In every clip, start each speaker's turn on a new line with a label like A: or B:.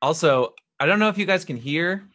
A: Also, I don't know if you guys can hear.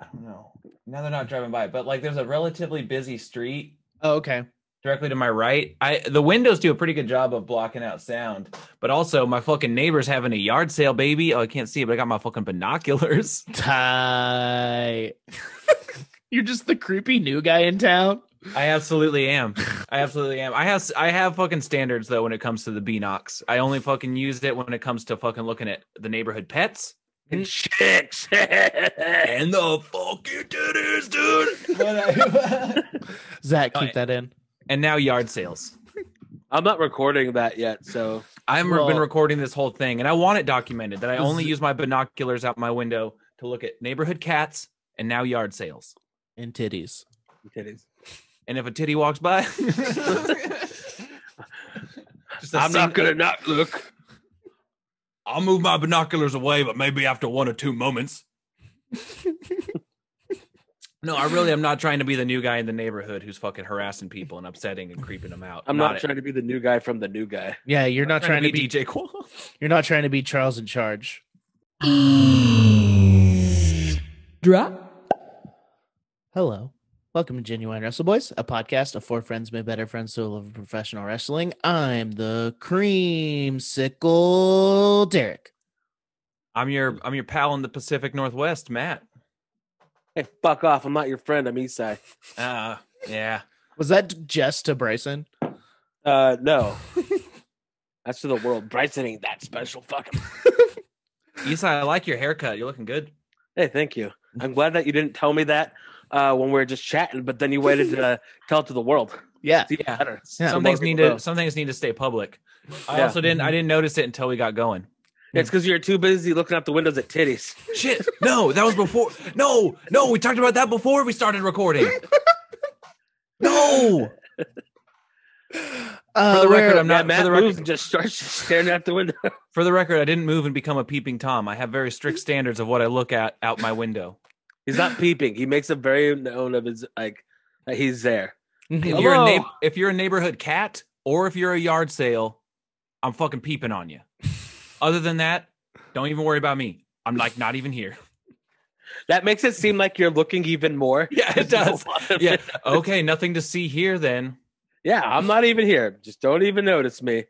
B: I don't know. Now they're not driving by, but like there's a relatively busy street
C: Oh, okay.
B: directly to my
A: right? I the windows do a pretty good job of blocking out sound, but also my fucking neighbor's having a yard sale, baby. Oh, I can't see it, but I got my fucking binoculars.
C: Tight. You're just the creepy new guy in town.
A: I absolutely am. I absolutely am. I have I have fucking standards though when it comes to the binocs. I only fucking used it when it comes to fucking looking at the neighborhood pets and chicks and the fucking titties, dude.
B: right.
C: Zach, keep
A: Alright.
C: that in.
A: And now yard sales.
D: I'm not recording that yet, so
A: I've
C: Well-
A: been recording this whole thing, and I want it documented that I only
C: Z-
A: use my binoculars out my window to look at neighborhood cats and now yard sales.
C: And titties.
D: titties.
A: And if a titty walks by, Just a single-
D: I'm not gonna not look.
A: I'll move my binoculars away, but maybe after one or two moments. no, I really am not trying to be the new guy in the neighborhood who's fucking harassing people and upsetting and creeping them out.
D: I'm not,
A: it.
D: trying to be the new guy from the new guy.
C: Yeah, you're not trying, to be,
A: DJ Cool.
C: you're not trying to be Charles in charge.
E: Drop.
C: Hello. Welcome to Genuine Wrestle Boys, a podcast of four friends made better friends who love professional wrestling. I'm the cream sickle Derek.
A: I'm your I'm your pal in the Pacific Northwest, Matt.
D: Hey, fuck off! I'm not your friend. I'm Isai.
A: Uh yeah.
C: Was that just to Bryson?
D: Uh, no. That's to the world. Bryson ain't that special. Fuck him.
A: Isai, I like your haircut. You're looking good.
D: Hey, thank you. I'm glad that you didn't tell me that uh, when we were just chatting, but then you waited to uh, tell it to the world.
C: Yeah.
D: It's even
A: Yeah.
D: better.
C: Yeah.
A: some
D: The
A: things
D: more
A: need
D: people know.
A: to some things need to stay public. I
D: Yeah.
A: also didn't I didn't notice it until we got going.
D: It's because you're too busy looking out the windows at titties.
A: Shit. No, that was before. No, no, we talked about that before we started recording. No.
C: Uh,
A: For the record,
C: we're-
A: I'm not.
D: Matt
A: For the
D: moves
A: record,
D: and just starts staring out the window.
A: for the record, I didn't move and become a peeping tom. I have very strict standards of what I look at out my window.
D: He's not peeping. He makes it very known of his like that he's there.
A: If you're, a
D: Hello.
A: neigh- if you're a neighborhood cat or if you're a yard sale, I'm fucking peeping on you. Other than that, don't even worry about me. I'm like not even here.
D: That makes it seem like you're looking even more.
A: Yeah, it does. Yeah.
D: yeah,
A: Okay, nothing to see here then.
D: yeah. I'm not even here. Just don't even notice me.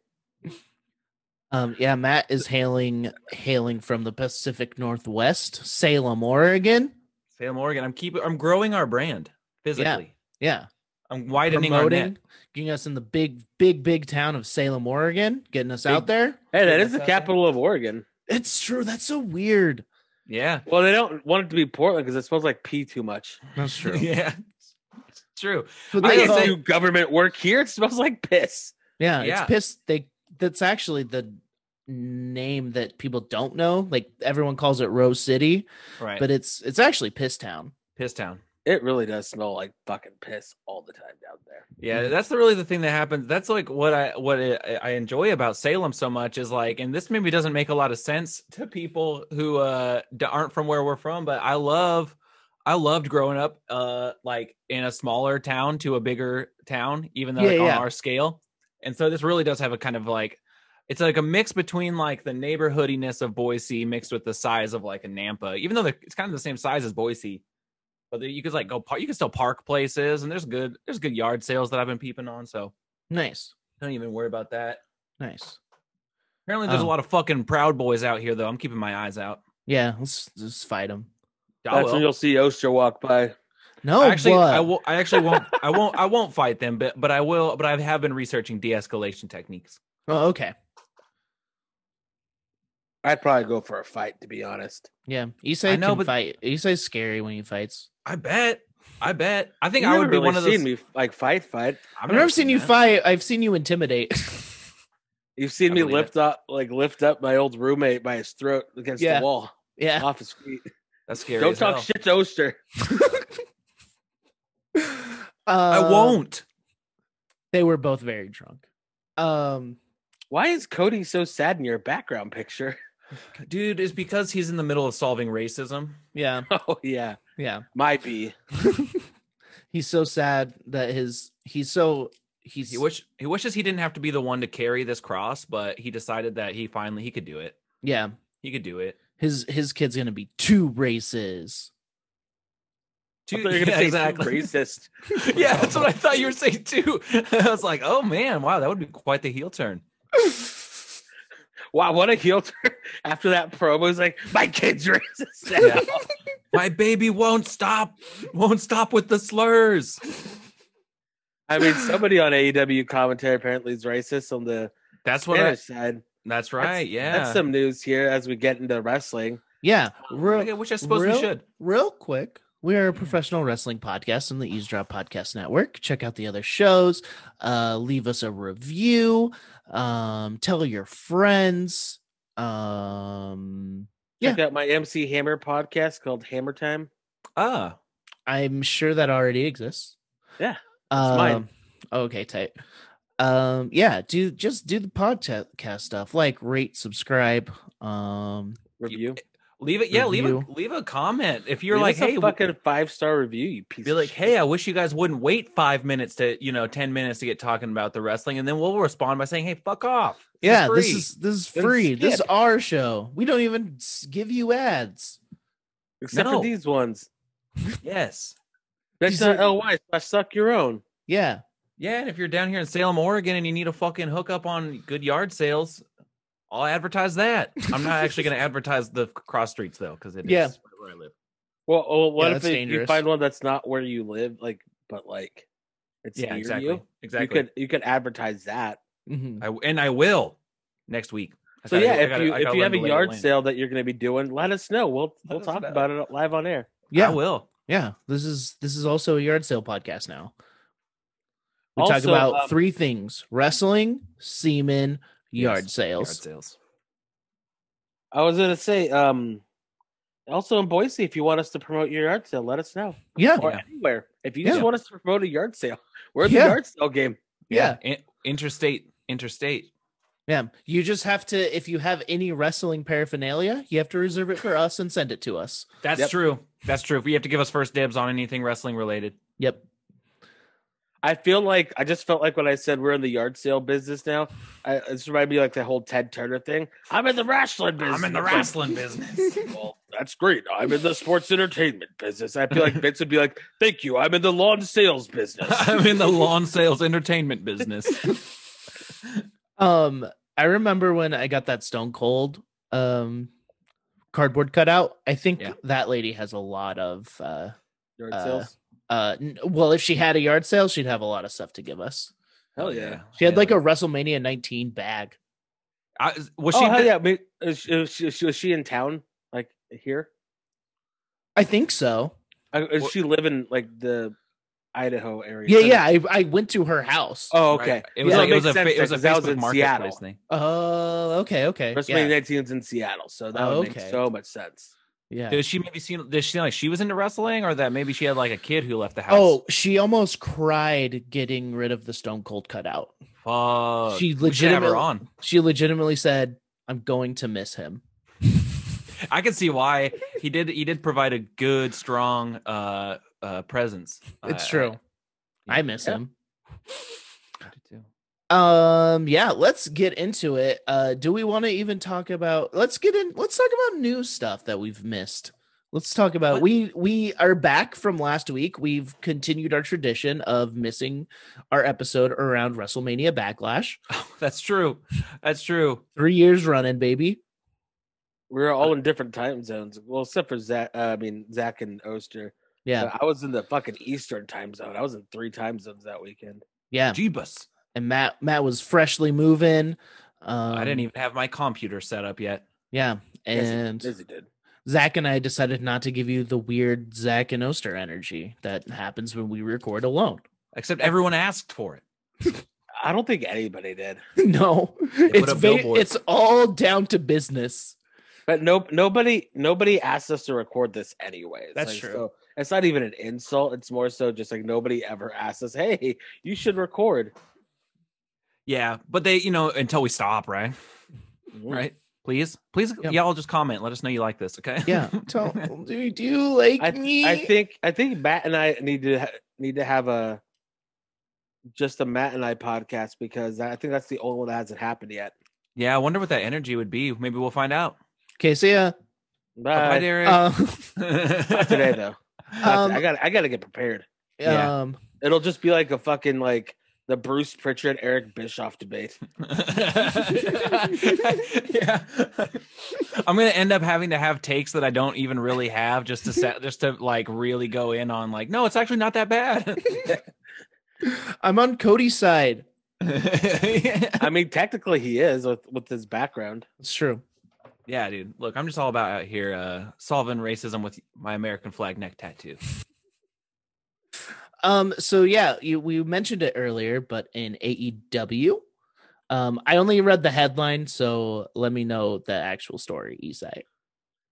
C: Um, yeah, Matt is hailing hailing from the Pacific Northwest, Salem, Oregon.
A: Sam Morgan, I'm keeping. I'm growing our brand physically.
C: Yeah,
A: I'm widening our net.
C: promoting, getting us in the big, big, big town of Salem, Oregon, getting us out there.
D: Hey, that
B: Yeah,
D: is the
B: that's okay.
D: capital of Oregon.
C: It's true. That's so weird.
A: Yeah.
D: Well, they don't want it to be Portland because it smells like pee too much.
C: That's true.
A: Yeah. It's true.
C: But
A: I
C: they
D: They
A: guess
C: call-
D: don't
A: they-
D: do government work here. It smells like piss.
C: yeah,
A: yeah.
C: it's pissed. They that's actually the name that people don't know. Like everyone calls it Rose City,
A: Right.
C: but it's it's actually Piss Town.
A: Piss town.
D: It really does smell like fucking piss all the time down there.
A: Yeah,
C: Mm-hmm.
A: that's the, really the thing that happens. That's like what I what I I enjoy about Salem so much is like, and this maybe doesn't make a lot of sense to people who uh d- aren't from where we're from, but I love I loved growing up uh like in a smaller town to a bigger town, even though
C: Yeah,
A: like,
C: yeah.
A: on our scale. And so this really does have a kind of like it's like a mix between like the neighborhoodiness of Boise mixed with the size of like a Nampa, even though they're- it's kind of the same size as Boise. But there- you could like go park, you can still park places, and there's good there's good yard sales that I've been peeping on, so
C: Nice,
A: don't even worry about that.
C: nice.
A: Apparently, there's
C: Oh.
A: a lot of fucking proud boys out here, though. I'm keeping my eyes out.
C: Yeah, let's just fight them.
A: I
D: That's
A: will.
D: when you'll see Oster walk by.
C: No,
A: I actually,
C: what?
A: I will. I actually won't. I won't. I won't fight them, but but I will. But I have been researching de-escalation techniques.
C: oh, okay.
D: I'd probably go for a fight, to be honest.
C: Yeah, Issei
A: know,
C: can
A: but-
C: fight. Issei's scary when he fights.
A: I bet. I bet. I think
D: You've
A: I
D: never
A: would be
D: really
A: one of those.
D: seen me like fight, fight.
C: I've, never seen you
A: that.
C: fight. I've seen you intimidate.
D: You've seen
A: I
D: me
A: believe
D: lift up, like lift up my old roommate by his throat against
C: Yeah.
D: the wall,
C: yeah.
D: off his feet.
A: That's scary.
D: Don't
A: as
D: talk
A: hell.
D: shit to Oster.
A: Uh, I
C: Uh,
A: won't.
C: They were both very drunk. Um,
D: Why is Cody so sad in your background picture?
A: Dude, it's because he's in the middle of solving racism.
C: yeah,
D: Oh yeah,
C: yeah.
D: might be.
C: he's so sad that his he's so he's
A: He wish he wishes he didn't have to be the one to carry this cross, but he decided that he finally he could do it.
C: yeah
A: He could do it.
C: His his kid's gonna be two races.
D: They're
A: Two,
D: gonna
A: yeah,
D: say
A: exactly.
D: racist.
A: yeah, that's what I thought you were saying too. I was like, oh man, wow, that would be quite the heel turn.
D: Wow, what a heel turn after that promo. He's like, my kid's racist. now."
A: Yeah. My baby won't stop, won't stop with the slurs.
D: I mean, somebody on AEW commentary apparently is racist on the
A: That's what. I,
D: Spanish side.
A: that's right. yeah.
D: That's some news here as we get into wrestling.
C: Yeah.
A: Okay,
C: Real,
A: which I suppose
C: real-
A: we should.
C: real quick, we
D: Mm.
C: are a professional wrestling podcast on the Eavesdrop Podcast Network. Check out the other shows. Uh, leave us a review. Um, tell your friends. Um,
D: Check out my MC Hammer podcast called Hammer Time.
A: Ah,
C: I'm sure that already exists.
D: Yeah,
C: Um,
D: mine.
C: Okay, tight. Um, yeah, do just do the podcast stuff, like rate, subscribe. Um,
D: Review.
A: leave it. Yeah, leave
C: Review.
A: a leave a comment if you're
D: Leave
A: like,
D: us a
A: hey,
D: fucking five star review. You piece.
A: be
D: of
A: like,
D: shit.
A: hey, I wish you guys wouldn't wait five minutes to you know ten minutes to get talking about the wrestling, and then we'll respond by saying, hey, fuck off. This is
C: yeah, this
A: free.
C: is this is
D: Then
C: free. This is
D: skip.
C: our show. We don't even s- give you ads.
D: except
A: no.
D: for these ones.
A: yes.
D: That's
C: These
D: not
C: are-
D: ly slash suck your own.
C: Yeah,
A: Yeah, and if you're down here in Salem, Oregon, and you need a fucking hookup on good yard sales, I'll advertise that. I'm not actually going to advertise the cross streets though, because it is
C: Yeah.
A: where I live.
D: Well, oh,
C: Yeah,
D: what if
C: that's
D: it- you
C: dangerous.
D: find one that's not where you live? Like, but like, it's
A: Yeah,
D: near
A: exactly,
D: you.
A: exactly.
D: You could you could advertise that.
C: Mhm.
A: I, and I will next week. I
D: So
A: gotta-
D: yeah,
A: I
D: if
A: gotta-
D: you
A: I
D: if
A: gotta
D: you
A: learn
D: have a
A: to lay the
D: yard
A: land.
D: sale that you're going to be doing, let us know. We'll we'll
A: us
D: talk
A: know.
D: about it live on air.
A: I
C: yeah,
A: will.
C: yeah. This is this is also a yard sale podcast now. We talk
D: Also,
C: about
D: um,
C: three things: wrestling, semen, yard
A: Yes,
C: sales.
A: Yard sales.
D: I was going to say, um, also in Boise, if you want us to promote your yard sale, let us know.
C: Yeah,
D: Or
A: Yeah.
D: anywhere, if you
C: Yeah.
D: just want us to promote a yard sale, we're at
C: Yeah.
D: the yard sale game.
C: yeah,
A: In- interstate, interstate.
C: yeah. You just have to if you have any wrestling paraphernalia, you have to reserve it for us and send it to us.
A: That's
D: Yep.
A: true. That's true. If you have to give us first dibs on anything wrestling related,
C: Yep.
D: I feel like I just felt like when I said we're in the yard sale business now, I, it just reminded me like the whole Ted Turner thing. I'm in the wrestling business.
A: I'm in the
D: It's like,
A: wrestling business.
D: well, that's great. I'm in the sports entertainment business. I feel like Vince would be like, "Thank you. I'm in the lawn sales business."
A: I'm in the lawn sales entertainment business.
C: Um, I remember when I got that Stone Cold um cardboard cutout. I think
A: Yeah.
C: that lady has a lot of uh
D: Yard
C: Uh,
D: sales.
C: uh n- well, if she had a yard sale, she'd have a lot of stuff to give us.
D: Hell yeah.
C: She had
A: Hell
C: like
A: yeah.
C: a WrestleMania 19 bag.
A: I, was
D: oh
A: she?
D: hell
A: the-
D: yeah! I mean, is she, is she- is she- is she in town? Like here?
C: I think so.
D: I- Is
A: What-
D: she live in like the Idaho area?
C: Yeah, yeah. I, I went to her house. Oh,
D: Oh, okay.
A: Right. It was
D: Yeah.
A: like it
D: That
A: was a
D: makes
A: fa-
D: sense,
A: it was a
D: 'cause that was
A: Facebook
D: in
A: marketplace
D: Seattle.
A: thing.
C: Uh, okay, okay.
D: WrestleMania
C: Yeah.
D: 19 is in Seattle, so that
C: Oh,
D: would
C: okay.
D: make so much sense.
C: yeah.
A: Did she maybe seem? Did she seem like she was into wrestling, or that maybe she had like a kid who left the house?
C: Oh, she almost cried getting rid of the Stone Cold cutout.
A: Oh, fuck.
C: she
A: We should have her
C: legitimately
A: on.
C: she legitimately said, I'm going to miss him.
A: I can see why he did. He did provide a good, strong uh, uh, presence.
C: It's
A: Uh,
C: true.
A: yeah.
C: I miss
D: Yeah.
C: him.
A: I do too.
C: um yeah let's get into it uh do we want to even talk about let's get in let's talk about new stuff that we've missed let's talk about
A: What-
C: we we are back from last week we've continued our tradition of missing our episode around wrestlemania backlash
A: That's true. That's true.
C: three years running baby
D: We were all in different time zones. Well, except for Zach. Uh, I mean, Zach and Oster.
C: yeah
D: I was in the fucking Eastern time zone. I was in three time zones that weekend.
C: yeah
A: Jeebus.
C: and matt matt was freshly moving um
A: I didn't even have my computer set up yet.
C: yeah
D: Yes, he-
C: and
D: yes, he did.
C: zach and i decided not to give you the weird zach and oster energy that happens when we record alone
A: Except everyone asked for it.
D: I don't think anybody did.
C: No, it's
A: up
C: ve-
A: billboards.
C: it's all down to business.
D: But no, nobody, nobody asked us to record this anyway.
C: That's true.
D: So it's not even an insult. It's more so just like nobody ever asked us. Hey, you should record.
A: Yeah, but they, you know, until we stop, right? Right. Please, please,
C: Mm. Yeah.
A: y'all just comment. Let us know you like this, okay?
C: Yeah, tell do you- do you like
D: I,
C: me?
D: I think I think Matt and I need to ha- need to have a just a Matt and I podcast because I think that's the only one that hasn't happened yet.
A: yeah. I wonder what that energy would be. Maybe we'll find out.
C: Okay, see ya.
A: Bye,
D: Bye.
A: Derek.
C: Um,
D: Uh, Not today though. Not
C: um,
D: today. I got. I got to get prepared.
A: Yeah.
C: um,
D: It'll just be like a fucking like the Bruce Pritchard Eric Bischoff debate.
A: yeah. I'm gonna end up having to have takes that I don't even really have just to set just to like really go in on like, no, it's actually not that bad.
C: I'm on Cody's side.
A: yeah.
D: I mean, technically he is with, with his background.
C: It's true.
A: dude. Look, I'm just all about out here uh solving racism with my American flag neck tattoo.
C: Um, so yeah, you, we mentioned it earlier, but in AEW, um, I only read the headline, so let me know the actual story, Isai.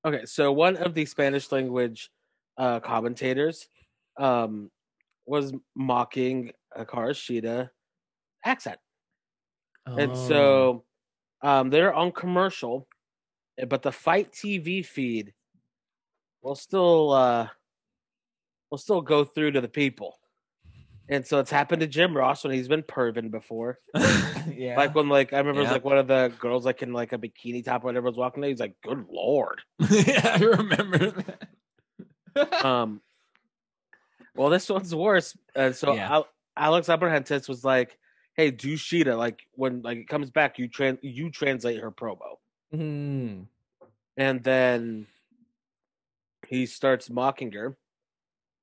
D: Okay, so one of the Spanish language uh, commentators um, was mocking Akara Shida accent. And
A: Oh.
D: so um, they're on commercial, eh, but the Fight TV feed will still uh, will still go through to the people. And so it's happened to Jim Ross when he's been pervin before.
B: yeah.
D: Like when like I remember it was
A: Yeah.
D: like one of the girls like in like a bikini top or whatever was walking there. He's like, "Good lord."
A: yeah, I remember that.
D: um well this one's worse and so
A: Yeah.
D: Al- alex abrahantes was like hey do sheeta like when like it comes back you trans you translate her promo Mm.
C: Hmm.
D: and then he starts mocking her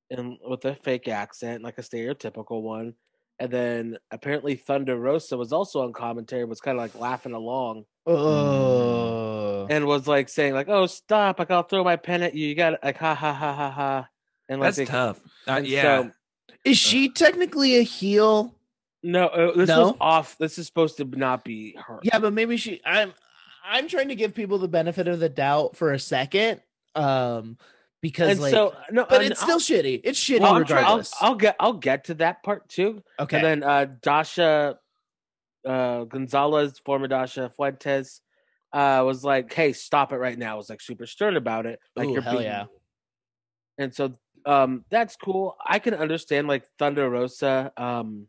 D: and with a fake accent like a stereotypical one and then apparently thunder rosa was also on commentary was kind of like laughing along
C: oh,
D: and was like saying like oh stop like i'll throw my pen at you you got like ha ha ha ha ha and like
A: That's
D: they-
A: tough. Uh,
D: and
A: yeah.
D: so-
C: is she technically a heel?
D: No, uh, this was
C: No?
D: off. This is supposed to not be her.
C: Yeah, but maybe she. I'm. I'm trying to give people the benefit of the doubt for a second, um, because
D: and
C: like,
D: so no,
C: but
D: and
C: it's still shitty. It's shitty
D: I'll, I'll, try- I'll,
C: regardless.
D: I'll get. I'll get to that part too.
C: okay.
D: And then uh, Dasha uh, Gonzalez, former Dasha Fuentes, uh, was like, "Hey, stop it right now." Was like super stern about it. Like
C: Ooh, hell yeah.
D: And so um, that's cool. I can understand like Thunder Rosa, um,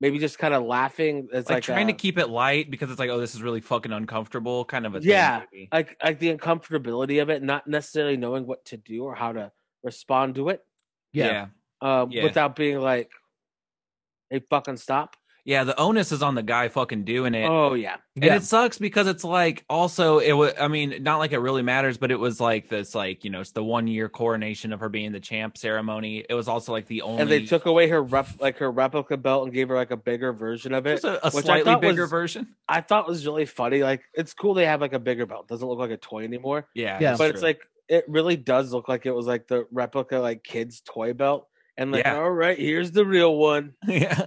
D: maybe just kind of laughing as
A: like,
D: like, uh,
A: trying
D: a-
A: to keep it light because it's like, oh, this is really fucking uncomfortable, kind of a thing,
D: Yeah.
A: maybe.
D: like like the uncomfortability of it, not necessarily knowing what to do or how to respond to it.
C: yeah.
A: yeah.
D: um,
A: Yeah.
D: without being like, "Hey, fucking stop!"
A: Yeah, the onus is on the guy fucking doing it.
D: oh yeah,
A: and it sucks because it's like also it was I mean, not like it really matters, but it was like this like, you know, it's the one year coronation of her being the champ ceremony. It was also like the only
D: and they took away her rep, like her replica belt and gave her like a bigger version of it.
A: just a, a
D: which I
A: slightly
D: thought
A: bigger
D: was-
A: version.
D: I thought was really funny. Like it's cool they have like a bigger belt; doesn't look like a toy anymore.
A: Yeah.
C: Yeah.
A: that's
D: but it's
A: true.
D: like it really does look like it was like the replica like kids toy belt. And like,
A: Yeah.
D: all right, here's the real one.
A: Yeah.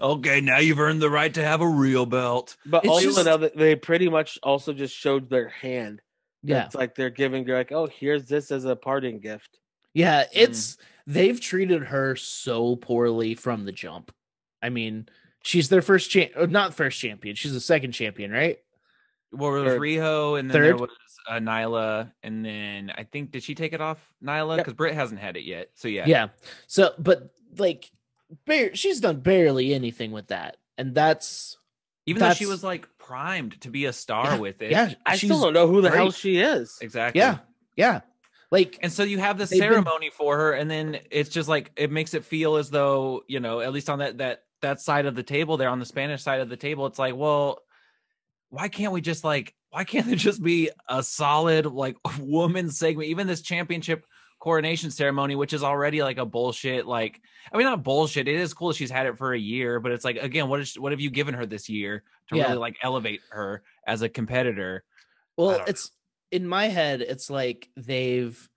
A: Okay, now you've earned the right to have a real belt.
D: But
C: It's
D: also
C: just-
D: now that they pretty much also just showed their hand.
C: yeah.
D: It's like they're giving her like, oh, here's this as a parting gift. Mm.
C: Yeah, it's they've treated her so poorly from the jump. I mean, she's their first champ, not first champion. She's the second champion, right?
A: Well, there was
D: Third.
A: Riho and then there
C: Third.
A: was uh, Nyla and then I think did she take it off Nyla?
D: Yep.
A: Because Britt hasn't had it yet. So yeah.
C: Yeah. So, but like, bar- she's done barely anything with that, and that's
A: Even though she
C: That's-
A: was like primed to be a star with it.
C: yeah.
D: I
C: she's,
D: still don't know who the hell
C: great.
D: she is.
A: Exactly.
C: Yeah, yeah. Like,
A: And so you have this
C: They've been-
A: ceremony for her, and then it's just like it makes it feel as though you know, at least on that that that side of the table there, on the Spanish side of the table, it's like, well, why can't we just like, why can't there just be a solid like woman segment? Even this championship coronation ceremony, which is already like a bullshit, like I mean, not bullshit. It is cool that she's had it for a year, but it's like again, what is what have you given her this year to
C: Yeah.
A: really like elevate her as a competitor?
C: well,
A: don't know.
C: it's in my head. It's like they've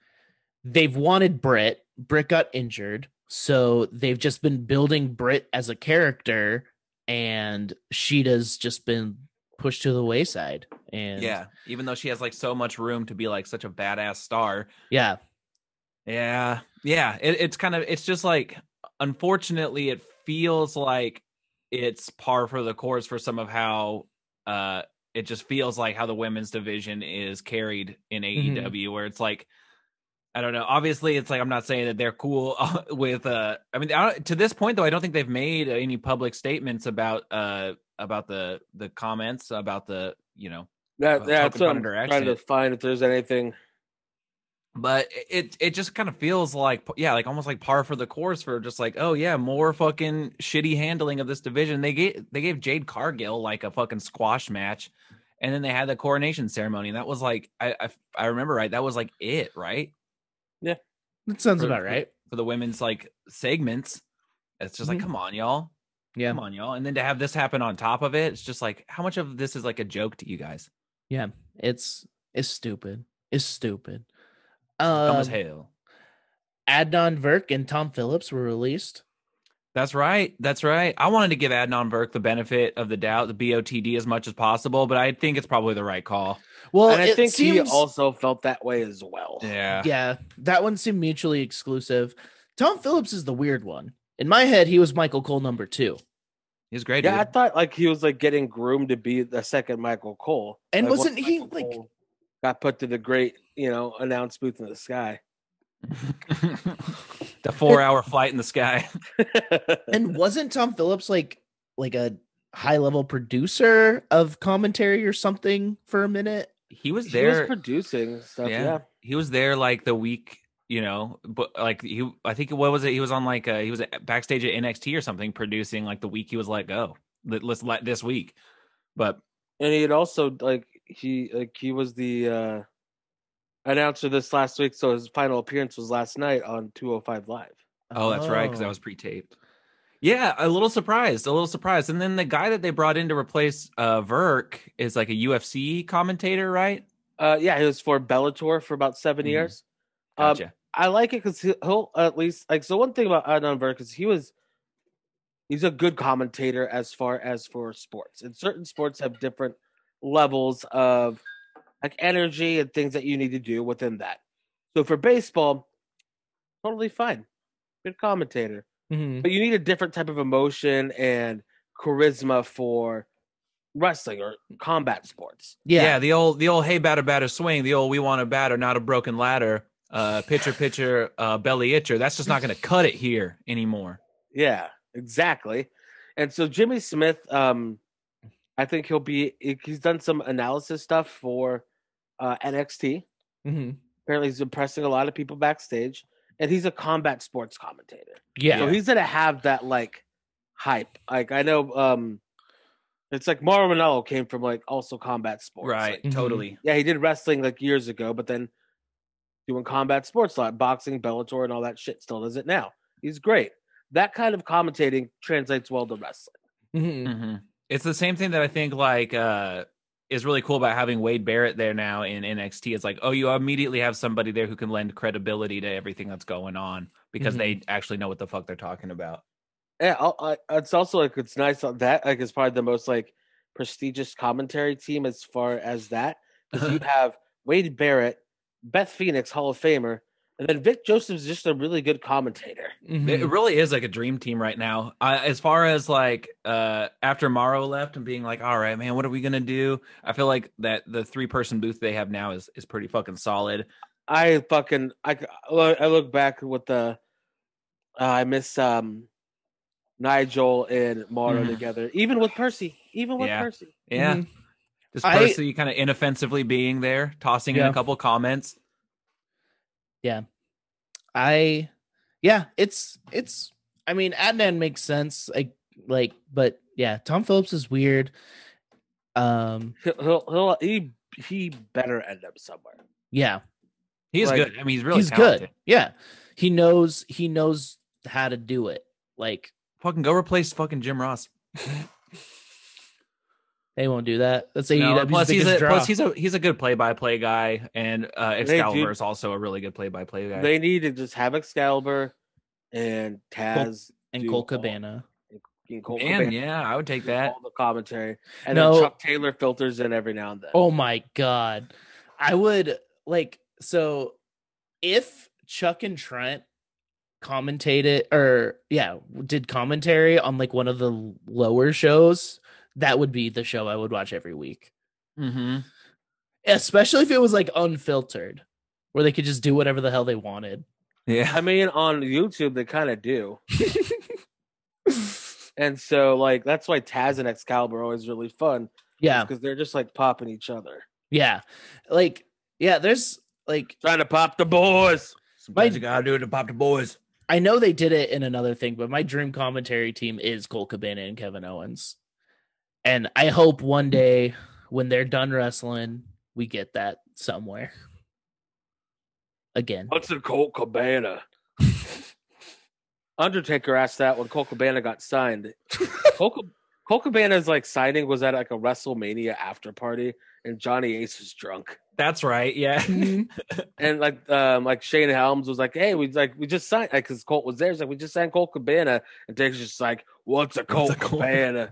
C: they've wanted Brit. Brit got injured, so they've just been building Brit as a character, and Sheeta's just been pushed to the wayside. And
A: yeah, even though she has like so much room to be like such a badass star.
C: yeah,
A: Yeah, yeah. It, it's kind of it's just like unfortunately it feels like it's par for the course for some of how uh it just feels like how the women's division is carried in AEW where it's like I don't know. Obviously, it's like I'm not saying that they're cool with. uh I mean, I don't, to this point though, I don't think they've made any public statements about uh about the the comments about the you know
D: That,
A: Uh,
D: that's
A: Token
D: what I'm
A: Predator
D: trying to
A: accent.
D: find if there's anything.
A: but it it just kind of feels like yeah like almost like par for the course for just like oh yeah more fucking shitty handling of this division they gave they gave jade cargill like a fucking squash match and then they had the coronation ceremony and that was like i i, if I remember right that was like it right
C: That sounds
A: For-
C: about right.
A: for the women's like segments it's just like
C: Mhm.
A: come on y'all
C: Yeah.
A: come on y'all and then to have this happen on top of it it's just like how much of this is like a joke to you guys
C: It's it's stupid. It's stupid.
A: dumb as
C: Um,
A: hell
C: Adnan Verk and Tom Phillips were released.
A: That's right. That's right. I wanted to give Adnan Burke the benefit of the doubt, the BOTD, as much as possible, but I think it's probably the right call.
C: Well,
D: and I
C: it
D: think he
C: seems,
D: also felt that way as well.
A: Yeah.
C: yeah, that one seemed mutually exclusive. Tom Phillips is the weird one. In my head, he was Michael Cole number two,
A: He's great.
D: Yeah, I
A: dude.
D: thought like he was like getting groomed to be the second Michael Cole.
C: and
D: Like, when
C: wasn't he
D: Michael
C: like?
D: Cole got put to the great, you know, announce booth in the sky?
A: the four hour flight in the sky.
C: and wasn't Tom Phillips like like a high level producer of commentary or something for a minute?
A: He was
D: he was
A: there.
D: producing stuff.
A: yeah.
D: Yeah.
A: He was there like the week, you know, but like he, I think what was it? He was on like, uh, he was backstage at NXT or something producing like the week he was let go. Let, let's let this week. But
D: and he had also like he like he was the uh announcer this last week, so his final appearance was last night on 205 Live.
A: Oh, that's right, because that was pre-taped. Yeah, a little surprised, a little surprised. And then the guy that they brought in to replace uh Verk is like a UFC commentator, right?
D: Uh, yeah, he was for Bellator for about seven
A: Mhm.
D: years. Um,
A: Gotcha.
D: I like it because he'll at least like so. One thing about Adnan Verk is he was he's a good commentator as far as for sports, and certain sports have different levels of like energy and things that you need to do within that. So for baseball, totally fine, good commentator,
C: Mhm.
D: but you need a different type of emotion and charisma for wrestling or combat sports.
A: yeah.
C: Yeah,
A: the old the old hey batter batter swing, the old we want a batter, not a broken ladder, uh pitcher pitcher, uh belly itcher. That's just not gonna cut it here anymore.
D: Yeah, exactly. And so Jimmy Smith, um, I think he'll be. he- He's done some analysis stuff for uh, NXT.
C: Mhm.
D: Apparently, he's impressing a lot of people backstage, and he's a combat sports commentator.
C: yeah.
D: So he's gonna have that like hype. Like I know, um, it's like Mauro Ranallo came from like also combat sports.
A: Right,
D: Like,
C: Mhm.
A: totally.
D: yeah, he did wrestling like years ago, but then doing combat sports a lot, boxing, Bellator, and all that shit. Still does it now. He's great. That kind of commentating translates well to wrestling.
C: Mhm.
A: Mhm. It's the same thing that I think like uh is really cool about having Wade Barrett there now in NXT. It's like, oh, you immediately have somebody there who can lend credibility to everything that's going on because they
C: Mm-hmm.
A: actually know what the fuck they're talking about.
D: Yeah, i I, it's also like it's nice on that. Like it's probably the most like prestigious commentary team as far as that because you have Wade Barrett, Beth Phoenix, Hall of Famer, and then Vic Joseph's just a really good commentator.
C: Mhm.
A: It really is like a dream team right now. I, as far as like uh after Morrow left and being like, all right, man, what are we gonna do? I feel like that the three person booth they have now is is pretty fucking solid.
D: I fucking I c- I look- I look back with the uh, I miss um Nigel and Mauro
A: Mhm.
D: together, even with Percy, even with
A: Yeah.
D: Percy.
A: Yeah.
C: Mhm.
A: Just
C: I-
A: Percy kind of inoffensively being there, tossing in
C: Yeah.
A: a couple comments.
C: I yeah, it's it's I mean Adnan makes sense. Like like but yeah, Tom Phillips is weird. Um
D: He'll, he'll he'll he he better end up somewhere.
C: yeah,
A: He is
D: Like,
A: good. I mean, he's really
C: he's
A: talented.
C: good. Yeah. He knows he knows how to do it. Like
A: Fucking go replace fucking Jim Ross.
C: they won't do that. That's AEW's
A: No, plus he's
C: biggest
A: a
C: draw.
A: plus he's a he's a good play by play guy, and uh,
D: They do-
A: Excalibur is also a really good play by play guy.
D: They need to just have Excalibur and Taz
C: and
D: do
C: Cole
D: all-
C: Cabana.
D: and Cole
A: Man,
D: Cabana
A: yeah, I would take
D: do
A: that.
D: all the commentary, and
C: No.
D: then Chuck Taylor filters in every now and then.
C: Oh my god. I would like so if Chuck and Trent commentated or yeah, did commentary on like one of the lower shows, that would be the show I would watch every week.
A: Mm-hmm.
C: Especially if it was like unfiltered, where they could just do whatever the hell they wanted.
A: Yeah,
D: I mean, on YouTube they kind of do, and so like that's why Taz and Excalibur are always really fun
C: yeah.
D: because they're just like popping each other.
C: Yeah. Like, yeah, there's like
D: Trying to pop the boys.
B: Sometimes you gotta do it to pop the boys.
C: I know they did it in another thing, but my dream commentary team is Cole Cabana and Kevin Owens. And I hope one day when they're done wrestling, we get that somewhere. Again.
D: What's a Colt Cabana? Undertaker asked that when Colt Cabana got signed. Colt, Ca- Colt Cabana's like signing was at like a WrestleMania after party, and Johnny Ace was drunk.
A: That's right. Yeah.
D: And like um like Shane Helms was like, hey, we like we just signed like because Colt was there. He's like, we just signed Colt Cabana, and Taker's just like, what's a Colt
A: a Colt-
D: Cabana?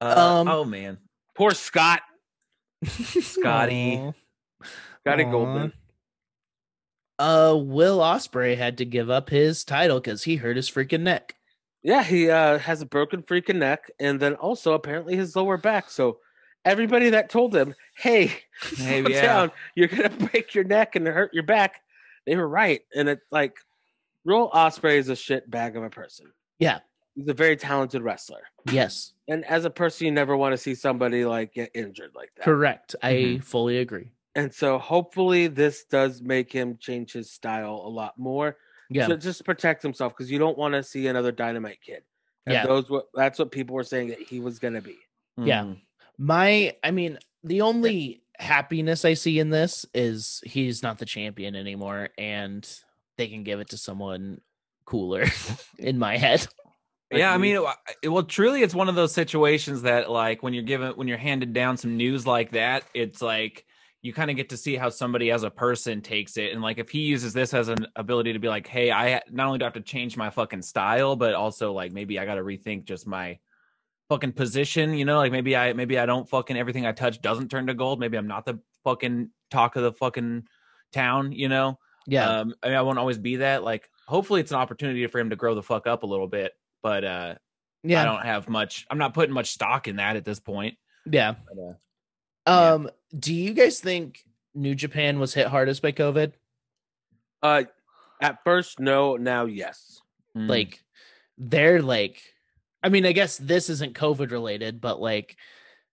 B: Uh,
C: Um,
B: oh man,
D: Poor Scott,
B: Scotty.
C: Aw.
D: Scotty
C: Aw.
D: Goldman.
C: Uh Will Osprey had to give up his title because he hurt his freaking neck.
D: Yeah, he uh, has a broken freaking neck, and then also apparently his lower back. So everybody that told him, "Hey,
A: Hey,
D: slow
A: yeah.
D: down, you're gonna break your neck and hurt your back," they were right. And it's like, Roll Osprey is a shit bag of a person.
C: Yeah.
D: he's a very talented wrestler,
C: Yes.
D: and as a person, you never want to see somebody like get injured like that.
C: Correct. I
A: Mhm.
C: fully agree.
D: And so hopefully this does make him change his style a lot more.
C: Yeah.
D: So just protect himself because you don't want to see another Dynamite Kid. And
C: Yeah.
D: those were, that's what people were saying that he was going to be.
C: Yeah.
A: Mm.
C: My, I mean, the only happiness I see in this is he's not the champion anymore, and they can give it to someone cooler. in my head,
D: Like,
A: yeah, I
D: we-
A: mean, I- I- well, truly, it's one of those situations that, like, when you're given, when you're handed down some news like that, it's like you kind of get to see how somebody as a person takes it, and like if he uses this as an ability to be like, hey, I ha- not only do I have to change my fucking style, but also like maybe I got to rethink just my fucking position, you know, like maybe I maybe I don't fucking everything I touch doesn't turn to gold. Maybe I'm not the fucking talk of the fucking town, you know.
C: yeah,
A: Um, I mean, I won't always be that. Like, hopefully, it's an opportunity for him to grow the fuck up a little bit. But uh, I
C: yeah,
A: don't have much. I'm not putting much stock in that at this point.
C: yeah.
A: But, yeah.
C: Um, do you guys think New Japan was hit hardest by COVID?
D: uh, at first, no, now, yes.
A: uh, mm.
C: Like, they're like, I mean, I guess this isn't COVID related, but like,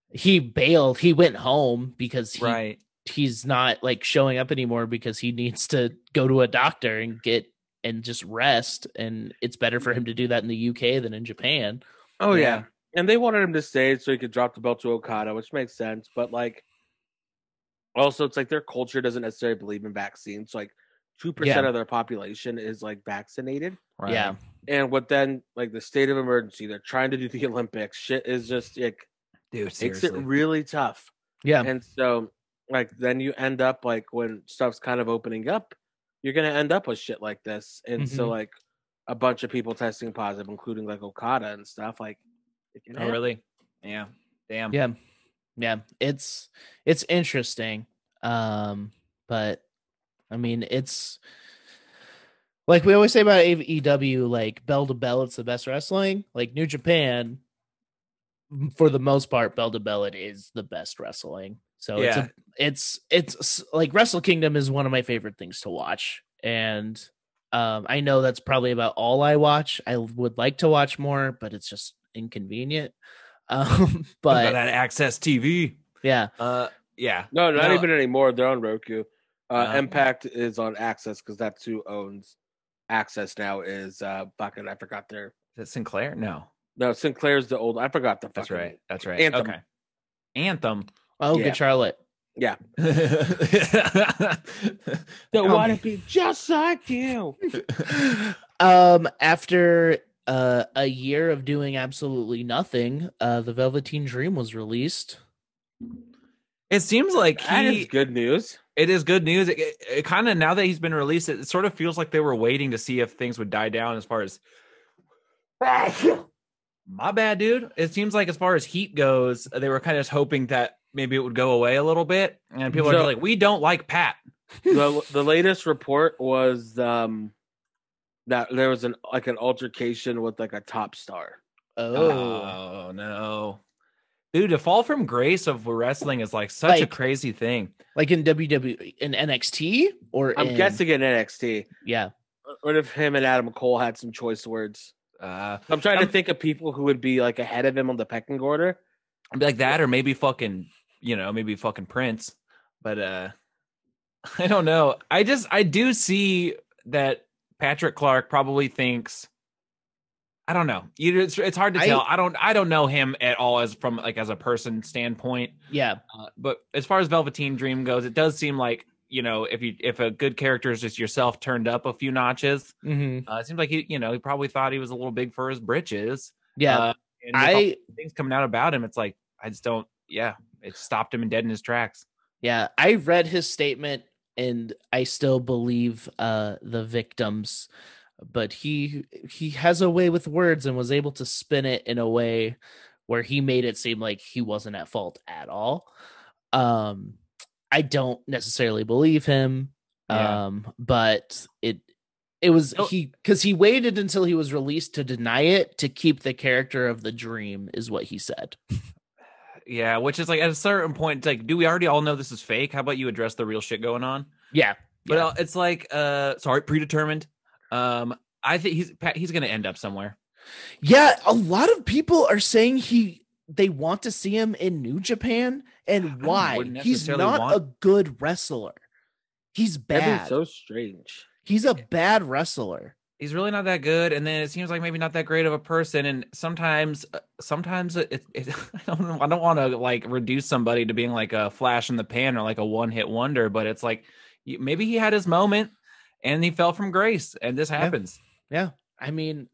C: he bailed. He went home because he
A: right?
C: he's not like showing up anymore because he needs to go to a doctor and get and just rest and it's better for him to do that in the UK than in Japan.
D: Oh,
A: yeah.
D: And they wanted him to stay so he could drop the belt to Okada, which makes sense. But like, also, it's like their culture doesn't necessarily believe in vaccines. Like, 2%
C: Yeah.
D: of their population is like vaccinated.
A: Right.
C: Yeah.
D: And what then, like, the state of emergency, they're trying to do the Olympics. Shit is just like,
A: dude.
D: makes
A: Seriously.
D: it really tough.
C: Yeah.
D: and so like then you end up like when stuff's kind of opening up you're gonna end up with shit like this and so
A: Mm-hmm.
C: Mhm.
D: like a bunch of people testing positive including like okada and stuff like it can
A: oh,
D: happen.
A: really? Yeah. Damn.
C: Yeah. yeah. It's it's interesting. Um but I mean it's like we always say about AEW like bell to bell it's the best wrestling. Like New Japan m- for the most part bell to bell it is the best wrestling. So it's a
A: yeah.
C: it's it's s- like Wrestle Kingdom is one of my favorite things to watch, and um, I know that's probably about all I watch. I would like to watch more, but it's just inconvenient. Um,
A: What about
C: but
A: that access TV.
C: yeah,
A: Uh, yeah.
D: no not
A: No. Oh.
D: even anymore they're on roku uh
A: No.
D: impact is on access because that's who owns access now is uh fucking i forgot their
A: Is it Sinclair? No,
D: no sinclair's the old i forgot the
A: that's
D: fucking-
A: right. That's right.
D: Anthem.
A: Okay. Anthem.
C: oh,
D: Yeah.
C: good Charlotte.
D: don't
A: Um,
D: want to be just like you
C: um, after uh, a year of doing absolutely nothing, uh, the Velveteen Dream was released.
A: It seems like he.
D: that is good news
A: It is good news. It, it, kind of now that he's been released, it, sort of feels like they were waiting to see if things would die down as far as. My bad, dude. It seems like as far as heat goes, they were kind of just hoping that maybe it would go away a little bit, and people are
D: So-
A: just like, "We don't like Pat."
D: the the latest report was um that there was an like an altercation with like a top star.
C: Oh,
A: Oh, no, dude! To fall from grace of wrestling is like such a
C: Like-
A: crazy thing.
C: like in WWE, in NXT, or
D: I'm
C: in-
D: guessing in NXT.
C: yeah,
D: What if him and Adam Cole had some choice words?
A: Uh,
D: I'm trying
A: I'm-
D: to think of people who would be like ahead of him on the pecking order.
A: I'd be like that, or maybe fucking, you know, maybe fucking Prince. But uh I don't know. I just I do see that Patrick Clark probably thinks I don't know. You- It's, it's hard to
C: I-
A: tell. I don't I don't know him at all as from like as a person standpoint.
C: Yeah.
A: Uh, but as far as Velveteen Dream goes, it does seem like you know if you if a good character is just yourself turned up a few notches,
C: Mm-hmm.
A: uh, it seems like he you know he probably thought he was a little big for his britches.
C: Yeah.
A: uh, and with all
C: I
A: the things coming out about him, it's like I just don't. Yeah, it stopped him and dead in his tracks.
C: yeah, I read his statement and I still believe uh the victims, but he he has a way with words and was able to spin it in a way where he made it seem like he wasn't at fault at all. Um I don't necessarily believe him.
A: Yeah.
C: Um but it it was
A: No-
C: he cuz he waited until he was released to deny it to keep the character of the dream is what he said.
A: Yeah, which is like at a certain point, it's like, do we already all know this is fake? How about you address the real shit going on?
C: Yeah.
A: But
C: Yeah.
A: uh, it's like, uh, sorry, predetermined. Um, I think he's Pat, he's gonna end up somewhere.
C: Yeah, a lot of people are saying he they want to see him in New Japan and
A: don't
C: why?
A: wouldn't
C: He's
A: necessarily
C: not
A: want-
C: a good wrestler. He's
D: That'd be
C: bad.
D: so strange.
C: He's a bad wrestler.
A: He's really not that good, and then it seems like maybe not that great of a person. And sometimes, uh, sometimes it, it, I don't, I don't want to like reduce somebody to being like a flash in the pan or like a one hit wonder. But it's like you- maybe he had his moment, and he fell from grace, and this happens.
C: I mean,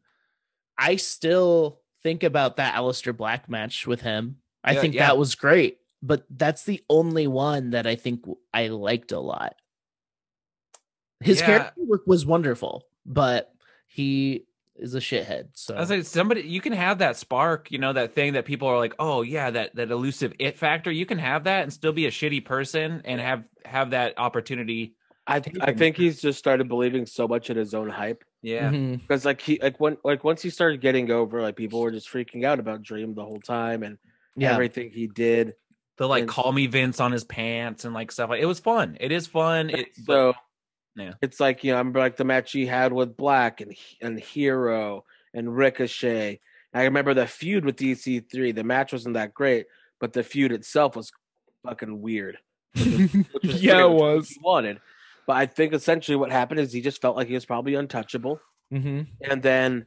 C: I still think about that Aleister Black match with him. I
A: Yeah,
C: think
A: yeah.
C: that was great, but that's the only one that I think w- I liked a lot. His
A: Yeah.
C: character work was wonderful, but he is a shithead. So
A: I was like, somebody, you can have that spark, you know, that thing that people are like, oh yeah, that that elusive it factor. You can have that and still be a shitty person and have have that opportunity.
D: I
A: Take
D: I
A: him.
D: think he's just started believing so much in his own hype
A: Yeah,
C: Mhm.
D: because like he like when like once he started getting over like people were just freaking out about Dream the whole time and
C: yeah.
D: everything he did.
A: the like
D: And-
A: call me Vince on his pants and like stuff. Like it was fun. It is fun. It, but
D: so
A: Yeah.
D: it's like you know, I remember like the match he had with Black and and Hero and Ricochet. I remember the feud with DC3. The match wasn't that great, but the feud itself was fucking weird. Which was
C: Yeah, it
D: great, which
C: was.
D: He wanted, but I think essentially what happened is he just felt like he was probably untouchable,
C: Mm-hmm.
D: and then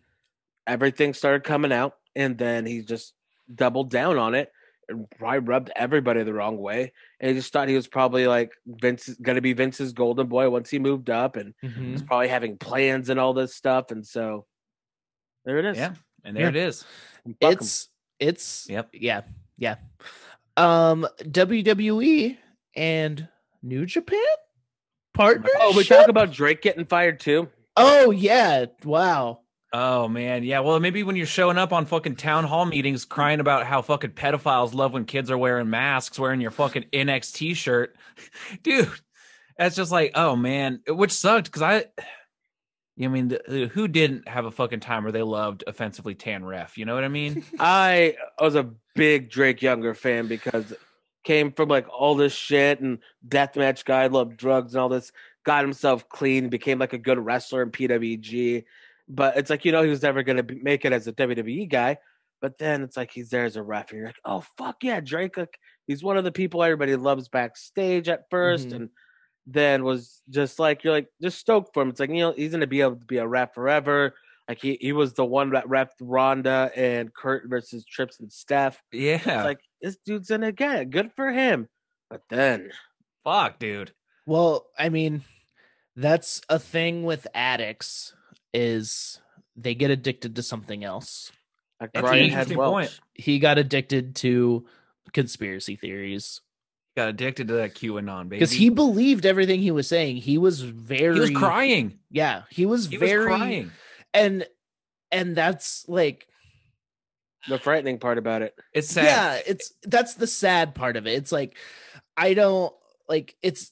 D: everything started coming out, and then he just doubled down on it and probably rubbed everybody the wrong way. And he just thought he was probably like Vince gonna be Vince's golden boy once he moved up and
C: Mm-hmm.
D: was probably having plans and all this stuff. And so there it is.
A: yeah, and there
C: Yeah.
A: it is.
D: And fuck 'em.
C: It's it's
A: Yep.
C: yeah yeah. Um, WWE and New Japan partnership.
D: oh, we talk about Drake getting fired too.
C: Oh yeah, wow.
A: Oh man, yeah. Well, maybe when you're showing up on fucking town hall meetings crying about how fucking pedophiles love when kids are wearing masks, wearing your fucking NXT shirt, dude. That's just like, oh man, which sucked because I, I mean, the, who didn't have a fucking time where they loved offensively tan ref? You know what I mean?
D: I was a big Drake Younger fan because came from like all this shit and deathmatch guy loved drugs and all this. Got himself clean, became like a good wrestler in PWG. But it's like you know he was never gonna be, make it as a WWE guy. But then it's like he's there as a ref, and you're like, oh fuck yeah, Drake! Like, he's one of the people everybody loves backstage at 1st
C: Mhm.
D: and then was just like you're like just stoked for him. It's like you know he's gonna be able to be a ref forever. Like he, he was the one that ref Ronda and Kurt versus Trips and Steph.
A: yeah.
D: It's like this dude's gonna get it. Good for him. But then
A: Fuck, dude.
C: Well, I mean, that's a thing with addicts is they get addicted to something else.
D: like
A: That's
C: an
D: Brian had
A: interesting
D: Welch.
A: point.
C: He got addicted to conspiracy theories
A: Got addicted to that QAnon, baby.
C: because he believed everything he was saying. He was very
A: he was crying.
C: Yeah, he was
A: He
C: very
A: was crying.
C: and and that's like
D: The frightening part about it.
A: It's sad.
C: yeah it's that's the sad part of it it's like i don't like it's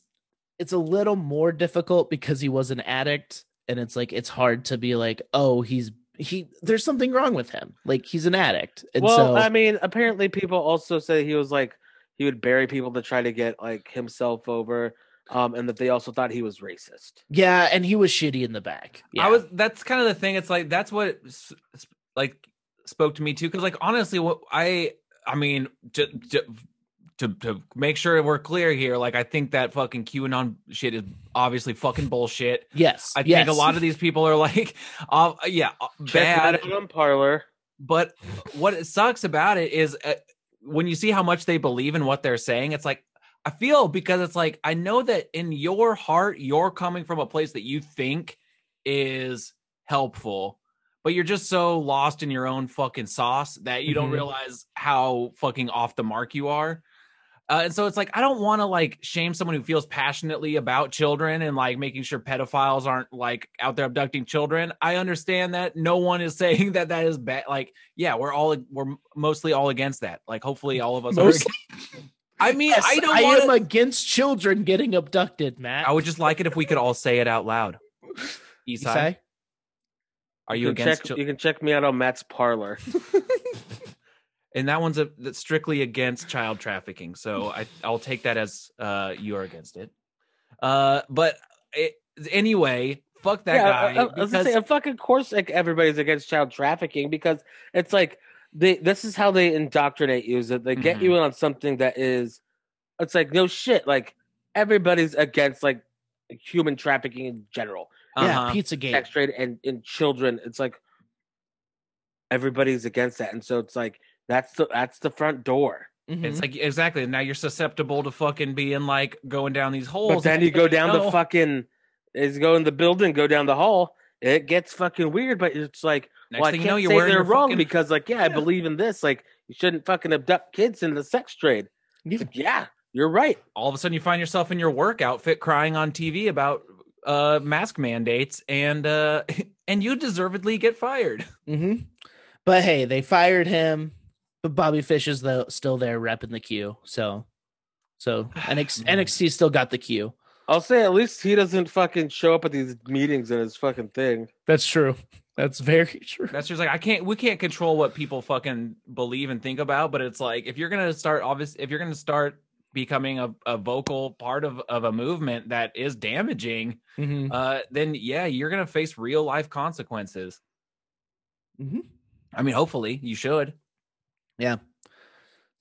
C: it's a little more difficult because he was an addict and it's like it's hard to be like oh he's he there's something wrong with him like he's an addict and
D: well,
C: so
D: I mean, apparently people also say he was like he would bury people to try to get like himself over, um, and that they also thought he was racist.
C: yeah and he was shitty in the back yeah.
A: I was. That's kind of the thing. It's like that's what s- s- like spoke to me too. Because like honestly, what I I mean, to, to to to make sure we're clear here, like I think that fucking QAnon shit is obviously fucking bullshit.
C: Yes.
A: I
C: yes.
A: think a lot of these people are like, uh, yeah, uh,
D: Check
A: bad.
D: that out on Parlor.
A: But what it sucks about it is uh, when you see how much they believe in what they're saying, it's like, I feel because it's like, I know that in your heart, you're coming from a place that you think is helpful, but you're just so lost in your own fucking sauce that you don't
C: Mhm.
A: realize how fucking off the mark you are. Uh, and so it's like I don't want to like shame someone who feels passionately about children and like making sure pedophiles aren't like out there abducting children. I understand that no one is saying that that is bad. Like, yeah, we're all we're mostly all against that. Like, hopefully, all of us. Are
C: Mostly.
A: I mean,
C: Yes,
A: I
C: I,
A: don't want.
C: am
A: to
C: against children getting abducted, Matt.
A: I would just like it if we could all say it out loud.
C: You
A: Isai,
C: say?
A: are you
D: can
A: against?
D: check,
A: chil-
D: You can check me out on Matt's Parlor.
A: and that one's a, that's strictly against child trafficking. So I, I'll take that as uh, you are against it. Uh, but it, anyway, fuck that
D: yeah,
A: guy.
D: I, I- I was gonna say, of fucking course, like everybody's against child trafficking because it's like they. This is how they indoctrinate you. Is that they get
A: Mhm.
D: you on something that is, it's like no shit. Like everybody's against like human trafficking in general,
A: uh-huh.
C: Yeah, Pizzagate.
D: sex trade, and in children. It's like everybody's against that, and so it's like that's the that's the front door.
C: Mhm.
A: It's like exactly now you're susceptible to fucking being like going down these holes.
D: But then you go down
A: No.
D: the fucking, is go in the building, go down the hall. It gets fucking weird, but it's like.
A: Next
D: well, I
A: thing
D: can't
A: you know, you're
D: say
A: wearing
D: they're
A: your
D: wrong
A: fucking-
D: because, like, yeah, I
A: Yeah.
D: believe in this. Like, you shouldn't fucking abduct kids in the sex trade.
C: Yeah.
D: It's like, yeah, you're right.
A: all of a sudden you find yourself in your work outfit crying on TV about uh mask mandates and uh and you deservedly get fired.
C: hmm But hey, they fired him. But Bobby Fish is though still there repping the queue. So, so NXT,
A: Man.
C: NXT still got the queue.
D: I'll say at least he doesn't fucking show up at these meetings in his fucking thing.
C: That's true. That's very true.
A: That's just like I can't we can't control what people fucking believe and think about, but it's like if you're gonna start obvious if you're gonna start becoming a, a vocal part of, of a movement that is damaging,
C: hmm
A: uh then yeah, you're gonna face real life consequences.
D: Mm-hmm.
C: Mhm.
A: I mean, hopefully you should.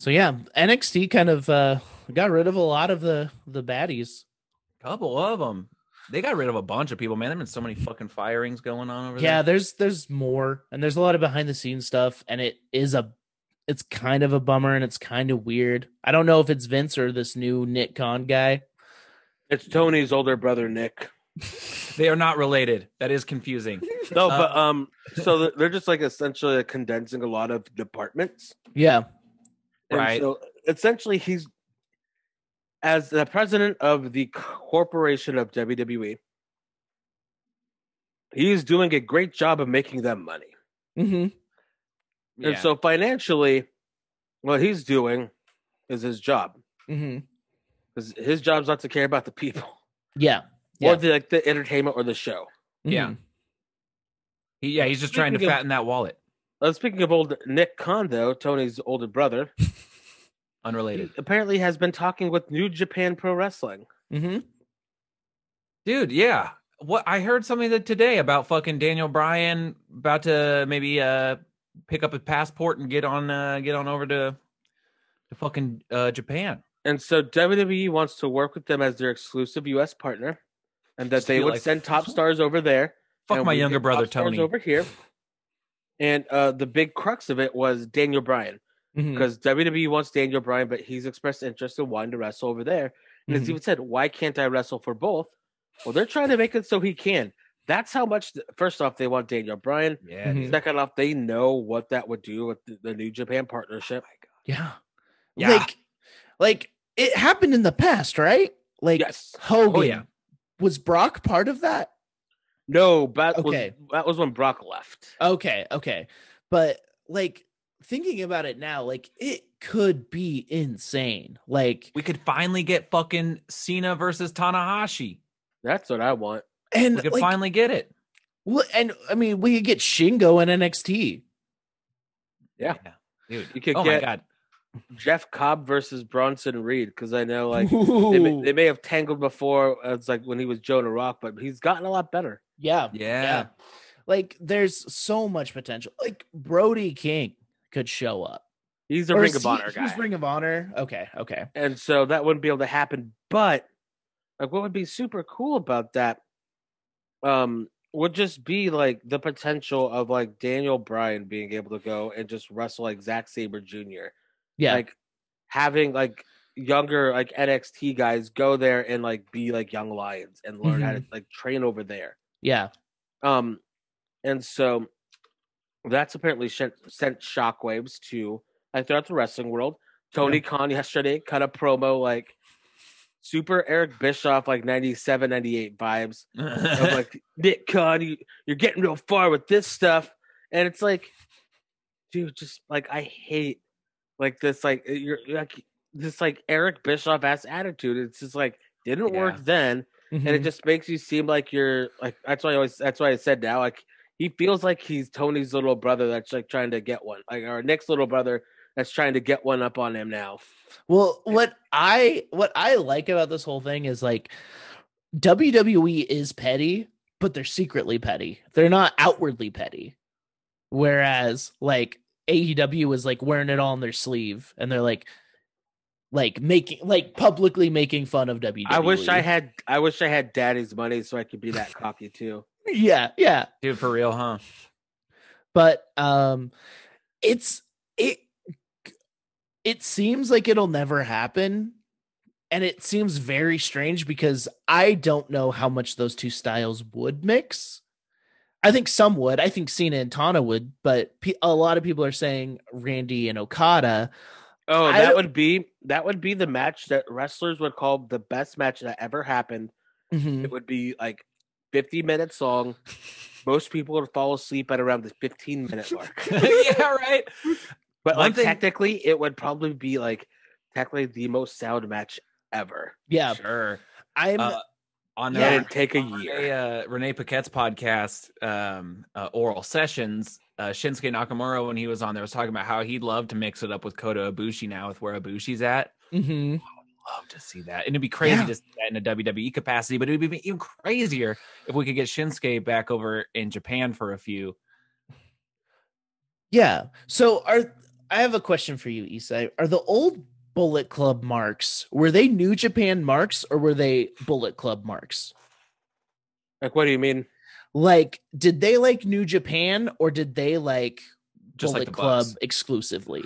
C: So yeah, NXT kind of uh, got rid of a lot of the the baddies.
A: Couple of them. They got rid of a bunch of people, man. There've been so many fucking firings going on over
C: Yeah,
A: there.
C: there's there's more, and there's a lot of behind the scenes stuff, and it is a it's kind of a bummer, and it's kind of weird. I don't know if it's Vince or this new Nick Khan guy.
D: It's Tony's older brother, Nick.
A: They are not related. That is confusing.
D: No, but um, so th- they're just like essentially condensing a lot of departments.
C: Yeah,
D: And
A: Right.
D: So essentially, he's as the president of the corporation of WWE. He's doing a great job of making them money.
C: hmm
A: Yeah.
D: And so financially, what he's doing is his job.
C: hmm
D: Because his job's not to care about the people
C: yeah, Yeah.
D: or the like the entertainment or the show.
A: Yeah.
C: Mhm.
A: He- yeah, he's just trying to
D: Speaking of-
A: fatten that wallet.
D: Uh, speaking of old Nick Khan, though, Tony's older brother,
A: Unrelated.
D: he apparently has been talking with New Japan Pro Wrestling.
C: hmm
A: Dude, yeah. What I heard something that today about fucking Daniel Bryan about to maybe uh pick up his passport and get on uh get on over to to fucking uh Japan.
D: And so WWE wants to work with them as their exclusive U.S. partner, and that
A: Just
D: they
A: feel
D: would
A: like-
D: send top stars over there.
A: Fuck
D: and
A: my
D: we
A: younger
D: get
A: brother
D: top stars
A: Tony.
D: over here. And uh, the big crux of it was Daniel Bryan.
C: Mm-hmm. Hmm.
D: because WWE E wants Daniel Bryan, but he's expressed interest in wanting to wrestle over there. And it's
C: Mhm.
D: even said, why can't I wrestle for both? Well, they're trying to make it so he can. That's how much. th- First off, they want Daniel Bryan.
A: Yeah.
C: Mhm.
A: dude.
D: Second off, they know what that would do with the, the New Japan partnership.
C: Yeah.
A: Yeah.
C: Like, like it happened in the past, right? Like
D: Yes.
C: Hogan.
A: Oh, yeah.
C: Was Brock part of that?
D: No, but
C: Okay.
D: was, that was when Brock left.
C: Okay, okay. But like thinking about it now, like it could be insane. Like
A: We could finally get fucking Cena versus Tanahashi.
D: That's what I want.
A: We
C: and
A: could
C: like,
A: finally get it.
C: wh- and I mean we could get Shingo in NXT.
D: Yeah.
A: Dude.
D: You could
A: oh my
D: get
A: god.
D: Jeff Cobb versus Bronson Reed because I know like they may,
C: Ooh.
D: they may have tangled before. It's like when he was Jonah Rock, but he's gotten a lot better.
C: yeah,
A: Yeah.
C: yeah. Like there's so much potential. Like Brody King could show up.
D: He's a
C: Or
D: Ring
C: is
D: of
C: he-
D: Honor guy.
C: He's Ring of Honor. Okay, okay.
D: and so that wouldn't be able to happen. But like, what would be super cool about that, um, would just be like the potential of like Daniel Bryan being able to go and just wrestle like Zack Saber Jr.
C: Yeah.
D: Like having like younger like NXT guys go there and like be like young lions and learn how to like train over there.
C: yeah.
D: Um, and so that's apparently sent, sent shockwaves to like throughout the wrestling world. Tony Khan yesterday cut a promo like super Eric Bischoff like 97, 98 vibes. of like Nick Khan, you, you're getting real far with this stuff, and it's like, dude, just like I hate like this like you're like this like Eric Bischoff ass attitude. It's just like didn't work then
C: Mm-hmm.
D: and it just makes you seem like you're like that's why I always that's why I said now like he feels like he's Tony's little brother that's like trying to get one like or Nick's little brother that's trying to get one up on him now.
C: Well, what I what I like about this whole thing is like WWE is petty, but they're secretly petty. They're not outwardly petty. Whereas like AEW is like wearing it all on their sleeve and they're like like making like publicly making fun of E. WWE.
D: I wish I had I wish I had daddy's money so I could be that cocky too.
C: Yeah, yeah.
A: dude, for real, huh?
C: but um it's it it seems like it'll never happen and it seems very strange because i don't know how much those two styles would mix i think some would i think cena and tana would but pe- a lot of people are saying randy and okada
D: Oh,
C: I
D: that
C: don't-
D: would be that would be the match that wrestlers would call the best match that ever happened.
C: Mm-hmm.
D: It would be like 50 minutes long. Most people would fall asleep at around the 15 minute mark.
A: yeah, right.
D: But
A: One
D: like
A: thing-
D: technically, it would probably be like technically the most sound match ever.
C: yeah
A: Sure.
C: i'm
A: Uh, on
D: Yeah,
A: our-
D: it'd take a
A: on Renee,
D: year.
A: uh, Renee Paquette's podcast, um, uh, Oral Sessions, uh, Shinsuke Nakamura, when he was on there, was talking about how he'd love to mix it up with Kota Ibushi now with where Ibushi's at.
C: mhm.
A: Love to see that. And it'd be crazy
C: Yeah.
A: to see that in a WWE capacity, but it would be even crazier if we could get Shinsuke back over in Japan for a few.
C: yeah so are i have a question for you isai are the old bullet club marks were they new japan marks or were they bullet club marks
D: Like, what do you mean?
C: like did they like new japan or did they like
A: Just
C: bullet
A: like the
C: club
A: Bucks.
C: exclusively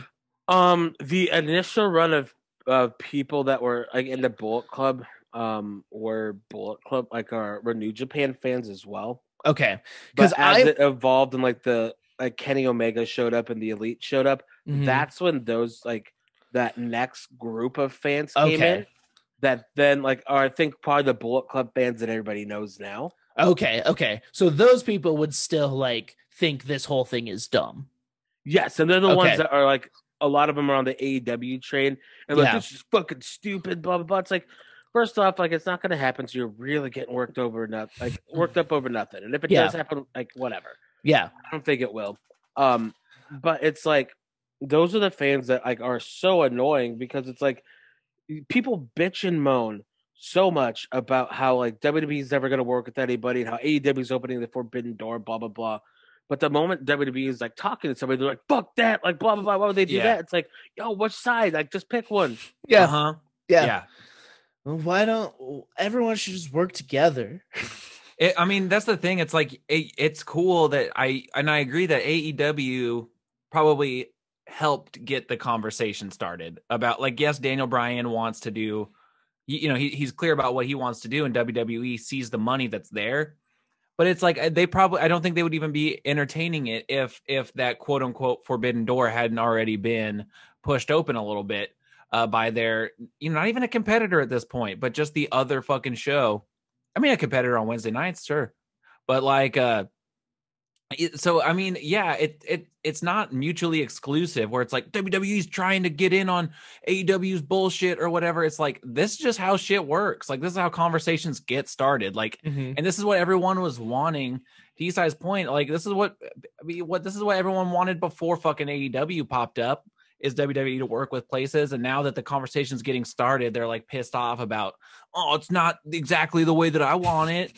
D: Um, the initial run of of people that were like in the Bullet Club, um, were Bullet Club like our were New Japan fans as well.
C: okay
D: Because
C: because
D: as
C: i
D: it evolved and like the like Kenny Omega showed up and the Elite showed up,
C: Mhm.
D: that's when those like that next group of fans came
C: Okay.
D: in. That then like are I think probably the Bullet Club fans that everybody knows now.
C: okay okay so those people would still like think this whole thing is dumb
D: Yes, and they're the
C: Okay.
D: ones that are like a lot of them are on the AEW train and like
C: Yeah.
D: this is fucking stupid, blah blah blah. It's like first off, like it's not gonna happen, so you're really getting worked over nothing like worked up over nothing. And if it
C: Yeah.
D: does happen, like whatever.
C: yeah
D: I don't think it will. Um but it's like those are the fans that like are so annoying because it's like people bitch and moan so much about how like WWE is never going to work with anybody and how AEW is opening the forbidden door, blah blah blah. But the moment WWE is like talking to somebody, they're like, "Fuck that!" Like, blah blah blah. Why would they do
A: Yeah.
D: that? It's like, yo, which side? Like, just pick one.
C: Yeah.
A: Uh-huh.
C: yeah,
A: yeah.
C: Well, why don't everyone should just work together
A: It, I mean, that's the thing. It's like it, it's cool that I and I agree that AEW probably helped get the conversation started about like yes, Daniel Bryan wants to do, you, you know, he, he's clear about what he wants to do, and WWE sees the money that's there. But it's like uh, they probably I don't think they would even be entertaining it if if that quote unquote forbidden door hadn't already been pushed open a little bit uh, by their you know not even a competitor at this point, but just the other fucking show. I mean, a competitor on Wednesday nights, sure, but like, uh, it- so I mean, yeah, it it it's not mutually exclusive where it's like WWE's trying to get in on AEW's bullshit or whatever. It's like this is just how shit works. Like this is how conversations get started. Like, and this is what everyone was wanting. To Isai's point, like this is what I mean, what this is what everyone wanted before fucking AEW popped up is WWE to work with places. And now that the conversation's getting started, they're like pissed off about oh, it's not exactly the way that I want it.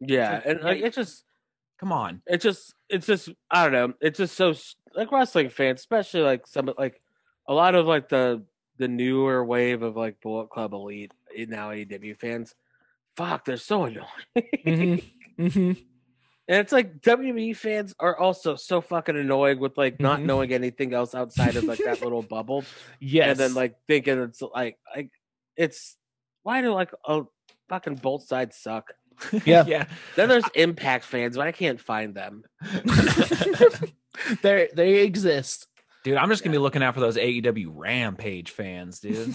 D: Yeah,
A: like,
D: and
A: yeah,
D: like,
A: you-
D: it's just
A: Come on.
D: it's just it's just I don't know. It's just so s- like wrestling fans, especially like some like a lot of like the the newer wave of like Bullet Club Elite eh, now AEW fans, fuck, they're so annoying.
C: Mm-hmm. Mm-hmm.
D: And it's like WWE fans are also so fucking annoying with like not
C: Mhm.
D: knowing anything else outside of like that little bubble,
C: Yes.
D: and then like thinking it's like like it's why do like oh fucking both sides suck.
C: Yeah.
A: yeah.
D: Then there's Impact fans, but I can't find them.
C: they they exist.
A: Dude, I'm just gonna be looking out for those AEW Rampage fans, dude.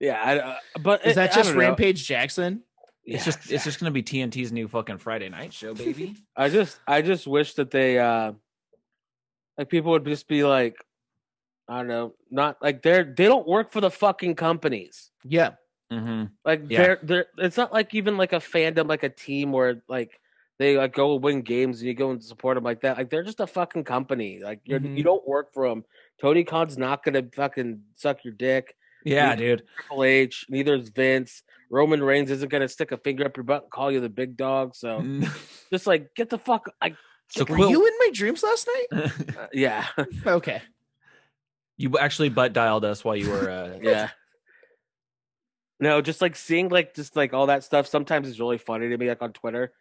D: Yeah, I, uh, but
C: Is
D: it-
C: that
D: I
C: just
D: don't know.
C: Rampage Jackson?
A: It's
D: Yeah,
A: just it's just gonna be TNT's new fucking Friday night show, baby.
D: I just I just wish that they uh like people would just be like I don't know, not like they're they don't work for the fucking companies.
C: Yeah.
A: mm-hmm.
D: Like
A: Yeah.
D: they're they're it's not like even like a fandom like a team where like they like go win games and you go and support them like that. Like they're just a fucking company. Like you're you
C: Mhm.
D: don't work for them. Tony Khan's not gonna fucking suck your dick.
A: Yeah,
D: Yeah.
A: dude.
D: Triple H, neither is Vince. Roman Reigns isn't gonna stick a finger up your butt and call you the big dog. So just like get the fuck like
A: so
C: Were
A: Quill,
C: you in my dreams last night?
A: you...
D: uh, yeah.
C: Okay.
A: actually butt dialed us while you were. Uh...
D: yeah no just like seeing like just like all that stuff sometimes is really funny to me like on twitter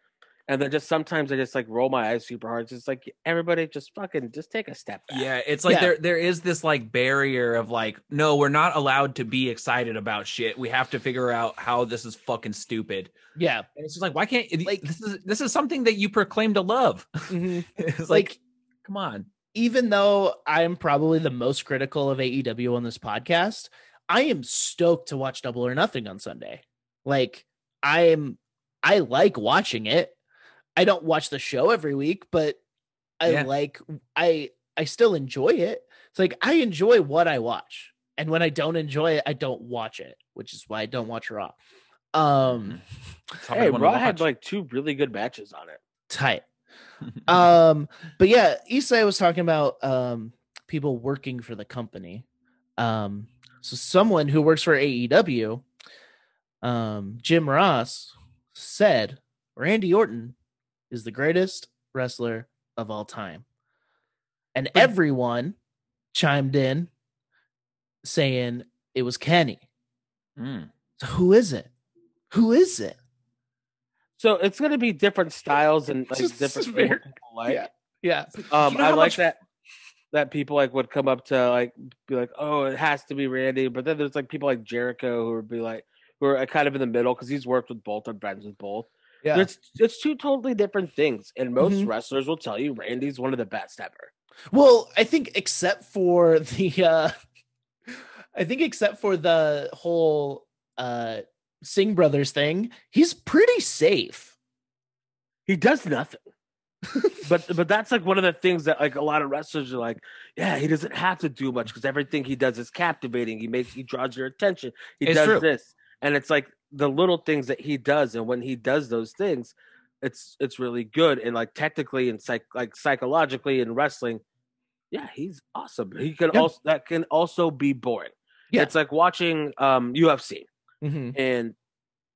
D: and then just sometimes i just like roll my eyes super hard it's just like everybody just fucking just take a step back.
A: Yeah, it's like
C: Yeah.
A: there there is this like barrier of like, no, we're not allowed to be excited about shit. We have to figure out how this is fucking stupid.
C: Yeah.
A: And it's just like, why can't
C: Like-
A: like this is this is something that you proclaim to love?
C: Mhm.
A: it's like,
C: like
A: come on.
C: even though I'm probably the most critical of AEW on this podcast, I am stoked to watch Double or Nothing on Sunday. Like I'm I like watching it. I don't watch the show every week, but I
A: Yeah.
C: like I I still enjoy it. It's like I enjoy what I watch. And when I don't enjoy it, I don't watch it, which is why I don't watch Raw. Um
A: It's hard
D: hey
A: one to
D: raw had
A: watch.
D: like two really good matches on it
C: tight. um but yeah isai was talking about um people working for the company um so someone who works for aew um jim ross said randy orton is the greatest wrestler of all time and everyone chimed in saying it was kenny
A: Mm.
C: so who is it who is it
D: so it's going to be different styles and like
C: This is
D: different things
C: weird.
D: people like
C: Yeah. yeah
D: um
A: You know
D: i
A: how
D: like
A: much-
D: that that people like would come up to like be like oh it has to be randy but then there's like people like jericho who would be like who are uh, kind of in the middle because he's worked with both and friends with both
C: yeah
D: It's it's two totally different things, and most
C: Mhm.
D: wrestlers will tell you Randy's one of the best ever.
C: Well, I think except for the uh I think except for the whole uh Sing Brothers thing, he's pretty safe.
D: He does nothing, but but that's like one of the things that like a lot of wrestlers are like, yeah, he doesn't have to do much because everything he does is captivating. He makes he draws your attention. He
A: It's
D: does
A: true.
D: this, and it's like the little things that he does, and when he does those things, it's it's really good and like technically and psych like psychologically in wrestling. Yeah, he's awesome. He can
C: Yeah.
D: also that can also be boring.
C: Yeah.
D: It's like watching um UFC. and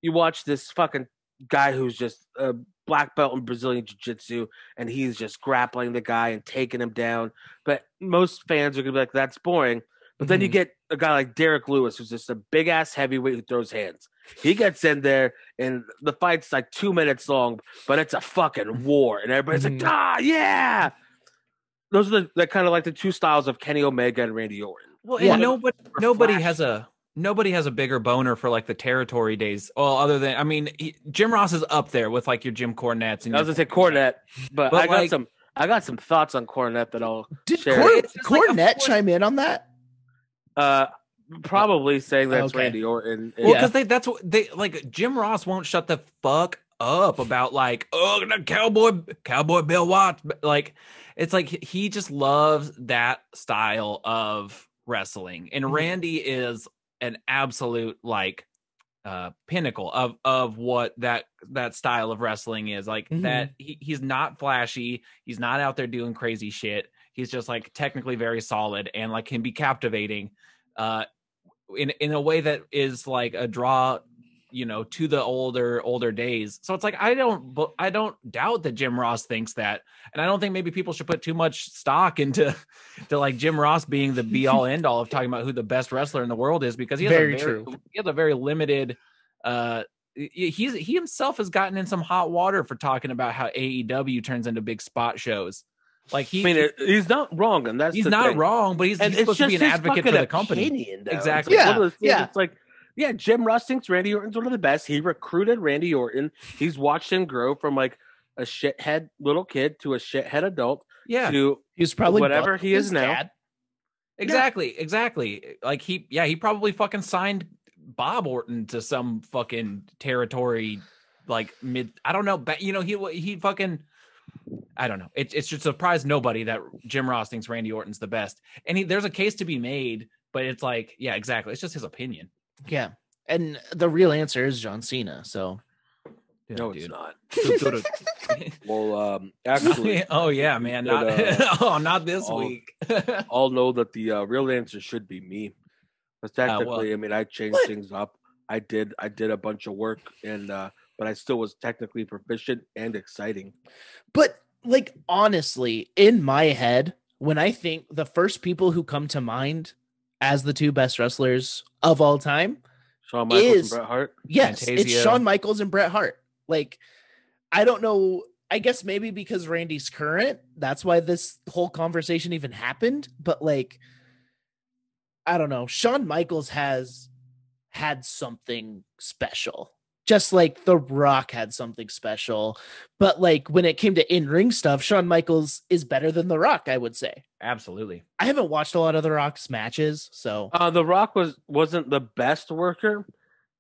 D: you watch this fucking guy who's just a black belt in Brazilian jiu-jitsu and he's just grappling the guy and taking him down. But most fans are gonna be like, that's boring. But then you
C: Mhm.
D: get a guy like Derek Lewis, who's just a big ass heavyweight who throws hands. He gets in there and the fight's like two minutes long, but it's a fucking war. And everybody's
C: Mhm.
A: Mm-hmm.
D: like, ah, yeah. Those are the they're kind of like the two styles of Kenny Omega and Randy Orton.
A: Well,
C: Yeah.
A: and nobody nobody
D: flashy.
A: has a nobody has a bigger boner for like the territory days. Well, other than I mean, he, Jim Ross is up there with like your Jim Cornettes and
D: I
A: your,
D: was gonna say Cornet, but,
A: But,
D: I got
A: like-
D: some I got some thoughts on Cornet that I'll
C: Did
D: Sure.
C: Cor-
A: It's just like a
C: Cornette
A: force-
C: chime in on that?
D: Uh, probably saying that's
C: Okay.
D: Randy Orton.
A: well,
D: Yeah.
A: because they that's what they like. Jim Ross won't shut the fuck up about like oh the cowboy cowboy Bill Watts. But, Like it's like he- he just loves that style of wrestling, and
C: Mhm.
A: Randy is an absolute like uh pinnacle of of what that that style of wrestling is like
C: Mhm.
A: that he, he's not flashy he's not out there doing crazy shit he's just like technically very solid and like can be captivating uh in in a way that is like a draw you know to the older older days so it's like i don't bu- i don't doubt that jim ross thinks that and i don't think maybe people should put too much stock into to like jim ross being the be all end all of talking about who the best wrestler in the world is because he has
C: Very
A: a very
C: true.
A: he has a very limited uh he- he's he himself has gotten in some hot water for talking about how AEW turns into big spot shows like he
D: I mean, it- he's not wrong, and that's
A: he's
D: the
A: not
D: thing.
A: wrong but he's,
D: And
A: he's supposed to be an
D: his
A: advocate for
D: fucking
A: the company
D: opinion, though.
A: Exactly.
D: It's like
C: Yeah,
D: one of those things,
C: yeah.
D: It's like, yeah, Jim Ross thinks Randy Orton's one of the best. He recruited Randy Orton. He's watched him grow from like a shithead little kid to a shithead adult
A: yeah
D: to
C: He was probably
D: Whatever
C: butt-
D: he is
C: his
D: now.
C: dad.
A: Exactly, exactly. Like he, yeah, he probably fucking signed Bob Orton to some fucking territory, like mid. I don't know, but you know, he he fucking. I don't know. It, it should surprise nobody that Jim Ross thinks Randy Orton's the best, and he, there's a case to be made. But it's like, yeah, exactly. It's just his opinion.
C: Yeah. And the real answer is John Cena. So
D: no, it's not.
A: dude.
D: Well, um, actually,
A: oh yeah, man. Not,
D: But,
A: oh, not this
D: uh, all-
A: week.
D: all know that the uh, real answer should be me. Because
A: well-
D: technically, I mean, I changed things up. I did, I did a bunch of work, and uh, but I still was technically proficient and exciting.
C: but like honestly, in my head, when I think the first people who come to mind as the two best wrestlers of all time,
D: Shawn Michaels
C: Is-
D: and Bret Hart.
C: yes, it's
A: Fantasia.
C: Shawn Michaels and Bret Hart. Like, I don't know. I guess maybe because Randy's current, that's why this whole conversation even happened. But like, I don't know. Shawn Michaels has had something special. Just like The Rock had something special. But like when it came to in ring stuff, Shawn Michaels is better than The Rock, I would say.
A: Absolutely.
C: I haven't watched a lot of The Rock's matches, so
D: Uh, the Rock was wasn't the best worker,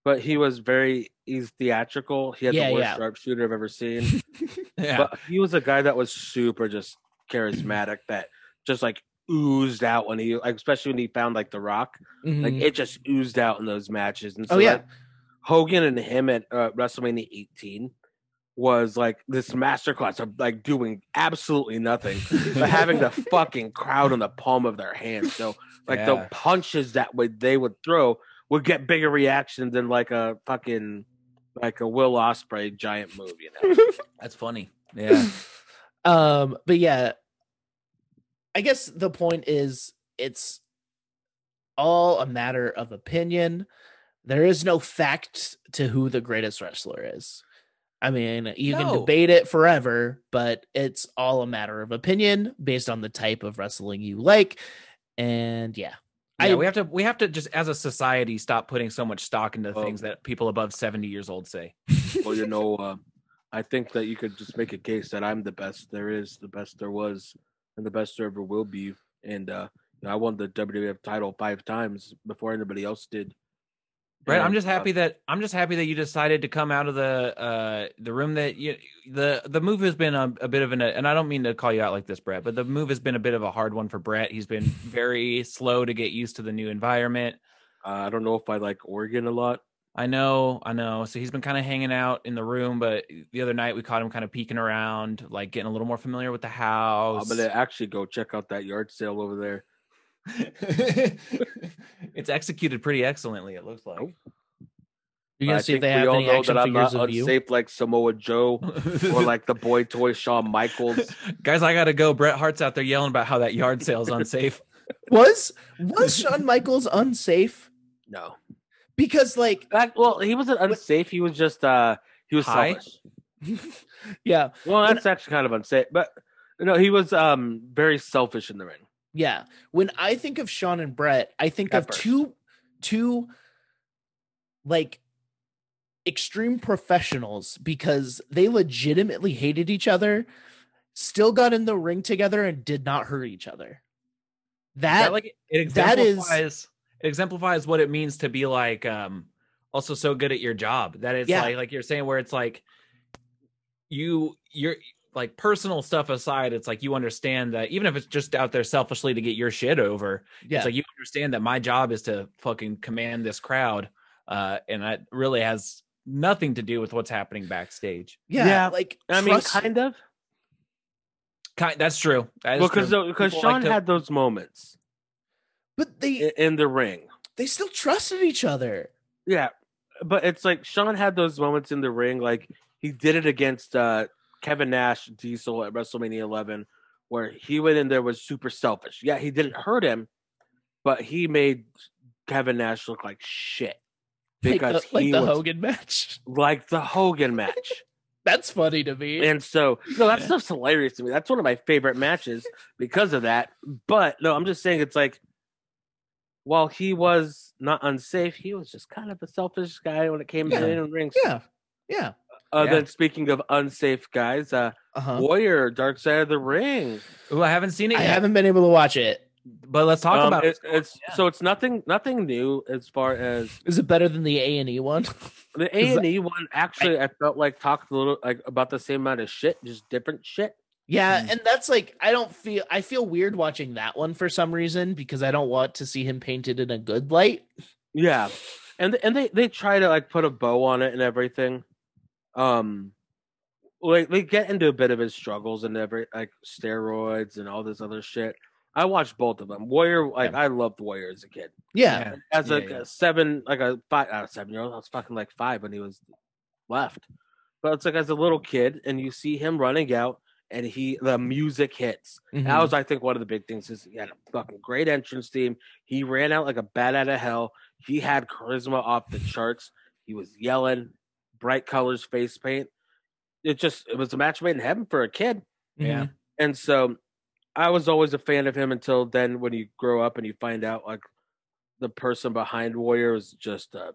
D: but he was very he's theatrical. He had
C: Yeah,
D: the worst
C: yeah.
D: sharpshooter I've ever seen.
A: Yeah.
D: but he was a guy that was super just charismatic that just like oozed out when he like especially when he found like the Rock
A: Mm-hmm.
D: like
C: mhm.
D: it just oozed out in those matches. And so
C: Oh, yeah.
D: like, Hogan and him at uh, WrestleMania 18 was like this masterclass of like doing absolutely nothing, but having the fucking crowd on the palm of their hand. So like
A: Yeah.
D: the punches that would they would throw would get bigger reaction than like a fucking like a Will Osprey giant move, you know.
A: That's funny. Yeah.
C: um but yeah i guess the point is it's all a matter of opinion there is no fact to who the greatest wrestler is i mean you can
A: No.
C: debate it forever but it's all a matter of opinion based on the type of wrestling you like and yeah
A: Yeah,
C: I-
A: we have to we have to just as a society stop putting so much stock into
D: Oh.
A: things that people above 70 years old say.
D: well, you know, uh, I think that you could just make a case that I'm the best there is, the best there was, and the best there ever will be. And uh, you know, I won the WWF title five times before anybody else did.
A: Brett, I'm
D: And,
A: just
D: uh,
A: happy that I'm just happy that you decided to come out of the uh the room that you the the move has been um, a, a bit of an and I don't mean to call you out like this, Brett, but the move has been a bit of a hard one for Brett. He's been very slow to get used to the new environment.
D: uh, I don't know if I like Oregon a lot.
A: I know, I know. So he's been kind of hanging out in the room, but the other night we caught him kind of peeking around, like getting a little more familiar with the
D: I'm
A: house.
D: gonna actually go check out that yard sale over there.
A: it's executed pretty excellently. It looks like.
C: you're gonna
D: I
C: see if
D: think
C: they
D: we
C: have
D: all
C: any
D: know
C: action
D: that I'm
C: figures
D: not
C: of you
D: unsafe like Samoa Joe or like the boy toy Shawn Michaels.
A: Guys, I gotta go. Bret Hart's out there yelling about how that yard sale's unsafe.
C: was was shawn michaels unsafe
D: No,
C: because like
D: That- well, he wasn't unsafe. He was just uh, he was
A: High?
D: selfish.
C: yeah
D: Well,
C: When-
D: that's actually kind of unsafe, but no, he was um very selfish in the ring.
C: Yeah. When I think of Sean and Brett, I think
D: At
C: of
D: first.
C: two two like extreme professionals because they legitimately hated each other, still got in the ring together and did not hurt each other. That,
A: that like it
C: that is-
A: exemplifies it exemplifies what it means to be like um also so good at your job that it's
C: Yeah.
A: like like you're saying where it's like you you're like personal stuff aside, it's like you understand that even if it's just out there selfishly to get your shit over,
C: yeah.
A: it's like you understand that my job is to fucking command this crowd. Uh and that really has nothing to do with what's happening backstage.
C: yeah,
D: yeah,
C: like
D: I
C: trust-
D: mean, kind of.
A: Kind, that's true. That is
D: Well, because
A: true.
D: because
A: People like
D: Sean
A: to-
D: had those moments
C: but
D: in,
C: they
D: in the ring.
C: they still trusted each other.
D: Yeah, but it's like Sean had those moments in the ring, like he did it against uh, Kevin Nash Diesel at WrestleMania 11, where he went in there was super selfish. Yeah, he didn't hurt him, but he made Kevin Nash look like shit because
C: like the, like
D: he
C: the
D: was
C: Hogan match.
D: like the Hogan match.
C: That's funny to me.
D: And so, no, that stuff's hilarious to me. That's one of my favorite matches because of that. But no, I'm just saying it's like, while he was not unsafe, he was just kind of a selfish guy when it came
C: Yeah.
D: to in rings.
C: yeah, yeah.
D: Uh,
A: Yeah.
D: Then speaking of unsafe guys, uh,
C: Uh huh.
D: Warrior, Dark Side of the Ring.
A: Ooh, I haven't seen it
C: I
A: yet.
C: haven't been able to watch it.
A: But let's talk
D: Um,
A: about it.
D: it- It's so it's nothing nothing new as far as
C: Is it better than the A and E one?
D: the
C: Is
D: A
C: that-
D: and E one. Actually, I felt like talked a little like about the same amount of shit, just different shit.
A: Mm.
C: yeah,
D: Mm-hmm.
C: and that's like I don't feel I feel weird watching that one for some reason because I don't want to see him painted in a good light.
D: Yeah, and and they they try to like put a bow on it and everything. Um, like they get into a bit of his struggles and every like steroids and all this other shit. I watched both of them. Warrior, like I loved Warrior as a kid.
C: Yeah,
D: As
A: Yeah,
D: like
A: yeah.
D: a seven, like a five, uh, seven year old, I was fucking like five when he was left. But it's like as a little kid, and you see him running out, and he the music hits.
C: Mm-hmm.
D: That was, I think, one of the big things is he had a fucking great entrance team. He ran out like a bat out of hell. He had charisma off the charts. He was yelling, bright colors, face paint. It just it was a match made in heaven for a kid.
A: Yeah.
D: And so I was always a fan of him until then when you grow up and you find out like the person behind Warrior was just a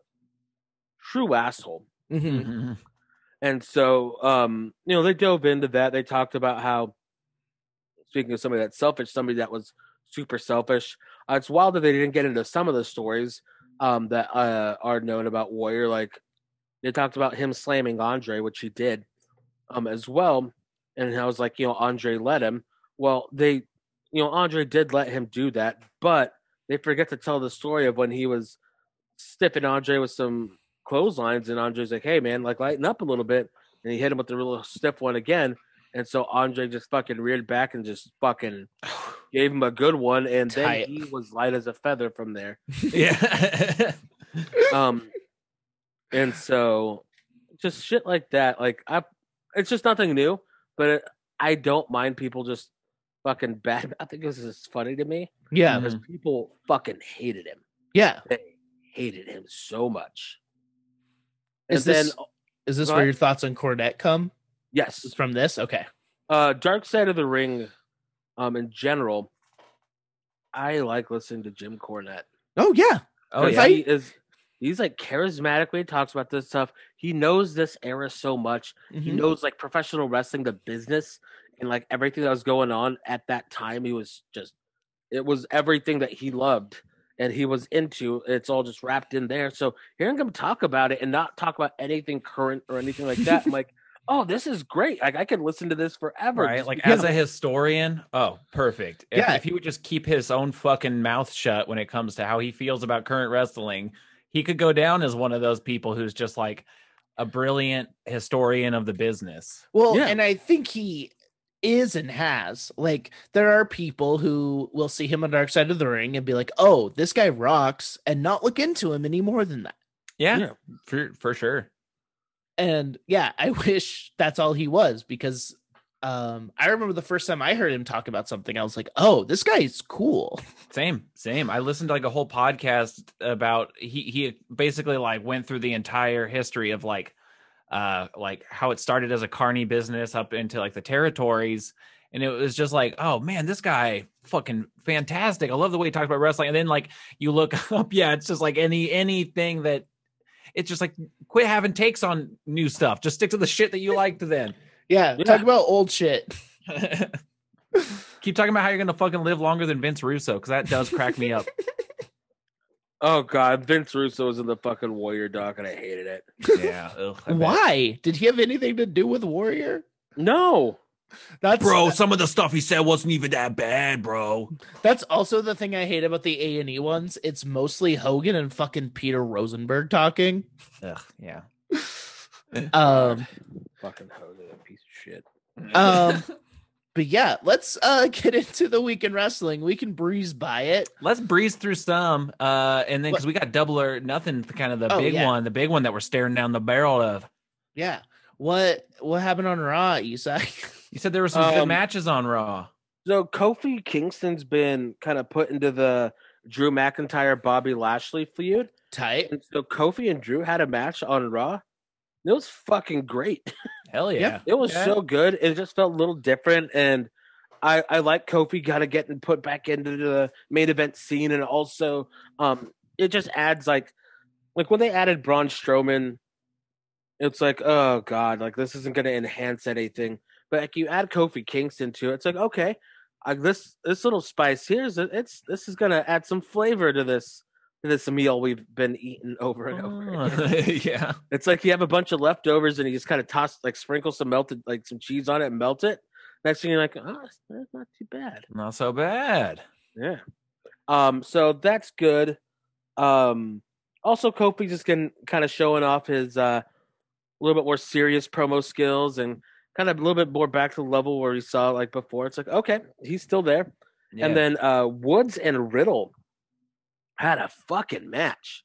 D: true asshole.
C: hmm
A: Mhm.
D: And so, um, you know, they dove into that. They talked about how, speaking of somebody that's selfish, somebody that was super selfish. Uh, it's wild that they didn't get into some of the stories um, that uh, are known about Warrior. Like they talked about him slamming Andre, which he did um, as well. And I was like, you know, Andre let him. Well, they, you know, Andre did let him do that, but they forget to tell the story of when he was stiffing Andre with some clotheslines, and Andre's like, "Hey, man, like lighten up a little bit," and he hit him with the real stiff one again, and so Andre just fucking reared back and just fucking
A: Mm-hmm.
D: gave him a good one, and
C: Tight.
D: then he was light as a feather from there.
A: Yeah.
D: Um, and so just shit like that, like I, it's just nothing new, but it, I don't mind people just fucking bad. I think this is funny to me
A: Mm-hmm.
C: yeah,
D: because people fucking hated him,
C: yeah.
D: hated him so much.
C: Is
D: and
C: this-
D: then
C: Is this
D: Go
C: where
D: ahead.
C: your thoughts on Cornette come?
D: yes,
C: Is From this, okay.
D: uh dark side of the ring um in general i like listening to jim cornette
C: Oh yeah,
A: Oh
D: 'Cause
A: yeah.
D: he is he's like charismatic when he talks about this stuff he knows this era so much he
A: Mm-hmm.
C: Mhm.
D: knows like professional wrestling the business and like everything that was going on at that time he was just it was everything that he loved and he was into it's all just wrapped in there so hearing him talk about it and not talk about anything current or anything like that i'm like oh this is great like i could listen to this forever
A: Right,
D: just
A: like
D: because
A: as a historian, oh, perfect. If,
C: Yeah.
A: if he would just keep his own fucking mouth shut when it comes to how he feels about current wrestling, he could go down as one of those people who's just like a brilliant historian of the business.
C: Well,
D: Yeah.
C: and I think he is and has. Like, there are people who will see him on Dark Side of the Ring and be like, oh, this guy rocks, and not look into him any more than that.
A: Yeah,
D: Yeah.
A: for for sure.
C: And yeah, I wish that's all he was because um, I remember the first time I heard him talk about something, I was like, oh, this guy's cool.
A: Same, same. I listened to like a whole podcast about he he basically like went through the entire history of like uh like how it started as a carny business up into like the territories and it was just like oh man this guy fucking fantastic i love the way he talks about wrestling and then like you look up yeah it's just like any anything that it's just like quit having takes on new stuff just stick to the shit that you liked then
C: Yeah,
D: Yeah.
C: talk about old shit.
A: keep talking about how you're gonna fucking live longer than vince russo because that does crack me up
D: Oh god, Vince Russo was in the fucking Warrior doc, and I hated it.
A: yeah ugh, I bet.
C: Why? Did he have anything to do with Warrior?
D: No,
C: That's
A: bro some of the stuff he said wasn't even that bad bro
C: That's also the thing I hate about the A and E ones. It's mostly Hogan and fucking Peter Rosenberg talking.
A: ugh yeah
C: Um,
D: fucking Hogan, piece of shit.
C: um, But yeah, let's uh get into the week in wrestling. We can breeze by it.
A: Let's breeze through some, uh, and then because we got double or nothing, kind of the
C: Oh,
A: big
C: yeah.
A: one, the big one that we're staring down the barrel of.
C: Yeah. What what happened on Raw, Isak?
A: You said there were some good
D: Um,
A: matches on Raw.
D: So Kofi Kingston's been kind of put into the Drew McIntyre Bobby Lashley feud.
C: Tight.
D: And so Kofi and Drew had a match on Raw. It was fucking great.
A: Hell yeah!
C: Yep.
D: It was
A: Yeah.
D: so good. It just felt a little different, and I I like Kofi kind of getting put back into the main event scene, and also um it just adds like like when they added Braun Strowman, it's like oh god, like this isn't going to enhance anything. But like you add Kofi Kingston to it, it's like okay, like this this little spice here is it's this is going to add some flavor to this to this meal we've been eating over and over.
A: Oh.
D: again.
A: yeah.
D: It's like you have a bunch of leftovers and you just kind of toss, like, sprinkle some melted, like, some cheese on it and melt it. Next thing you're like, oh, it's- that's not too bad.
A: Not so bad.
D: Yeah. Um. So that's good. Um. Also, Kofi just can kind of showing off his uh, a little bit more serious promo skills and kind of a little bit more back to the level where we saw like before. It's like okay, he's still there.
A: Yeah.
D: And then uh, Woods and Riddle had a fucking match.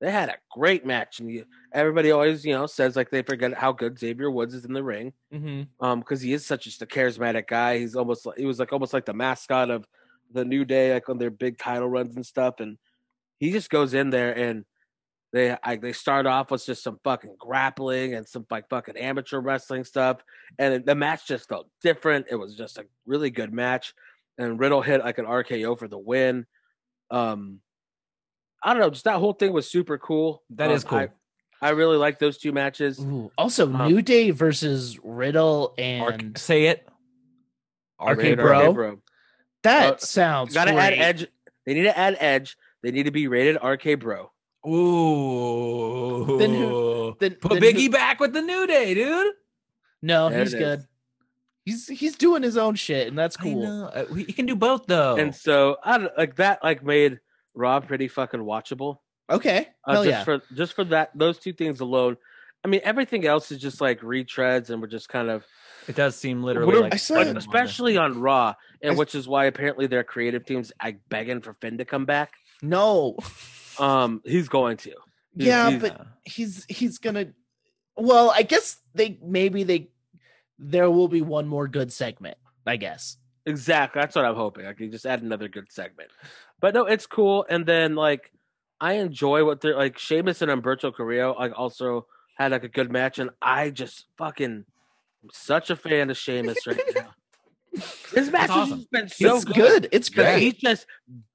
D: They had a great match, and you, everybody always, you know, says like they forget how good Xavier Woods is in the ring,
C: Mm-hmm.
D: um, because he is such just a charismatic guy. He's almost like he was like almost like the mascot of the New Day, like on their big title runs and stuff. And he just goes in there and they I, they start off with just some fucking grappling and some like fucking amateur wrestling stuff, and it- the match just felt different. It was just a really good match, and Riddle hit like an RKO for the win. Um, I don't know, just that whole thing was super cool.
A: That
D: Um,
A: is cool.
D: I, I really like those two matches.
C: Ooh. Also,
D: Um, uh,
C: New Day versus Riddle
A: Arc-
C: and
A: say it.
C: Okay,
A: Arcade
D: Rated RK,
C: bro.
D: bro.
C: that
D: uh,
C: sounds
D: Gotta add
C: great.
D: edge. They need to add edge. They need to be rated RK bro.
A: Ooh.
C: Then who- Then,
A: Put
C: then
A: Biggie
C: who-
A: back with the New Day, dude.
C: no,
D: There
C: he's
D: it is.
C: good. He's he's doing his own shit, and that's
A: I
C: cool.
A: know. Uh, we- You can do both though.
D: And so I don't, like that like made Raw pretty fucking watchable.
C: Okay,
D: Uh,
C: hell
D: just
C: yeah.
D: for just for that those two things alone. I mean everything else is just like retreads and we're just kind of
A: it does seem literally
D: We're-
A: like,
C: I saw
D: like
C: it.
D: especially on Raw and
C: I-
D: which is why apparently their creative teams like begging for Finn to come back.
C: no,
D: Um he's going to. he's-
C: yeah,
D: he's-
C: but he's he's gonna. Well, I guess they maybe they there will be one more good segment. I guess.
D: Exactly. That's what I'm hoping. I can just add another good segment. But no, it's cool. And then like I enjoy what they're like Sheamus and Umberto Carrillo like also had like a good match and I just fucking I'm such a fan of Sheamus right now. This match has
A: awesome.
D: just been so
C: it's good. It's
D: Yeah,
C: great.
D: He's just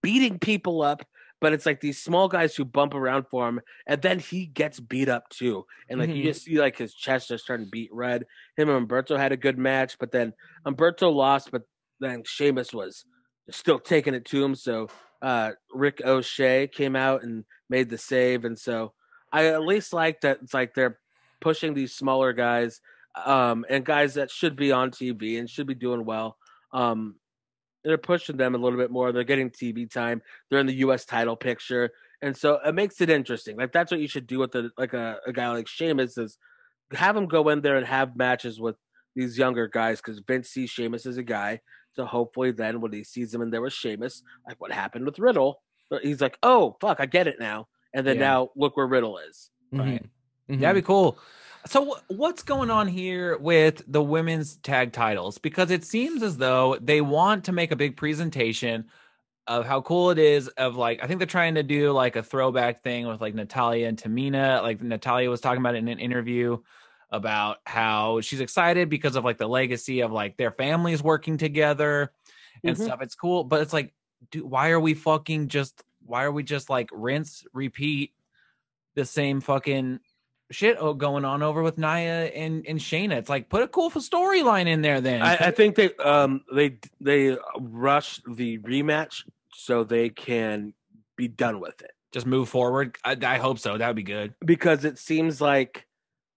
D: beating people up, but it's like these small guys who bump around for him, and then he gets beat up too. And like
C: Mhm.
D: you just see like his chest just starting to beat red. Him and Umberto had a good match, but then Umberto lost, but then Sheamus was still taking it to him. So uh Rick O'Shea came out and made the save. And so I at least like that it's like they're pushing these smaller guys um and guys that should be on TV and should be doing well. Um they're pushing them a little bit more. They're getting TV time. They're in the US title picture. And so it makes it interesting. Like that's what you should do with the, like a, a guy like Sheamus is have him go in there and have matches with these younger guys because Vince sees Sheamus as a guy. So hopefully then when he sees him and there was Sheamus, like what happened with Riddle, but he's like, Oh fuck, I get it now. And then
A: Yeah.
D: now look where Riddle is.
A: Right.
C: Mhm.
A: That'd
D: Mm-hmm.
A: be cool. So wh- what's going on here with the women's tag titles? Because it seems as though they want to make a big presentation of how cool it is of like I think they're trying to do like a throwback thing with like Natalia and Tamina. Like Natalia was talking about it in an interview about how she's excited because of like the legacy of like their families working together and
D: Mhm.
A: stuff. It's cool, but it's like, dude, why are we fucking just why are we just like rinse, repeat the same fucking shit o- going on over with Naya and and Shayna? It's like put a cool f- storyline in there then.
D: I, I think they um they they rush the rematch so they can be done with it
A: just move forward. I, I hope so. That would be good.
D: because it seems like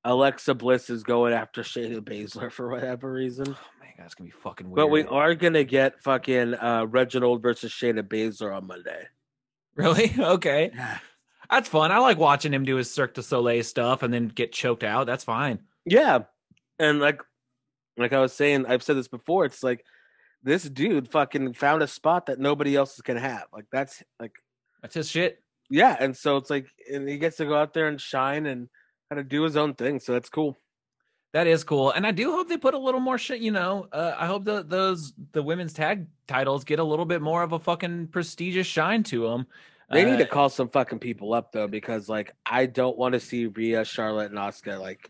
D: Alexa Bliss is going after Shayna Baszler for whatever reason.
A: Oh my god, it's gonna be fucking weird.
D: But we are gonna get fucking uh, Reginald versus Shayna Baszler on Monday.
A: really okay. That's fun. I like watching him do his Cirque du Soleil stuff and then get choked out. That's fine.
D: Yeah, and like Like I was saying, I've said this before. It's like this dude fucking found a spot that nobody else is gonna have. Like that's like
A: That's his shit.
D: yeah, and so it's like and he gets to go out there and shine and kind of do his own thing. So that's cool.
A: That is cool, and I do hope they put a little more shit. You know, uh, I hope the, those the women's tag titles get a little bit more of a fucking prestigious shine to them.
D: They need to
A: Uh,
D: call some fucking people up though, because like I don't want to see Rhea, Charlotte, and Oscar like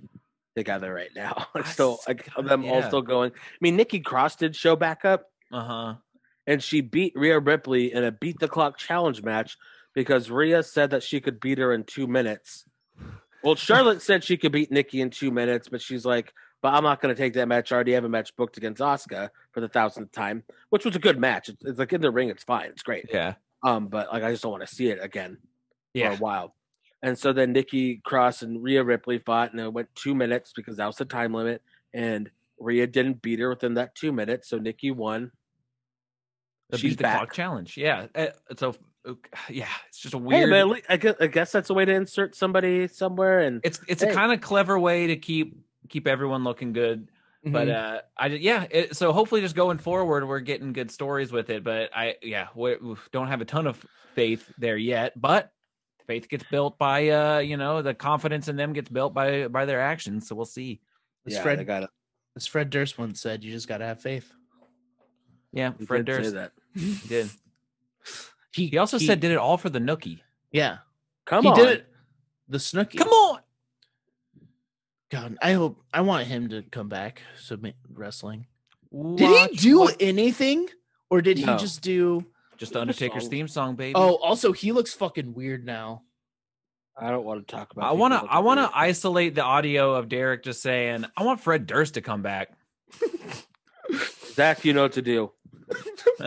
D: together right now.
A: I
D: so
A: s-
D: like of them all
A: yeah.
D: still going. I mean, Nikki Cross did show back up.
A: Uh huh.
D: and she beat Rhea Ripley in a beat the clock challenge match because Rhea said that she could beat her in two minutes. Well, Charlotte said she could beat Nikki in two minutes, but she's like, but I'm not going to take that match. I already have a match booked against Asuka for the thousandth time, which was a good match. It's, it's like in the ring, it's fine, it's great.
A: Yeah.
D: Um, but like I just don't want to see it again for
A: Yeah.
D: a while. And so then Nikki Cross and Rhea Ripley fought, and it went two minutes because that was the time limit. And Rhea didn't beat her within that two minutes, so Nikki won.
A: The
D: She's
A: beat the
D: back.
A: clock challenge. Yeah. Uh, so ok- yeah, it's just a
D: Hey,
A: weird.
D: but at lea- I guess, I guess that's a way to insert somebody somewhere. And
A: it's it's
D: hey.
A: a kind of clever way to keep keep everyone looking good.
C: Mm-hmm.
A: But uh, I ju- yeah. It, so hopefully, just going forward, we're getting good stories with it. But I yeah, we oof, don't have a ton of faith there yet. But faith gets built by uh, you know, the confidence in them gets built by by their actions. So we'll see.
C: As
D: yeah,
C: Fred
D: they got it.
C: as Fred Durst once said, you just gotta have faith.
A: Yeah,
D: They
A: Fred
D: did say
A: Durst
D: that.
A: did. He also said did it all for the nookie.
C: Yeah.
D: Come
C: he
D: on,
C: did it. The Snooki.
A: Come on.
C: God, I hope I want him to come back. Submit wrestling. Did
A: Watch
C: he do
A: what-
C: anything? Or did
D: No.
C: he just do
A: Just the Undertaker's
D: song?
A: theme song, baby.
C: Oh, also he looks fucking weird now.
D: I don't want to talk about.
A: I
D: people
A: want to.
D: looking
A: I want to
D: weird.
A: isolate the audio of Derek just saying, "I want Fred Durst to come back."
D: Zach, you know what to do.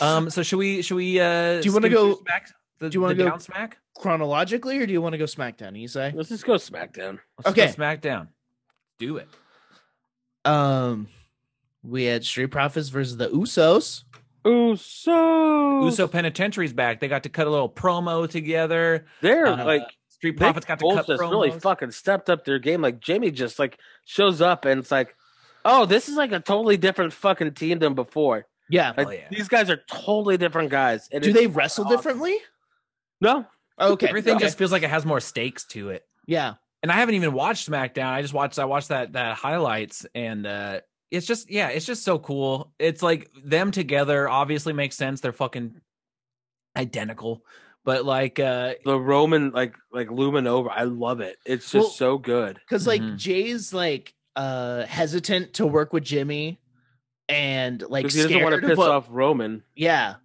A: um. So should we? Should we? Uh,
C: Do you wanna
A: skim through
C: go-
A: Smack, the,
C: do you wanna
A: the
C: go-
A: down smack?
C: Chronologically, or do you want to go SmackDown? You say?
D: Let's just go SmackDown.
A: Let's go
C: Okay.
A: Smackdown. Do it.
C: Um we had Street Profits versus the Usos.
D: Uso,
A: Uso Penitentiary's back. They got to cut a little promo together.
D: they're
A: uh,
D: like
A: Street
D: they
A: Profits got to cut
D: both just
A: promos.
D: really fucking stepped up their game. Like Jamie just like shows up and it's like, oh, this is like a totally different fucking team than before.
C: Yeah.
D: Like,
A: Hell yeah.
D: These guys are totally different guys. and
C: Do
D: it's
C: they wrestle
D: awesome.
C: differently?
D: No,
C: Okay.
A: Everything
C: okay.
A: just feels like it has more stakes to it.
C: yeah.
A: and I haven't even watched SmackDown. I just watched I watched that that highlights and uh it's just yeah, it's just so cool. It's like them together obviously makes sense. They're fucking identical. But like uh
D: the Roman like like looming over. I love it. It's just
C: Well-
D: so good.
C: because like
A: Mhm.
C: Jay's like uh hesitant to work with Jimmy and like
D: Because he doesn't want
C: scared
D: to
C: of
D: piss
C: what-
D: off Roman.
C: Yeah.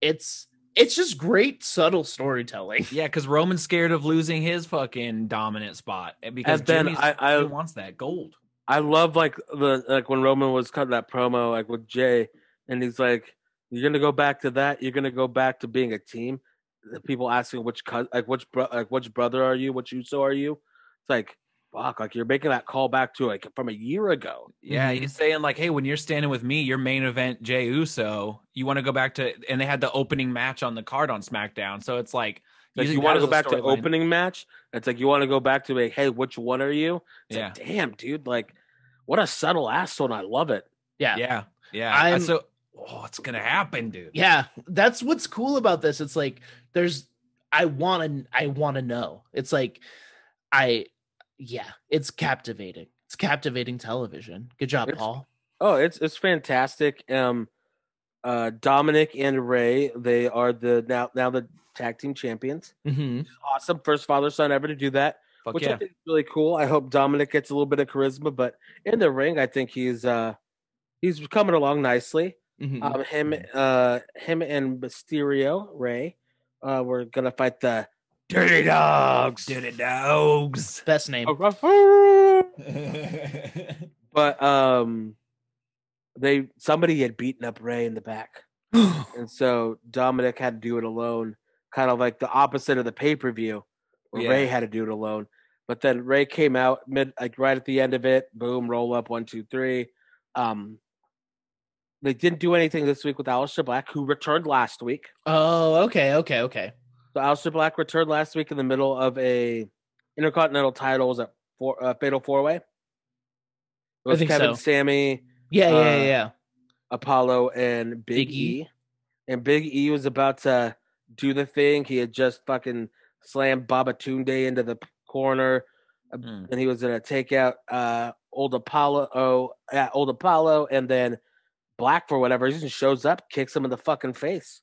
C: It's it's just great subtle storytelling.
A: yeah, because Roman's scared of losing his fucking dominant spot and because
D: And then
A: Jimmy's-
D: I- I-
A: he wants that gold.
D: I love like the like when Roman was cutting that promo like with Jay, and he's like, "You're gonna go back to that. You're gonna go back to being a team." The people asking which cou- like which bro- like which brother are you? Which Uso are you? It's like fuck. Like you're making that call back to like from a year ago.
A: Yeah, he's saying like, hey, when you're standing with me, your main event Jay Uso, you want to go back to and they had the opening match on the card on SmackDown. So it's like
D: Like
A: using
D: you
A: that
D: want
A: as
D: to go
A: a
D: back to
A: storyline.
D: opening match. It's like you want to go back to like, hey, which one are you? It's
A: Yeah.
D: like, damn, dude, like what a subtle asshole, and I love it.
C: Yeah. yeah.
A: Yeah. Yeah.
C: I'm-
A: so oh, it's gonna happen, dude.
C: That's what's cool about this. It's like there's I wanna I wanna know. It's like I yeah, it's captivating. It's captivating television. Good job,
D: It's-
C: Paul.
D: Oh, it's it's fantastic. Um, uh, Dominic and Ray, they are the now now the tag team champions.
C: Mm-hmm.
D: Awesome, first father son ever to do that,
A: Fuck
D: which
A: yeah.
D: I think is really cool. I hope Dominic gets a little bit of charisma, but in the ring, I think he's uh he's coming along nicely.
A: Mm-hmm.
C: mm-hmm.
D: Um, him uh him and Mysterio Ray, uh, we're gonna fight the Dirty Dogs.
A: Dirty dogs.
C: Best name.
D: oh. But um, they somebody had beaten up Ray in the back. and so Dominic had to do it alone, kind of like the opposite of the pay per view, where Ray
A: Yeah.
D: had to do it alone. But then Ray came out mid, like right at the end of it, boom, roll up one, two, three. Um, they didn't do anything this week with Aleister Black, who returned last week.
C: oh, okay, okay, okay.
D: So Aleister Black returned last week in the middle of a Intercontinental titles at four, uh, Fatal Four Way. It was
C: think
D: Kevin
C: so.
D: Sammy,
C: Yeah, yeah,
D: Uh,
C: yeah, yeah.
D: Apollo, and Big,
C: Big E.
D: e. And Big E was about to do the thing. He had just fucking slammed Babatunde into the corner, uh,
A: Mm.
D: and he was gonna take out uh old Apollo, oh, uh, old Apollo, and then Black for whatever reason shows up, kicks him in the fucking face.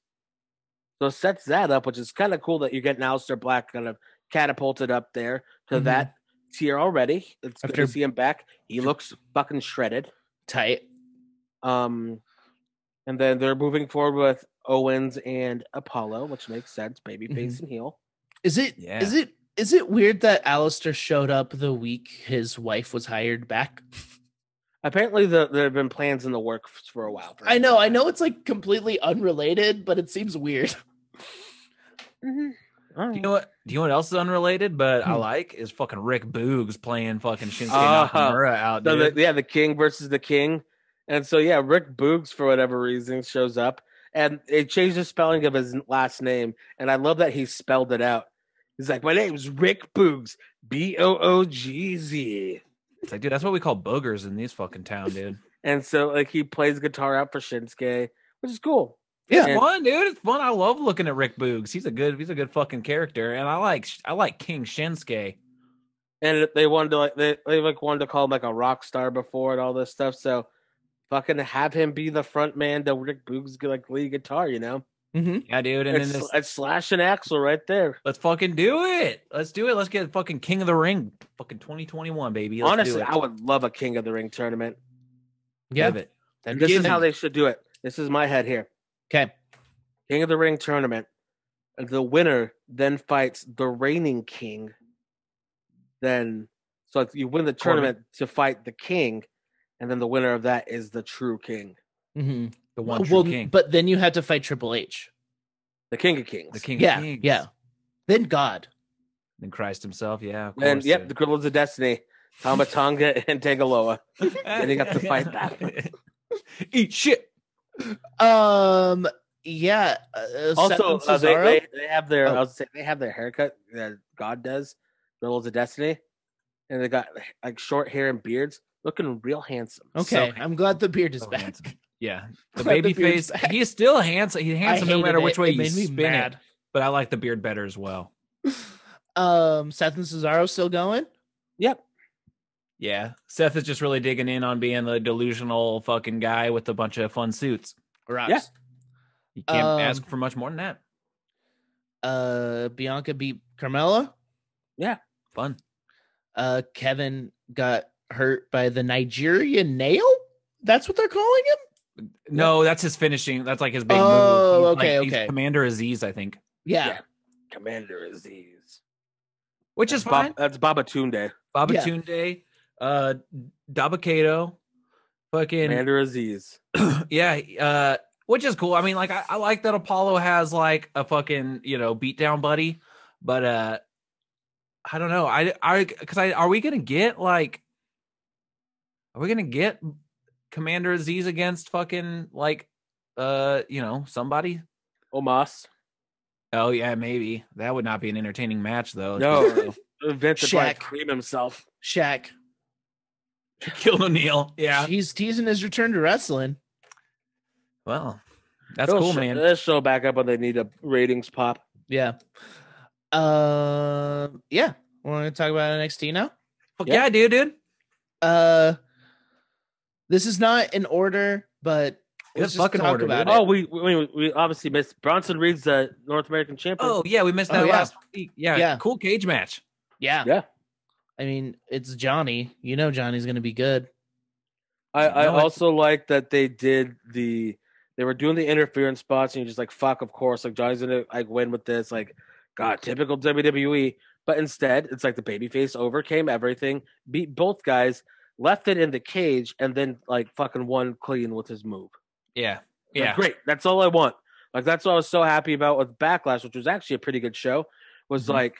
D: So it sets that up, which is kind of cool that you're getting Alistair Black kind of catapulted up there to
C: Mhm.
D: that tier already. It's good
C: After-
D: to see him back. He looks fucking shredded.
C: Tight.
D: Um, and then they're moving forward with Owens and Apollo, which makes sense, babyface
C: Mhm.
D: and heel.
C: Is it? Is
A: Yeah.
C: it? Is it weird that Alistair showed up the week his wife was hired back?
D: Apparently, the, there have been plans in the works for a while. for
C: I
D: him to
C: know, I
D: come
C: know it's like completely unrelated, but it seems weird.
D: back. Mhm. I don't
A: Do you
D: know.
A: know what? Do you know what else is unrelated? But I
C: Hmm.
A: like is fucking Rick Boogs playing fucking Shinsuke
D: Oh.
A: Nakamura out
D: So
A: there.
D: the, yeah, the king versus the king, and so yeah, Rick Boogs for whatever reason shows up, and it changed the spelling of his last name, and I love that he spelled it out. He's like, my name's Rick Boogs, B O O G Z.
A: It's like, dude, that's what we call boogers in these fucking town, dude.
D: And so like he plays guitar out for Shinsuke, which is cool.
A: It's
D: And-
A: fun, dude. It's fun. I love looking at Rick Boogs. He's a good, he's a good fucking character, and I like, I like King Shinsuke.
D: And they wanted to like they, they like wanted to call him like a rock star before and all this stuff. So fucking have him be the front man to Rick Boogs like lead guitar, you know?
C: Mm-hmm.
A: Yeah, dude. And
D: And
A: then
D: it's,
A: this,
D: it's Slash and Axel right there.
A: let's fucking do it. Let's do it. Let's get fucking King of the Ring, fucking 2021, baby. Let's do
D: Honestly,
A: it.
D: I would love a King of the Ring tournament.
C: Yeah.
A: Love it.
C: that'd be
D: This is
C: good.
D: how they should do it. This is my head here.
C: Okay.
D: King of the Ring tournament. The winner then fights the reigning king. Then, so if you win the
A: Corbin.
D: tournament to fight the king, and then the winner of that is the true king,
C: Mhm.
A: The one true
C: Well,
A: king,
C: but then you had to fight Triple H.
D: the king of kings.
A: the King
C: yeah,
A: of Kings.
C: yeah. Then God.
A: And Christ himself. Yeah. Of course,
D: and yep,
A: dude.
D: the Gorillas of Destiny, Tamatanga and Tangaloa. And they got to fight back.
A: Eat shit.
C: Um. Yeah. Uh,
D: Also,
C: Seth
D: uh,
C: and Cesaro?
D: they, they, they have their
C: Oh.
D: I was saying, they have their haircut that God does, Gorillas of Destiny, and they got like short hair and beards, looking real handsome.
C: okay. I'm glad the beard is
A: So
C: back.
A: handsome. Yeah. The
C: Glad the
A: baby
C: beard's
A: face.
C: back.
A: He's still handsome. He's
C: I
A: handsome no
C: hated
A: matter which
C: it.
A: way
C: It
A: you
C: made me
A: spin it.
C: mad.
A: But I like the beard better as well.
C: Um. Seth and Cesaro still going.
A: Yeah. Seth is just really digging in on being the delusional fucking guy with a bunch of fun suits.
C: Rocks.
D: Yeah.
A: You can't
C: Um,
A: ask for much more than that.
C: Uh. Bianca beat Carmella.
A: Fun.
C: Uh. Kevin got hurt by the Nigerian nail. That's what they're calling him.
A: No, that's his finishing. That's like his big
C: Oh,
A: move. He's
C: okay,
A: he's
C: okay.
A: Commander Aziz, I think.
C: Yeah.
D: Yeah. Commander Aziz.
A: Which is fine.
D: Bob, that's Baba Tunde.
C: Yeah.
A: Babatunde, uh Dabakato, fucking
D: Commander Aziz.
A: yeah, uh, which is cool. I mean, like I, I like that Apollo has like a fucking you know beatdown buddy, but uh, I don't know. I I because I are we gonna get like are we gonna get Commander Aziz against fucking like uh you know somebody?
D: Omas.
A: Oh yeah, maybe that would not be an entertaining match though.
D: Oh, No. Vince would probably
C: Shaq.
D: cream himself.
C: Shaq.
A: kill O'Neal. Yeah.
C: He's teasing his return to wrestling.
A: Well, that's
D: They'll
A: cool,
D: show-
A: man.
D: They'll show back up when they need a ratings pop.
C: Yeah. Um. Yeah. We're going to talk about NXT now.
A: Fuck
D: yeah.
A: yeah, dude, dude.
C: Uh, this is not in order, but
A: Good
C: let's just
A: fucking
C: talk
A: order,
C: about
A: dude.
D: Oh,
C: it.
D: we, we we obviously missed Bronson Reed's the North American champion.
A: Oh yeah, we missed
C: Oh,
A: that
C: yeah.
A: last week. Yeah,
C: Yeah.
A: cool cage match.
C: Yeah.
D: Yeah.
C: I mean, it's Johnny. You know, Johnny's gonna be good.
D: I, I
A: No, I-
D: also like that they did the they were doing the interference spots and you're just like fuck of course like Johnny's gonna like win with this like God typical WWE but instead it's like the babyface overcame everything beat both guys left it in the cage and then like fucking won clean with his move
A: Yeah,
D: Like,
A: yeah.
D: great that's all I want like that's what I was so happy about with Backlash which was actually a pretty good show was
A: Mhm.
D: like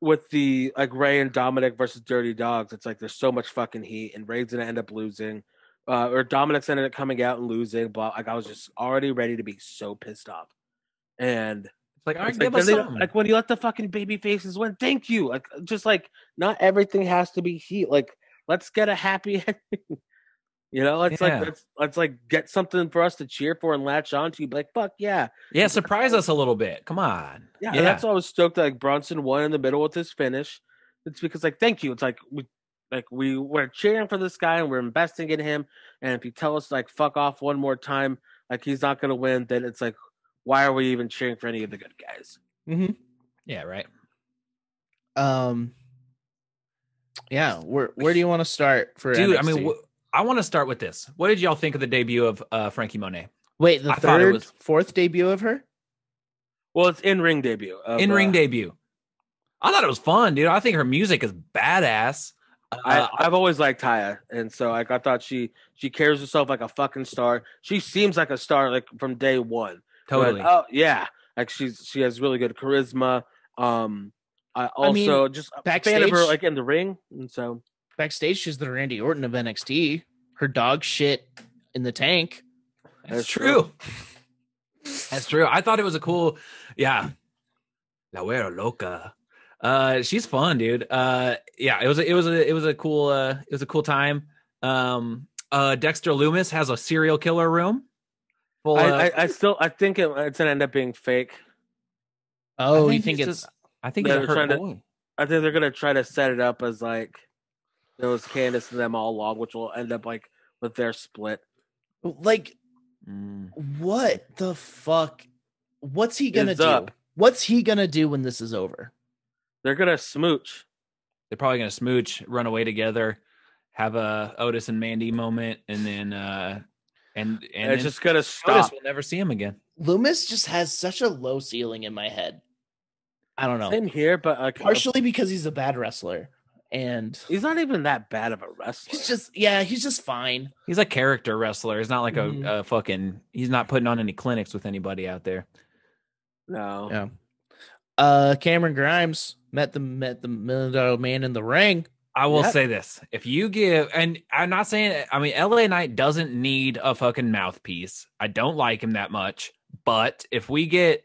D: with the like Ray and Dominic versus Dirty Dogs, it's like there's so much fucking heat, and Ray's gonna end up losing, uh, or Dominic's ended up coming out and losing. But like I was just already ready to be so pissed off, and
A: It's like, all right,
D: it's like,
A: give us
D: then they-
A: something.
D: like when you let the fucking baby faces win, thank you. Like just like not everything has to be heat. Like let's get a happy ending. You know, let's
A: Yeah.
D: like let's, let's like get something for us to cheer for and latch onto. Be like, fuck yeah,
A: Yeah, surprise us a little bit. Come on.
D: yeah. and that's why I was stoked. Like Bronson won in the middle with his finish. It's because like thank you. It's like we like we we're cheering for this guy and we're investing in him. And if you tell us like fuck off one more time, like he's not gonna win, then it's like why are we even cheering for any of the good guys?
A: Yeah, right.
C: Um, yeah. Where Where do you want to start for?
A: Dude, I
C: NXT?
A: mean, wh- I want to start with this. What did y'all think of the debut of uh, Frankie Monet?
C: wait, the
A: I thought it
C: third,
A: was-
C: fourth debut of her.
D: Well, it's in ring debut. of,
A: In ring
D: uh,
A: debut. I thought it was fun, dude. I think her music is badass. Uh,
D: I, I've always liked Taya, and so like I thought she she carries herself like a fucking star. She seems like a star like from day one. You're
A: totally.
D: Like, oh yeah, like she's she has really good charisma. Um, I
C: I mean,
D: also just a fan of her
C: backstage-
D: like in the ring, and so
C: Backstage, she's the Randy Orton of NXT. Her dog shit in the tank.
A: That's true. That's true. I thought it was a cool, yeah. La Wera Loca. Uh, she's fun, dude. Uh, yeah, it was a, it was a it was a cool uh it was a cool time. Um, uh, Dexter Loomis has a serial killer room. Full, uh,
D: I, I, I still I think it, it's gonna end up being fake.
C: Oh,
A: think
C: you think
A: he's
C: it's
A: just- I think it's
D: They're
A: a
D: trying
A: hurt
D: to-
A: boy.
D: I think they're gonna try to set it up as like it was Candace and them all along, which will end up like with their split.
C: like
A: Mm.
C: what the fuck? What's he gonna
D: It's
C: do?
D: up.
C: What's he gonna do when this is over?
D: They're gonna smooch.
A: They're probably gonna smooch, run away together, have a Otis and Mandy moment, and then uh, and and
D: And it's
A: then
D: just gonna
A: Otis
D: stop.
A: will never see him again.
C: Loomis just has such a low ceiling in my head. I don't know.
D: Same here, but like
C: Partially because he's a bad wrestler, and
D: He's not even that bad of a wrestler.
C: he's just yeah, he's just fine.
A: He's a character wrestler. He's not like a,
C: Mhm.
A: a fucking. He's not putting on any clinics with anybody out there.
D: no.
C: Yeah. Uh, Cameron Grimes met the met the million dollar man in the ring.
A: I will
D: Yep.
A: say this: if you give, and I'm not saying, I mean, LA Knight doesn't need a fucking mouthpiece. I don't like him that much, but if we get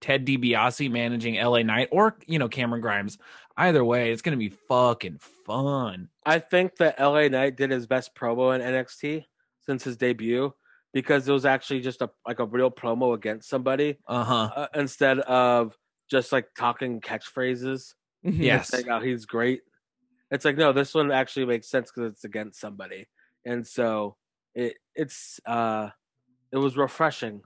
A: Ted DiBiase managing LA Knight or you know Cameron Grimes, either way, it's gonna be fucking fun.
D: I think that LA Knight did his best promo in NXT since his debut because it was actually just a like a real promo against somebody
A: Uh huh.
D: uh, instead of just like talking catchphrases.
A: Yes.
D: Like, oh, he's great. It's like no, this one actually makes sense because it's against somebody, and so it it's uh it was refreshing.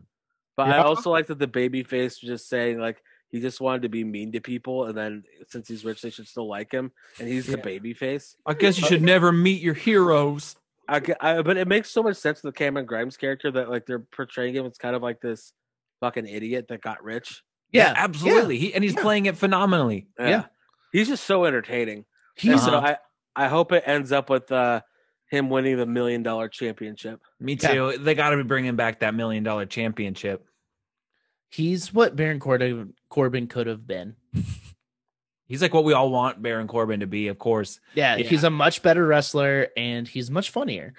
D: But I
A: Yeah.
D: also like that the baby face was just saying like he just wanted to be mean to people, and then since he's rich, they should still like him, and he's the
A: Yeah.
D: baby face.
A: I guess
C: uh,
A: you should never meet your heroes.
D: I, g- I- but it makes so much sense with Cameron Grimes character that like they're portraying him as kind of like this fucking idiot that got rich.
C: Yeah.
A: absolutely. He and he's
C: Yeah.
A: playing it phenomenally.
C: Yeah.
D: he's just so entertaining. And
C: He's
A: Uh-huh.
D: so I I hope it ends up with uh him winning the million dollar championship.
A: Me
C: Yeah.
A: too. They got to be bringing back that million dollar championship.
C: he's what Baron Corbin Corbin could have been.
A: He's like what we all want Baron Corbin to be, of course.
C: Yeah,
A: Yeah.
C: he's a much better wrestler and he's much funnier.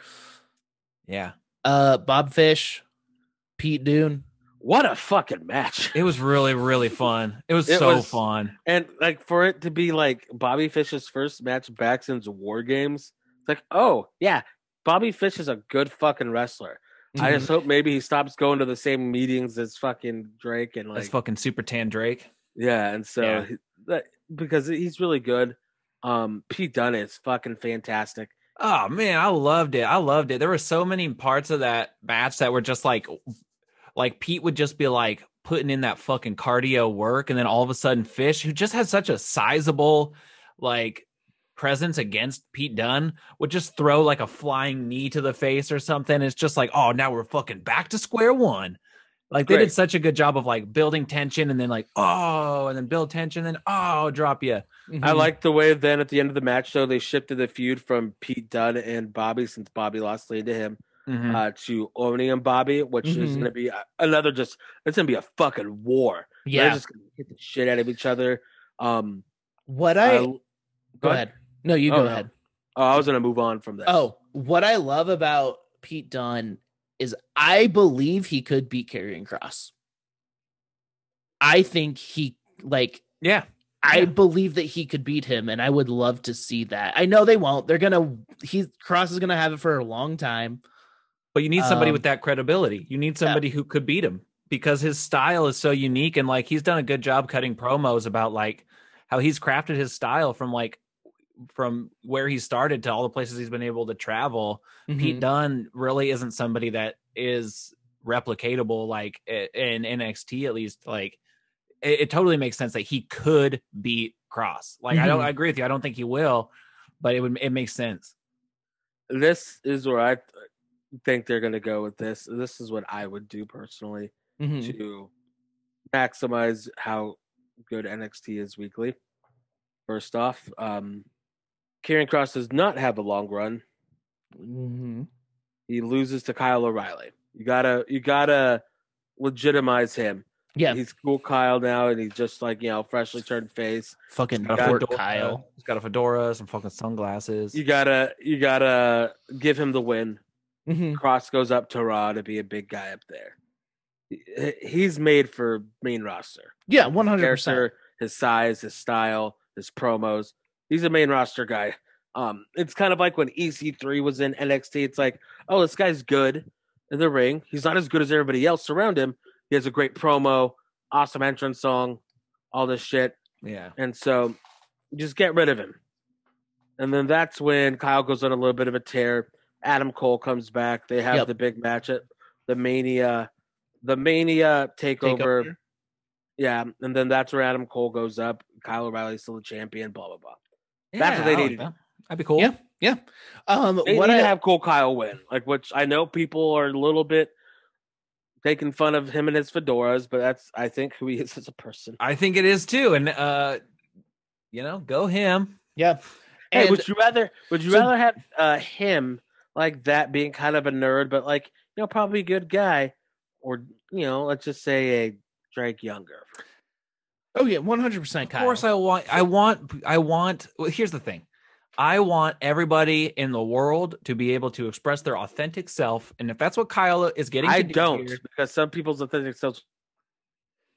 A: Yeah.
C: Uh, Bob Fish, Pete Dune.
D: What a fucking match!
A: It was really, really fun. It was
D: It
A: so
D: was-
A: fun.
D: And like for it to be like Bobby Fish's first match back since War Games, it's like oh yeah, Bobby Fish is a good fucking wrestler. I just
A: Mm-hmm.
D: hope maybe he stops going to the same meetings as fucking Drake and
A: That's
D: like
A: fucking super tan Drake.
D: Yeah, and so
A: Yeah.
D: he- that, because he's really good. Um, Pete Dunne is fucking fantastic.
A: Oh man, I loved it. I loved it. There were so many parts of that match that were just like like Pete would just be like putting in that fucking cardio work and then all of a sudden Fish who just had such a sizable like presence against Pete Dunn would just throw like a flying knee to the face or something. It's just like, "Oh, now we're fucking back to square one." Like they
D: Great.
A: did such a good job of like building tension and then like, "Oh," and then build tension and then, "Oh, drop you."
D: I
C: Hmm.
D: like the way then at the end of the match, though, they shifted the feud from Pete Dunne and Bobby since Bobby lost lead to him
C: Hmm.
D: uh, to Oni and Bobby, which is
C: Mhm.
D: going to be a- another just it's going to be a fucking war.
C: Yeah.
D: They're just going to hit the shit out of each other. Um,
C: what I,
D: I-
C: go,
D: go
C: ahead. No, you
D: Oh,
C: go
D: no.
C: ahead.
D: oh, I was going to move on from this.
C: Oh, what I love about Pete Dunne is I believe he could beat Karrion Cross. I think he like
A: Yeah.
C: I believe that he could beat him, and I would love to see that. I know they won't. They're gonna. He Cross is gonna have it for a long time.
A: But you need somebody
C: Um,
A: with that credibility. You need somebody who could beat him because his style is so unique and like he's done a good job cutting promos about like how he's crafted his style from like from where he started to all the places he's been able to travel. Pete
D: Mm-hmm,
C: Mhm.
A: Dunne really isn't somebody that is replicatable like i- in NXT at least like it, it totally makes sense that he could beat Cross. Like I don't
C: Mhm.
A: I agree with you. I don't think he will, but it would it makes sense.
D: This is where I th- think they're gonna go with this. This is what I would do personally
C: Mhm.
D: to maximize how good NXT is weekly. First off, um, Kieran Cross does not have a long run.
C: Mhm.
D: He loses to Kyle O'Reilly. You gotta, you gotta legitimize him.
C: Yeah,
D: he's cool Kyle now, and he's just like you know freshly turned face.
C: fucking
A: Got a
C: poor
D: uh,
A: fedora-
C: Kyle.
A: He's got a fedora, some fucking sunglasses.
D: You gotta you gotta give him the win.
C: Mhm.
D: Cross goes up to Raw to be a big guy up there. He- He's made for main roster.
C: Yeah, one hundred percent.
D: Character, his size, his style, his promos. He's a main roster guy. Um, it's kind of like when EC3 was in NXT. It's like, oh, this guy's good in the ring. He's not as good as everybody else around him. He has a great promo, awesome entrance song, all this shit.
A: yeah.
D: And so just get rid of him. And then that's when Kyle goes on a little bit of a tear. Adam Cole comes back. They have
C: Yep.
D: the big match at the Mania, the Mania takeover. Yeah. And then that's where Adam Cole goes up. Kyle O'Reilly's still the champion, blah, blah, blah. That's what they
A: I like
D: needed.
A: that. That'd be cool.
C: Yeah. Yeah. Um,
D: They
C: what
D: need
C: I
D: to have Cole Kyle win, like, which I know people are a little bit taking fun of him and his fedoras, but that's, I think, who he is as a person.
A: I think it is too. And uh you know, go him.
C: yeah.
D: Hey,
C: And
D: would you rather? Would you
C: so-
D: rather have uh, him like that, being kind of a nerd, but like you know, probably a good guy, or you know, let's just say a Drake Younger.
C: oh yeah, one hundred percent Kyle.
A: Of course I want I want I want well, here's the thing. I want everybody in the world to be able to express their authentic self. And if that's what Kyle is getting, to
D: I
A: do
D: don't
A: here-
D: because some people's authentic selves.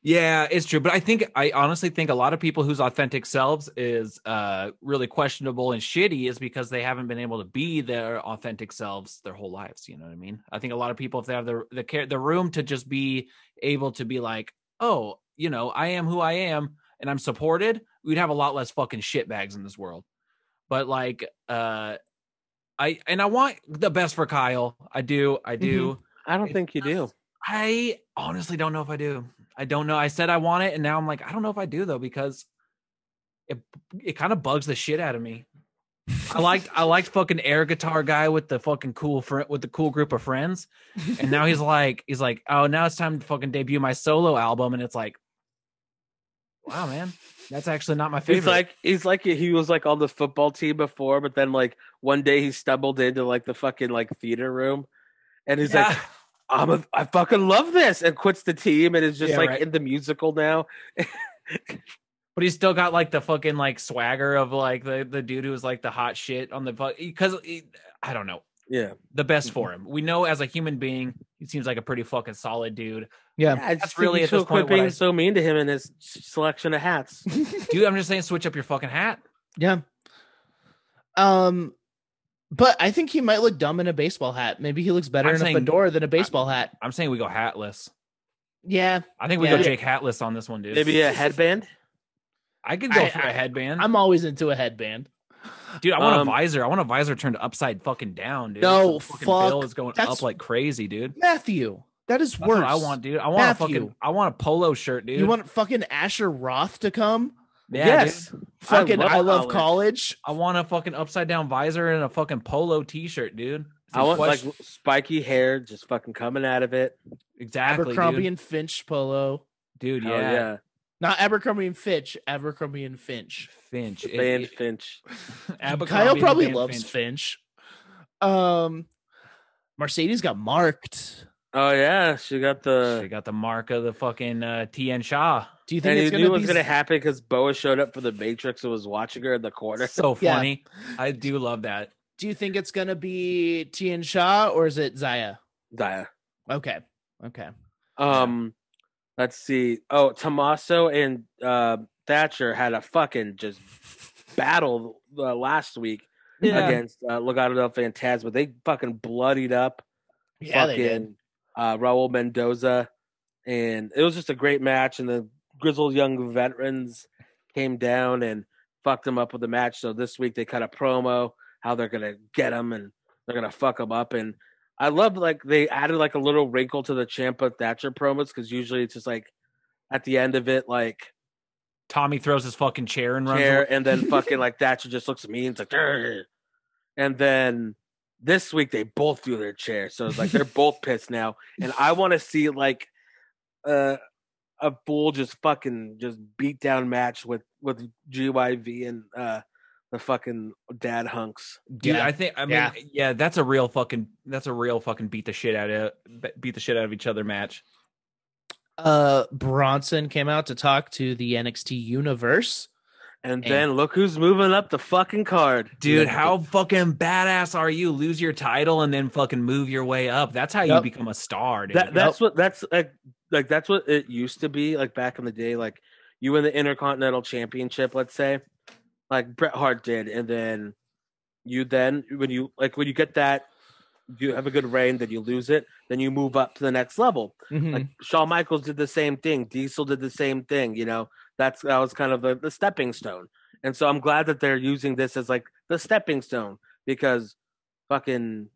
A: yeah, it's true. But I think I honestly think a lot of people whose authentic selves is uh really questionable and shitty is because they haven't been able to be their authentic selves their whole lives. You know what I mean? I think a lot of people, if they have the the care the room to just be able to be like, oh, you know, I am who I am and I'm supported, we'd have a lot less fucking shitbags in this world. But like uh I and I want the best for Kyle. I do, I do.
D: I don't
A: It's
D: think you do.
A: I honestly don't know if I do. I don't know. I said I want it, and now I'm like, I don't know if I do though because it it kind of bugs the shit out of me. I liked I liked fucking air guitar guy with the fucking cool friend with the cool group of friends, and now he's like he's like, oh, now it's time to fucking debut my solo album, and it's like, wow, man, that's actually not my favorite.
D: He's like he's like he was like on the football team before, but then like one day he stumbled into like the fucking like theater room, and he's like,
A: Yeah.
D: I'm a, I fucking love this, and quits the team, and is just
A: Yeah,
D: like
A: right.
D: in the musical now.
A: But he's still got like the fucking like swagger of like the the dude who's like the hot shit on the fuck because I don't know.
D: Yeah,
A: the
C: Mm-hmm.
A: best for him. We know as a human being, he seems like a pretty fucking solid dude.
C: Yeah.
D: I
A: That's
D: just think
A: really
D: you
A: at this
D: should quit
A: point what
D: being
A: I-
D: so mean to him and his selection of hats.
A: Dude, I'm just saying, switch up your fucking hat.
C: Yeah. Um, but I think he might look dumb in a baseball hat. Maybe he looks better
A: I'm
C: in
A: saying-
C: a fedora than a baseball hat.
A: I'm saying we go hatless.
C: Yeah.
A: I think we
C: Yeah.
A: go Jake hatless on this one, dude.
D: Maybe a headband.
A: I could go
C: I-
A: for a
C: I-
A: headband.
C: I'm always into a headband.
A: dude, I want
D: um,
A: a visor. I want a visor turned upside fucking down, dude.
C: No,
A: The fucking
C: fuck.
A: bill is going
C: That's-
A: up like crazy, dude.
C: Matthew, that is
A: That's
C: worse.
A: what I want, dude. I want
C: Matthew.
A: a fucking I want a polo shirt, dude.
C: You want fucking Asher Roth to come?
A: yeah, dude.
D: yes.
C: Fucking I
D: love
C: love,
D: college.
C: college.
A: I want a fucking upside down visor and a fucking polo t-shirt, dude.
D: I want
A: Question-
D: like spiky hair just fucking coming out of it.
A: exactly,
C: Abercrombie
A: dude.
C: and Finch polo.
A: dude
D: Hell
A: yeah.
D: yeah.
C: Not Abercrombie and Finch, Abercrombie and Finch.
A: Finch. It-
D: Band
A: it-
D: Finch.
A: Abercrombie
C: Kyle
A: and
C: probably
A: Van
C: loves
A: Finch.
C: Finch. Um Mercedes got marked.
D: Oh yeah, she got
A: she
D: the.
A: got the mark of the fucking uh, TN Shaw.
C: Do you think
D: And he
C: it's
D: knew
C: gonna
D: it
C: be
D: was gonna happen because Boa showed up for the Matrix and was watching her in the corner.
A: So
C: Yeah.
A: funny. I do love that.
C: do you think it's gonna be Tian Shaw or is it Zaya?
D: Dia.
C: Okay. Okay.
D: Um, let's see. Oh, Tommaso and uh, Thatcher had a fucking just battle uh, last week against uh, Legado del Fantasma. They fucking bloodied up
C: Yeah, they did.
D: fucking uh, Raul Mendoza, and it was just a great match. And the grizzled young veterans came down and fucked them up with the match. So this week they cut a promo how they're gonna get them and they're gonna fuck them up. And I love like they added like a little wrinkle to the Champa Thatcher promos because usually it's just like at the end of it like
A: Tommy throws his fucking chair and runs.
D: chair,
A: away.
D: and then fucking like Thatcher just looks at me and it's like, "Grr." and then this week they both threw their chair, so it's like they're both pissed now, and I want to see like uh, a bull just fucking just beat down match with with GYV and uh the fucking dad hunks.
A: Dude,
C: Yeah.
A: I think I mean, yeah.
C: Yeah.
A: that's a real fucking that's a real fucking beat the shit out of beat the shit out of each other match.
C: Uh, Bronson came out to talk to the NXT universe.
D: And
C: And-
D: then look who's moving up the fucking card.
A: Dude,
C: Yeah.
A: how fucking badass are you? Lose your title and then fucking move your way up. That's how you
C: Yep.
A: become a star, dude.
D: That that's what that's like like that's what it used to be like back in the day. Like you win the Intercontinental Championship, let's say, like Bret Hart did, and then you then when you like when you get that, you have a good reign, then you lose it, then you move up to the next level.
C: Hmm.
D: Like Shawn Michaels did the same thing, Diesel did the same thing. You know, that's that was kind of the, the stepping stone. And so I'm glad that they're using this as like the stepping stone because fucking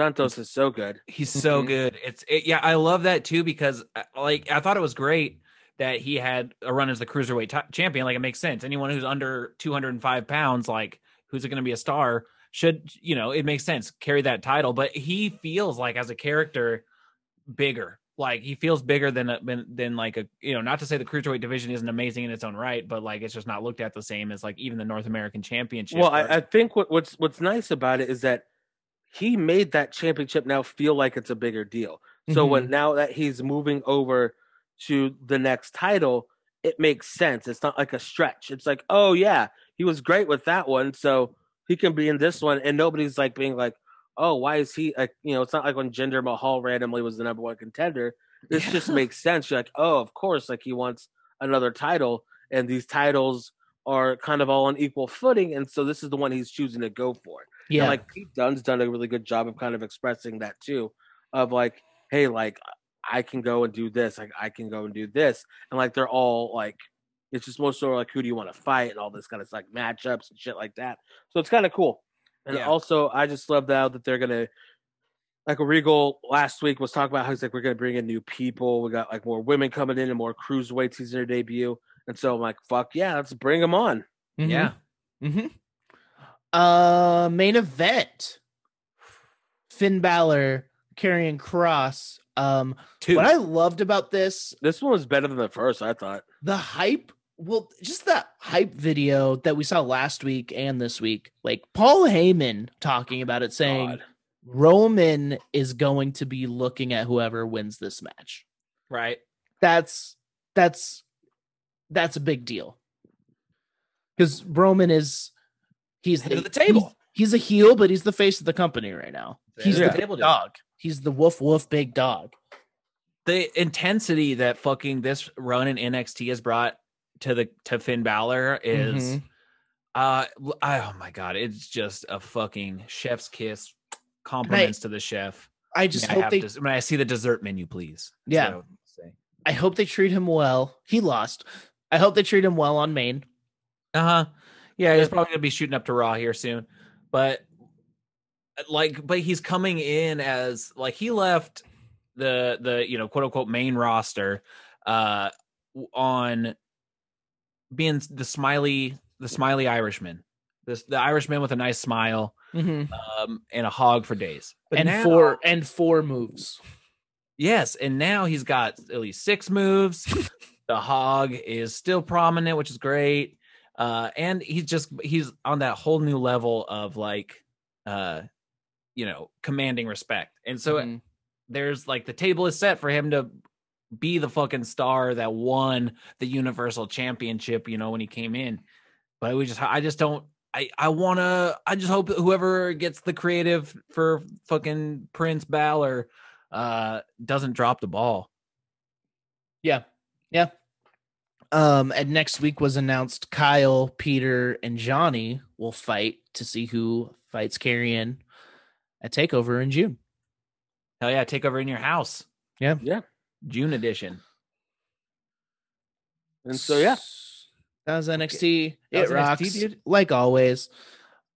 D: Santos is so good.
A: He's so
B: Mhm.
D: Mm-hmm.
A: good. It's it, yeah, I love that too because uh, like I thought it was great that he had a run as the cruiserweight ti- champion. Like it makes sense. Anyone who's under two hundred and five pounds, like who's going to be a star, should you know it makes sense carry that title. But he feels like as a character bigger. Like he feels bigger than a, than than like a you know not to say the cruiserweight division isn't amazing in its own right, but like it's just not looked at the same as like even the North American Championship.
D: Well,
A: or-
D: I, I think what, what's what's nice about it is that he made that championship now feel like it's a bigger deal. So when now that he's moving over to the next title, it makes sense. It's not like a stretch. It's like, oh yeah, he was great with that one, so he can be in this one, and nobody's like being like, oh, why is he like you know? It's not like when Jinder Mahal randomly was the number one contender. This just makes sense. You're like, oh, of course, like he wants another title, and these titles are kind of all on equal footing, and so this is the one he's choosing to go for. And,
C: Yeah,
D: like Pete Dunne's done a really good job of kind of expressing that too, of like, hey, like I can go and do this, like I can go and do this, and like they're all like, it's just more sort of like who do you want to fight and all this kind of like matchups and shit like that. So it's kind of cool. And
A: Yeah.
D: also, I just love now that they're gonna like Regal last week was talking about how he's like we're gonna bring in new people. We got like more women coming in and more cruiserweight season their debut. And so I'm like, fuck yeah, let's bring them on.
C: Mhm.
A: yeah,
C: Mhm. Uh, main event. Finn Balor carrying Cross. Um,
A: two.
C: what I loved about this,
D: This one was better than the first, I thought.
C: the hype. Well, just that hype video that we saw last week and this week, like Paul Heyman talking about it, saying
D: God.
C: Roman is going to be looking at whoever wins this match.
A: right.
C: That's that's that's a big deal because Roman is he's
A: Head of the table.
C: He's, he's a heel, but he's the face of the company right now. He's
D: Yeah.
C: the big dog. He's the woof woof big dog.
A: the intensity that fucking this run in NXT has brought to the to Finn Balor is
C: Mhm.
A: uh l- I- oh my god, it's just a fucking chef's kiss. Compliments to the chef.
C: I just
A: May I
C: hope
A: have
C: they
A: des- may I see the dessert menu, please? That's
C: Yeah.
A: what I would say.
C: I hope they treat him well. He lost. I hope they treat him well on Maine.
A: Uh huh. Yeah, he's probably gonna be shooting up to Raw here soon, but uh, like, but he's coming in as like he left the the you know quote unquote main roster uh w- on being the smiley the smiley Irishman, this the Irishman with a nice smile um and a hog for days, But
C: And
A: now-
C: four and four moves.
A: Yes, and now he's got at least six moves. the hog is still prominent, which is great. Uh, and he's just he's on that whole new level of like uh you know, commanding respect. And so
C: Mhm.
A: there's like the table is set for him to be the fucking star that won the universal championship, you know, when he came in. But we just I just don't I I want to I just hope that whoever gets the creative for fucking Prince Balor uh doesn't drop the ball.
C: yeah. Um, and next week was announced Kyle, Peter, and Johnny will fight to see who fights Carrion at Takeover in June.
A: Hell yeah, take over in your house.
C: Yeah.
D: Yeah.
A: June edition.
D: And so yeah,
C: That was NXT.
A: That was NXT,
C: it rocks,
A: dude.
C: like always.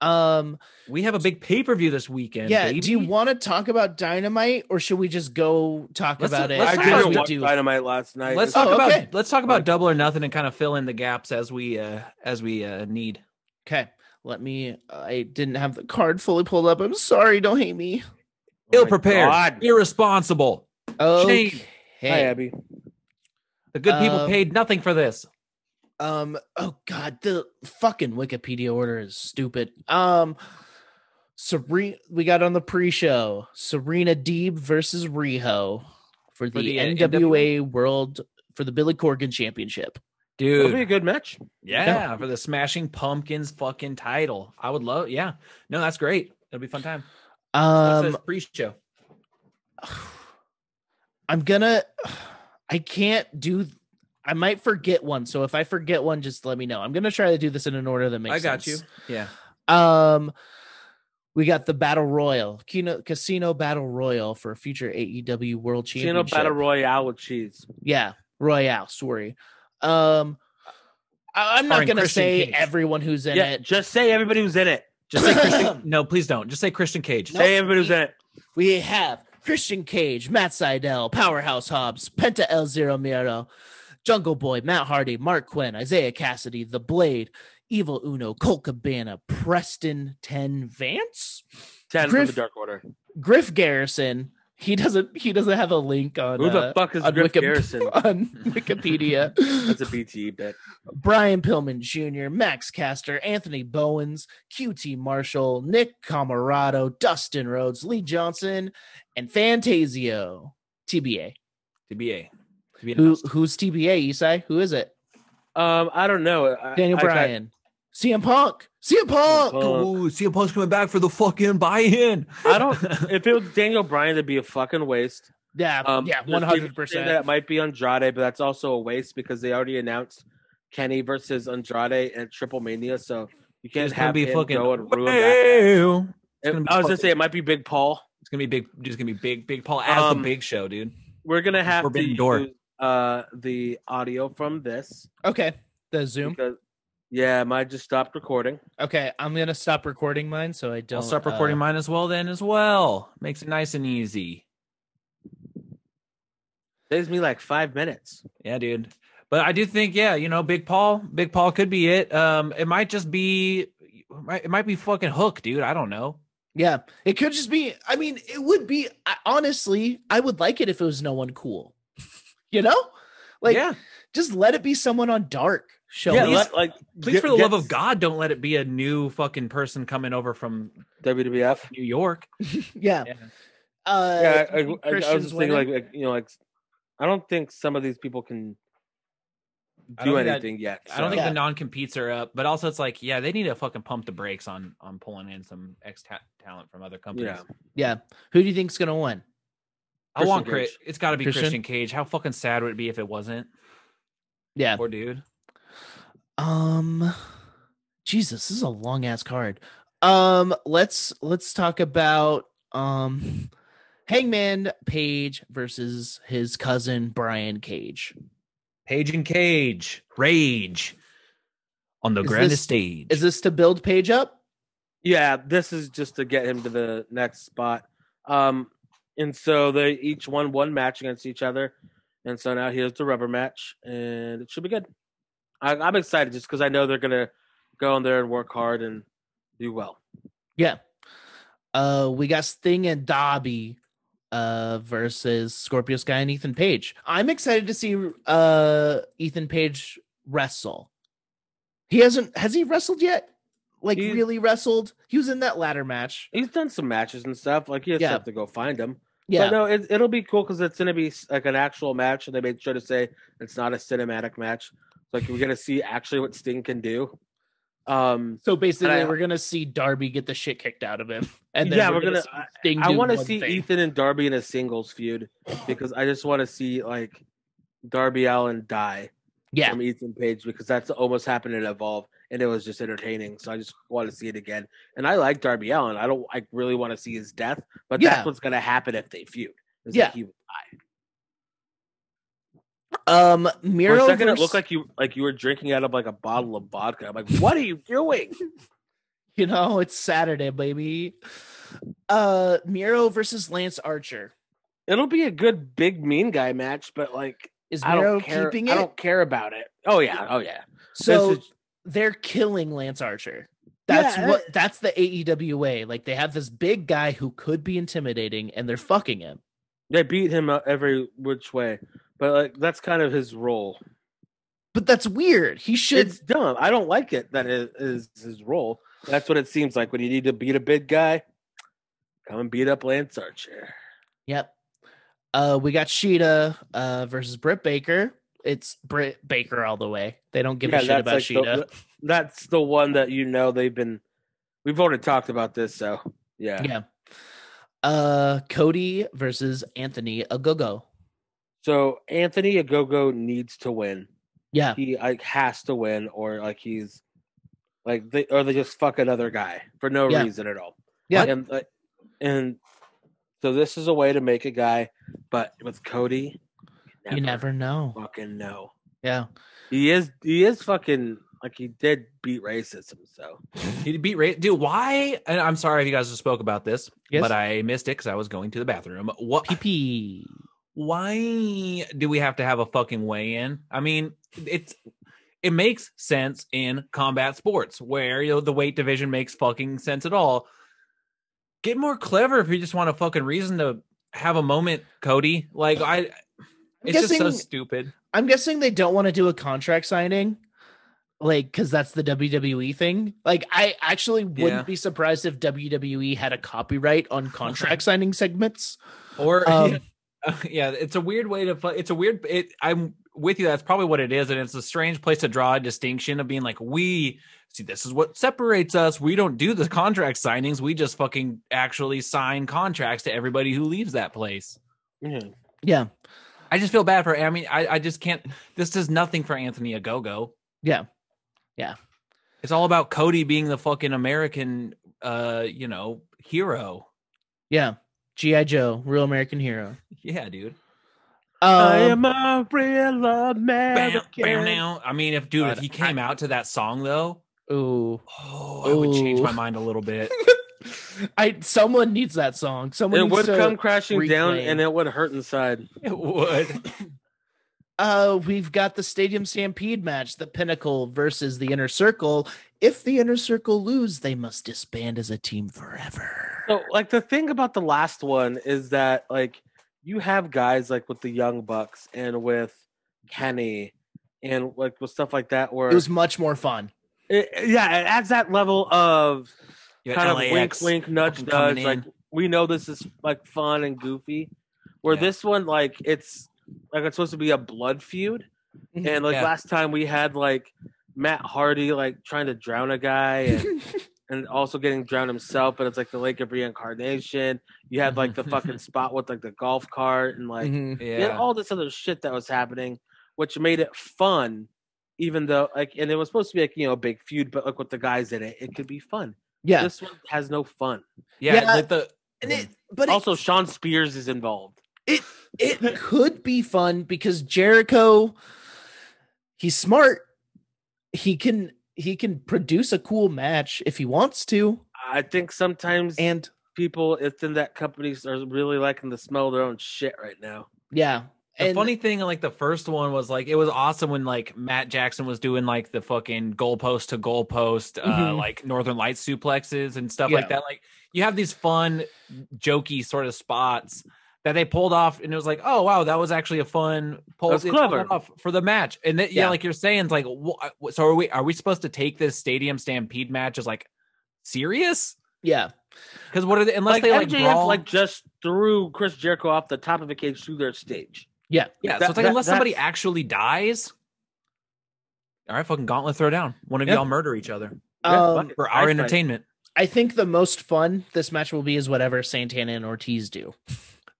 C: Um,
A: We have a big pay per view this weekend.
C: yeah.
A: baby.
C: Do you want to talk about Dynamite, or should we just go talk
A: Let's-
C: about it?
A: let's
D: I
A: talk
C: as
A: about
D: did
C: we
D: watch
C: do?
D: Dynamite last night.
A: Let's
C: Oh,
A: talk about
C: okay.
A: let's talk about double or nothing and kind of fill in the gaps as we uh as we uh need.
C: Okay, let me. I didn't have the card fully pulled up. I'm sorry. Don't hate me.
D: Oh my
A: Ill prepared,
D: God.
A: irresponsible.
C: Okay.
A: Shane.
D: Hi, Abby.
A: The good people
D: Uh,
C: Um,
A: paid nothing for this.
C: Um. Oh God, the fucking Wikipedia order is stupid. Um. Serena, we got on the pre-show Serena Deeb versus Riho for the,
A: the, uh,
C: NWA, World for the Billy Corgan Championship.
A: Dude,
D: It'll be a good match.
A: Yeah, for the Smashing Pumpkins fucking title. I would love. Yeah, no, that's great. It'll be a fun time. What's
C: Um,
A: this pre-show?
C: I'm gonna. I can't do. I might forget one, so if I forget one, just let me know. I'm gonna try to do this in an order that makes.
A: I got
C: sense.
A: you. Yeah,
C: Um, we got the battle royal, Kino, casino battle royal for a future AEW World
D: Chino
C: Championship.
D: Battle Royale with cheese.
C: yeah, royale. Sorry. Um, I, am not
A: Starring
C: gonna
A: Christian
C: say
A: Cage.
C: everyone who's in
D: yeah,
C: it.
D: just say everybody who's in it.
A: just say Christian, no, please don't. Just say Christian Cage.
C: Nope.
D: Say everybody who's in it.
C: We have Christian Cage, Matt Seidel, Powerhouse Hobbs, Penta El Zero Miro, Jungle Boy, Matt Hardy, Mark Quinn, Isaiah Cassidy, The Blade, Evil Uno, Colt Cabana, Preston Ten Vance,
D: Ten from the
C: Griff-
D: Dark Order.
C: Griff Garrison. He doesn't. He doesn't have a link on.
D: Who
C: uh,
D: the fuck is
C: on,
D: Griff
C: Wiki-
D: Garrison?
C: on Wikipedia.
D: That's a BTE bit.
C: Brian Pillman Jr., Max Caster, Anthony Bowens, QT Marshall, Nick Camarado, Dustin Rhodes, Lee Johnson, and Fantasio. TBA.
A: TBA. To be
C: Who
A: announced.
C: who's TBA, Isai? Who is it?
D: Um, I don't know. I-
C: Daniel
D: I got-
C: Bryan. CM Punk. CM Punk.
D: Punk.
A: Ooh, CM Punk's coming back for the fucking buy-in.
D: I don't. if it was Daniel Bryan, it'd be a fucking waste.
C: Yeah,
D: Um,
C: yeah,
D: there's people
C: one hundred
D: saying That it
C: percent.
D: might be Andrade, but that's also a waste because they already announced Kenny versus Andrade at Triple Mania, so you can't
A: It's gonna
D: have
A: be
D: him
A: fucking.
D: go and ruin that.
A: Wow.
D: It-
A: gonna be
D: I was gonna
A: fucking-
D: say it might be Big Paul.
A: It's gonna be big. Just gonna be big. Big Paul as
D: Um,
A: the Big Show, dude.
D: We're gonna have
A: Forbidden
D: to
A: Door.
D: use uh, the audio from this
C: Okay. The Zoom.
D: because yeah, mine just stopped recording.
C: Okay, I'm gonna stop recording mine so I don't.
A: I'll stop recording
C: uh,
A: mine as well. Then as well, makes it nice and easy.
D: Saves me like five minutes.
A: Yeah, dude. But I do think, yeah, you know, Big Paul, Big Paul could be it. Um, it might just be, it might, it might be fucking Hook, dude. I don't know.
C: Yeah, it could just be. I mean, it would be. I, honestly, I would like it if it was no one cool. you know, like
A: yeah,
C: just let it be someone on dark show.
A: Yeah,
C: me.
A: let-
D: like
A: please,
D: get-
A: for the
D: get
A: love of God, don't let it be a new fucking person coming over from
D: WWF.
A: New York.
C: yeah.
A: Yeah.
C: Uh,
D: yeah, I, I- I- I was
C: Christian's
D: just thinking
C: winning.
D: like, like you know, like I don't think some of these people can
A: I
D: do
A: don't think that-
D: anything yet.
A: I don't think
D: so-
C: Yeah.
A: the non competes are up, but also it's like, yeah, they need to fucking pump the brakes on on pulling in some ex ta- talent from other companies.
D: Yeah.
C: yeah. Who do you think's gonna win?
A: I want
D: Christian
A: Chris.
D: Cage.
A: It's got to be
C: Christian?
A: Christian? Cage. How fucking sad would it be if it wasn't?
C: Yeah.
A: Poor dude.
C: Um, Jesus, this is a long ass card. Um, let's let's talk about um, Hangman Page versus his cousin Brian Cage.
A: Page and Cage, rage on the
C: Is
A: grandest
C: this-
A: stage.
C: Is this to build Page up?
D: Yeah, this is just to get him to the next spot. Um, and so they each won one match against each other, and so now here's the rubber match, and it should be good. I, I'm excited just because I know they're gonna go in there and work hard and do well.
C: Yeah. Uh, we got Sting and Dobby uh versus Scorpio Sky and Ethan Page. I'm excited to see uh Ethan Page wrestle. He hasn't has he wrestled yet? Like
D: He-
C: really wrestled? He was in that ladder match.
D: He's done some matches and stuff. Like you just
C: Yeah.
D: have to go find him.
C: Yeah.
D: But no, it, it'll be cool because it's going to be s- like an actual match, and they made sure to say it's not a cinematic match. Like we're going to see actually what Sting can do. Um,
C: So basically,
D: I-
C: we're gonna see Darby get the shit kicked out of him, and then
D: yeah,
C: we're, gonna,
D: I-
C: see Sting
D: I
C: do
D: want to
C: one
D: see
C: thing.
D: Ethan and Darby in a singles feud because I just want to see like Darby Allen die.
C: Yeah.
D: from Ethan Page because that's almost happened in Evolve and it was just entertaining. So I just want to see it again. And I like Darby Allen. I don't I really want to see his death, but
C: Yeah.
D: that's what's gonna happen if they feud. is that
C: Yeah.
D: he-
C: Um,
D: for
C: Miro.
D: a second it
C: vers-
D: looked like you like you were drinking out of like a bottle of vodka. I'm like, what are you doing?
C: you know it's Saturday, baby. Uh, Miro versus Lance Archer.
D: It'll be a good big mean guy match, but like
C: Is
D: I
C: Miro
D: don't care.
C: keeping
D: I
C: it?
D: don't care about it. Oh yeah, oh yeah.
C: So
D: this is,
C: they're killing Lance Archer. That's
D: Yeah,
C: what that's the AEW way. Like they have this big guy who could be intimidating and they're fucking him.
D: they beat him out every which way, but like that's kind of his role.
C: But that's weird. He should
D: It's dumb. I don't like it. That is, is his role. That's what it seems like when you need to beat a big guy. Come and beat up Lance Archer.
C: Yep. Uh we got Sheeta uh versus Britt Baker. It's Britt Baker all the way. They don't give
D: Yeah,
C: a shit
D: that's
C: about
D: like the-
C: Sheeta.
D: That's the one that you know they've been. We've already talked about this, so yeah.
C: yeah. Uh Cody versus Anthony Agogo.
D: So Anthony Agogo needs to win.
C: Yeah.
D: He like has to win, or like he's like they or they just fuck another guy for no
C: Yeah.
D: reason at all.
C: Yeah.
D: and like, and so this is a way to make a guy, but with Cody,
C: You never know.
D: fucking know.
C: Yeah.
D: He is he is fucking like he did beat racism, so
A: He beat Ray. Dude, why? And I'm sorry if you guys just spoke about this,
C: Yes.
A: but I missed it because I was going to the bathroom. What?
C: PP.
A: Why do we have to have a fucking weigh-in? I mean, it's it makes sense in combat sports where you know the weight division makes fucking sense at all. Get more clever if you just want a fucking reason to have a moment, Cody. Like I, it's just so
C: guessing-
A: stupid.
C: I'm guessing they don't want to do a contract signing, like because that's the WWE thing. Like, I actually wouldn't
A: Yeah.
C: be surprised if WWE had a copyright on contract signing segments.
A: Or
C: Um,
A: Uh, yeah it's a weird way to fu- it's a weird it i'm with you that's probably what it is and it's a strange place to draw a distinction of being like we see this is what separates us we don't do the contract signings we just fucking actually sign contracts to everybody who leaves that place
C: yeah,
A: i just feel bad for i mean i, I just can't this does nothing for anthony agogo
C: Yeah. Yeah.
A: it's all about cody being the fucking american uh you know hero
C: yeah. GI Joe, Real American Hero.
A: yeah dude
D: I
C: Um,
D: am a real
A: bam,
D: American.
A: bam, now. i mean if dude if
C: God,
A: he came out to that song though
C: ooh,
A: Oh, I would change my
C: Ooh.
A: mind a little bit.
C: I someone needs that song. Someone
D: It
C: needs
D: would
C: to-
D: come crashing down
C: reclaim.
D: and it would hurt inside.
A: it would.
C: Uh, we've got the Stadium Stampede match, the Pinnacle versus the Inner Circle. If the Inner Circle lose, they must disband as a team forever.
D: So like the thing about the last one is that like you have guys like with the Young Bucks and with Kenny and like with stuff like that where
C: It was much more fun.
D: it, yeah, it adds that level of
A: You got
D: kind of wink,
A: LAX.
D: wink, nudge,
A: fucking coming
D: nudge. Like we know this is like fun and goofy. Where
A: Yeah.
D: this one, like it's like it's supposed to be a blood feud,
C: Mhm.
D: and like
A: Yeah.
D: last time we had like Matt Hardy like trying to drown a guy and and also getting drowned himself, but it's like the lake of reincarnation. You had like the fucking spot with like the golf cart and like
C: Mhm.
A: Yeah.
D: you had all this other shit that was happening, which made it fun. Even though like and it was supposed to be like you know a big feud, but like with the guys in it, it could be fun.
C: Yeah,
D: This one has no fun.
A: yeah,
C: Yeah.
A: like the
C: and it, but it-
D: also, Sean Spears is involved.
C: it could be fun because Jericho, he's smart. He can he can produce a cool match if he wants to,
D: I think sometimes
C: and
D: people within that companies are really liking the smell of their own shit right now.
C: yeah,
A: the
C: and
A: funny thing, like the first one was like it was awesome when like Matt Jackson was doing like the fucking goalpost to goalpost, uh,
D: Mm-hmm.
C: Mhm.
A: like Northern Lights suplexes and stuff
C: Yeah.
A: like that. Like you have these fun, jokey sort of spots that they pulled off, and it was like, oh wow, that was actually a fun pull
D: That's
A: they pulled
D: clever.
A: it off for the match. And that, yeah,
C: Yeah.
A: like you're saying, it's like, wh- so are we? Are we supposed to take this Stadium Stampede match as like serious?
C: yeah,
A: Because what are they? Unless
D: Like,
A: they like
D: MJF,
A: brawl.
D: like just threw Chris Jericho off the top of a cage through their stage.
C: yeah,
A: yeah.
D: that-
A: so it's like
D: that-
A: unless somebody
D: that's-
A: actually dies. All right, fucking gauntlet throw down. One of
C: Yeah.
A: y'all murder each other
D: Yeah,
C: Um,
D: fuck it.
A: for
D: I
A: our
D: fight.
A: entertainment.
C: I think the most fun this match will be is whatever Santana and Ortiz do.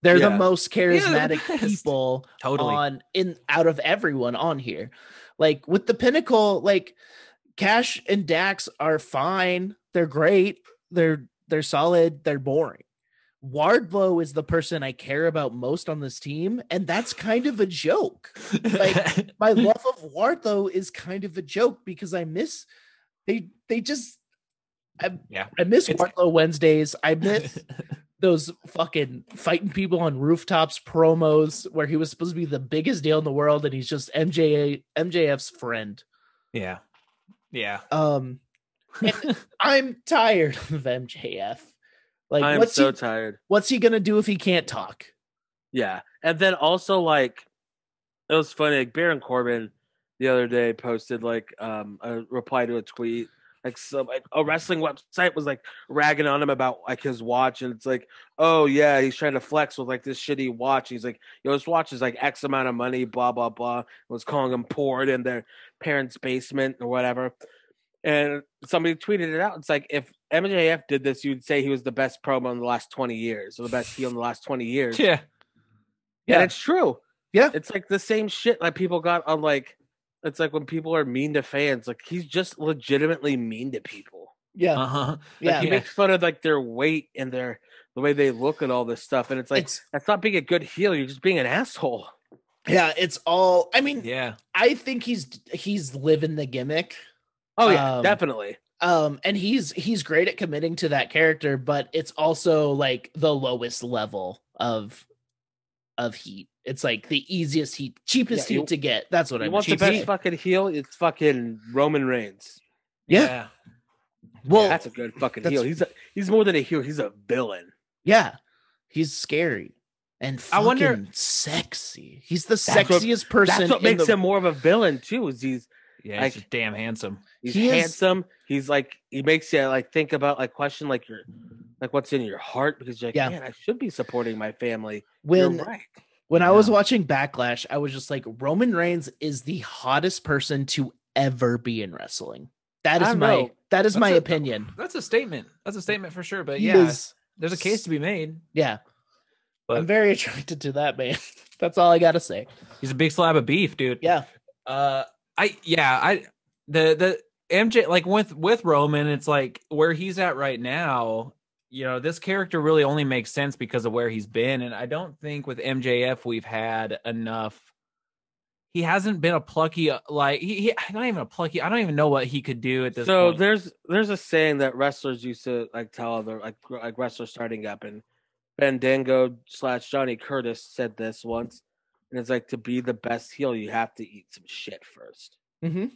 C: They're the
D: Yeah.
C: most
A: they're the
C: charismatic
A: best.
C: people
A: Totally.
C: on in out of everyone on here. Like with the pinnacle, like Cash and Dax are fine. They're great. They're they're solid. They're boring. Wardlow is the person I care about most on this team, and that's kind of a joke. Like, My
A: Hmm.
C: love of Wardlow is kind of a joke because I miss they they just I,
A: Yeah.
C: I miss
A: It's-
C: Wardlow Wednesdays. I miss those fucking fighting people on rooftops promos where he was supposed to be the biggest deal in the world and he's just MJ MJF's friend.
A: yeah. Yeah.
C: Um and I'm tired of MJF. Like
D: I am
C: what's
D: so
C: he,
D: tired.
C: what's he gonna do if he can't talk?
D: Yeah. And then also like it was funny, like Baron Corbin the other day posted like um a reply to a tweet. Like some like a wrestling website was like ragging on him about like his watch and it's like, oh yeah, he's trying to flex with like this shitty watch. He's like, yo, this watch is like X amount of money, blah blah blah. It was calling him poor in their parents' basement or whatever. And somebody tweeted it out. It's like if MJF did this, you'd say he was the best promo in the last twenty years or the best heel in the last twenty years.
A: Yeah.
C: Yeah.
D: And it's true.
C: Yeah.
D: It's like the same shit like people got on like it's like when people are mean to fans, like he's just legitimately mean to people.
C: Yeah.
A: Uh-huh.
C: yeah.
D: He
A: Yeah.
D: makes fun of like their weight and their the way they look and all this stuff. And it's like
C: it's
D: that's not being a good heel, you're just being an asshole.
C: yeah, it's all I mean,
A: Yeah.
C: I think he's he's living the gimmick.
D: Oh yeah,
C: Um,
D: definitely.
C: um and he's he's great at committing to that character but it's also like the lowest level of of heat it's like the easiest heat cheapest
D: Yeah, you-
C: heat to get that's what i
D: You
C: mean
D: want the
A: cheap
D: best
A: heel.
D: fucking heel? It's fucking Roman Reigns.
C: Yeah. well
D: that's a good fucking
C: that's-
D: heel. He's a, he's more than a heel. He's a villain.
C: yeah he's scary and
A: I
C: i
A: wonder-
C: wonder sexy he's the
D: That's what-
C: sexiest person
D: That's what
C: in
D: makes
C: the-
D: him more of a villain too. Is he's
A: Yeah.
D: Like-
A: He's just damn handsome.
D: He's
C: He is-
D: handsome. He's like he makes you like think about like question like your like what's in your heart because you're like,
C: Yeah.
D: man, I should be supporting my family.
C: when
D: you're right.
C: when i was
A: Yeah.
C: watching backlash i was just like roman reigns is the hottest person to ever be in wrestling that
D: I
C: is
D: don't
C: my
D: know.
C: that is
A: That's
C: my
A: a-
C: opinion
A: That's a statement. That's a statement for sure. But
C: He
A: yeah,
C: is-
A: there's a case to be made.
C: yeah
A: But
C: I'm very attracted to that man. That's all I gotta say.
A: he's a big slab of beef, dude.
C: Yeah.
A: Uh, I yeah, I the the MJ like with with Roman, it's like where he's at right now. You know, this character really only makes sense because of where he's been, and I don't think with MJF we've had enough. He hasn't been a plucky uh, like he, he not even a plucky. I don't even know what he could do at this
D: So
A: point.
D: there's there's a saying that wrestlers used to like tell other like gr- like wrestlers starting up and Fandango slash Johnny Curtis said this once, and it's like to be the best heel, you have to eat some shit first.
C: Mhm.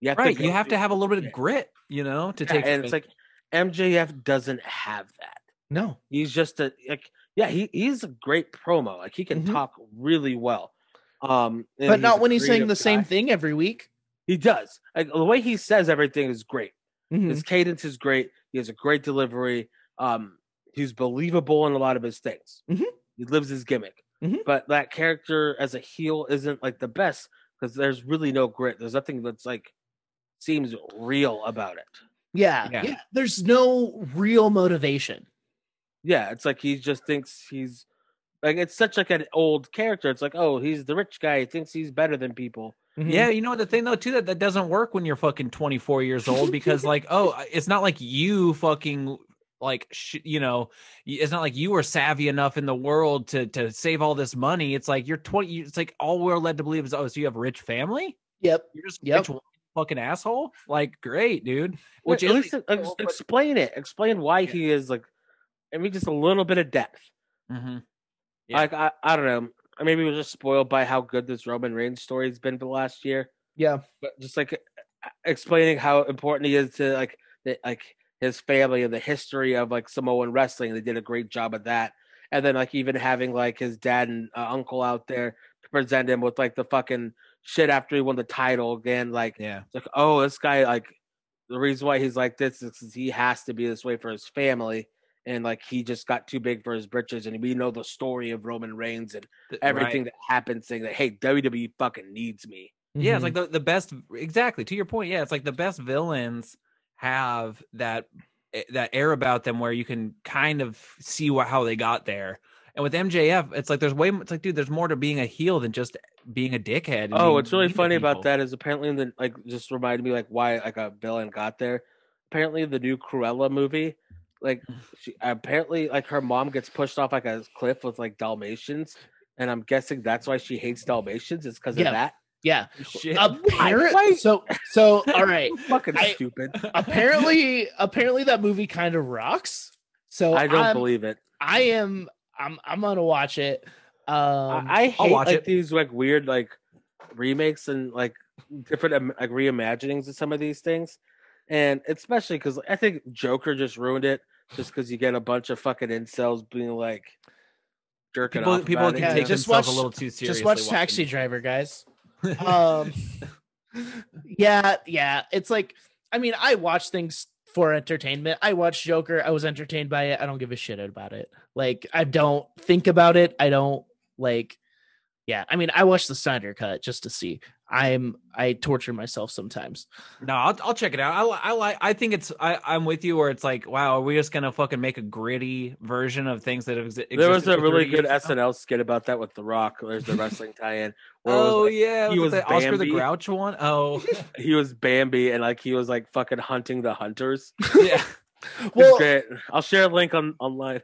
D: You have
A: right,
D: go
A: you have
D: through
A: to have a
D: some
A: little bit of
D: shit.
A: grit, you know, to
D: Yeah,
A: take.
D: and it's like MJF doesn't have that.
C: No.
D: He's just a like yeah, he he's a great promo. Like he can
C: Mhm.
D: talk really well. Um and
C: But not
D: a
C: when he's saying
D: creative
C: the same
D: guy.
C: thing every week.
D: He does. Like the way he says everything is great.
C: Mhm.
D: His cadence is great. He has a great delivery. Um he's believable in a lot of his things.
C: Mhm.
D: He lives his gimmick.
C: Mhm.
D: But that character as a heel isn't like the best because there's really no grit. There's nothing that's like seems real about it.
C: Yeah, yeah.
A: Yeah.
C: There's no real motivation.
D: Yeah, it's like he just thinks he's like it's such like an old character. It's like, oh, he's the rich guy. He thinks he's better than people.
C: Mm-hmm.
A: Yeah, you know the thing though too that that doesn't work when you're fucking 24 years old because like oh it's not like you fucking like sh- you know y- it's not like you were savvy enough in the world to to save all this money. It's like you're 20. you- It's like all we're led to believe is oh so you have a rich family.
C: Yep.
A: You're just
C: Yep.
A: rich fucking asshole. Like great dude. Which
D: Which at
A: is-
D: least ex- explain it. Explain why he is like. I mean, just a little bit of depth.
A: Mhm. Yeah.
D: Like I, I don't know. Or Maybe we're just spoiled by how good this Roman Reigns story has been for the last year.
C: Yeah.
D: But just like uh, explaining how important he is to like the, like his family and the history of like Samoan wrestling. They did a great job of that. And then like even having like his dad and uh, uncle out there to present him with like the fucking shit after he won the title again. Like
A: yeah.
D: it's like, oh, this guy, like, the reason why he's like this is 'cause he has to be this way for his family. And, like, he just got too big for his britches. And we know the story of Roman Reigns and
A: Th-
D: everything
A: right.
D: that happened, saying that, hey, WWE fucking needs me.
A: Yeah, it's like the, the best exactly to your point. Yeah, it's like the best villains have eh, that that air about them where you can kind of see what how they got there. And with MJF, it's like there's way. It's like, dude, there's more to being a heel than just being a dickhead. and
D: Oh,
A: being
D: what's really
A: mean to
D: funny about
A: people.
D: that is apparently the like just reminded me like why like a villain got there. Apparently the new Cruella movie, like she apparently like her mom gets pushed off like a cliff with like Dalmatians, and I'm guessing that's why she hates Dalmatians. It's because
C: Yeah.
D: of that.
C: Yeah.
A: Shit.
C: Apparently,
D: Wait.
C: so so all right.
D: Fucking
C: I-
D: stupid.
C: Apparently, apparently that movie kind of rocks. So
D: I don't
C: am
D: believe it.
C: I am I'm I'm gonna watch it. Um
D: I, I
A: I'll
D: hate
A: watch
D: like
A: it.
D: these like weird like remakes and like different um, like reimaginings of some of these things, and especially because I think Joker just ruined it just because you get a bunch of fucking incels being like jerking
A: people,
D: off.
A: people
D: about
A: can
D: it.
C: Yeah,
A: take
C: just
A: themselves
C: watch-
A: a little too seriously.
C: just watch
A: watching
C: Taxi
A: it.
C: Driver, guys. Um Yeah, yeah. It's like I mean, I watch things for entertainment. I watched Joker, I was entertained by it. I don't give a shit about it. Like I don't think about it. I don't like yeah, I mean, I watched the Snyder cut just to see. I'm I torture myself sometimes.
A: No, I'll, I'll check it out. I, li- I like. I think it's. I, I'm with you. Where it's like, wow, are we just gonna fucking make a gritty version of things that have exi- existed?
D: There was a
A: for 30
D: really good
A: years now?
D: SNL skit about that with The Rock. There's the wrestling tie-in. Where it was,
A: Oh
D: like,
A: yeah,
D: he
A: was
D: was
A: that Oscar the
D: Bambi.
A: Grouch one? Oh
D: he was Bambi and like he was like fucking hunting the hunters.
A: yeah.
D: Well,
C: Well,
D: I'll share a link on online.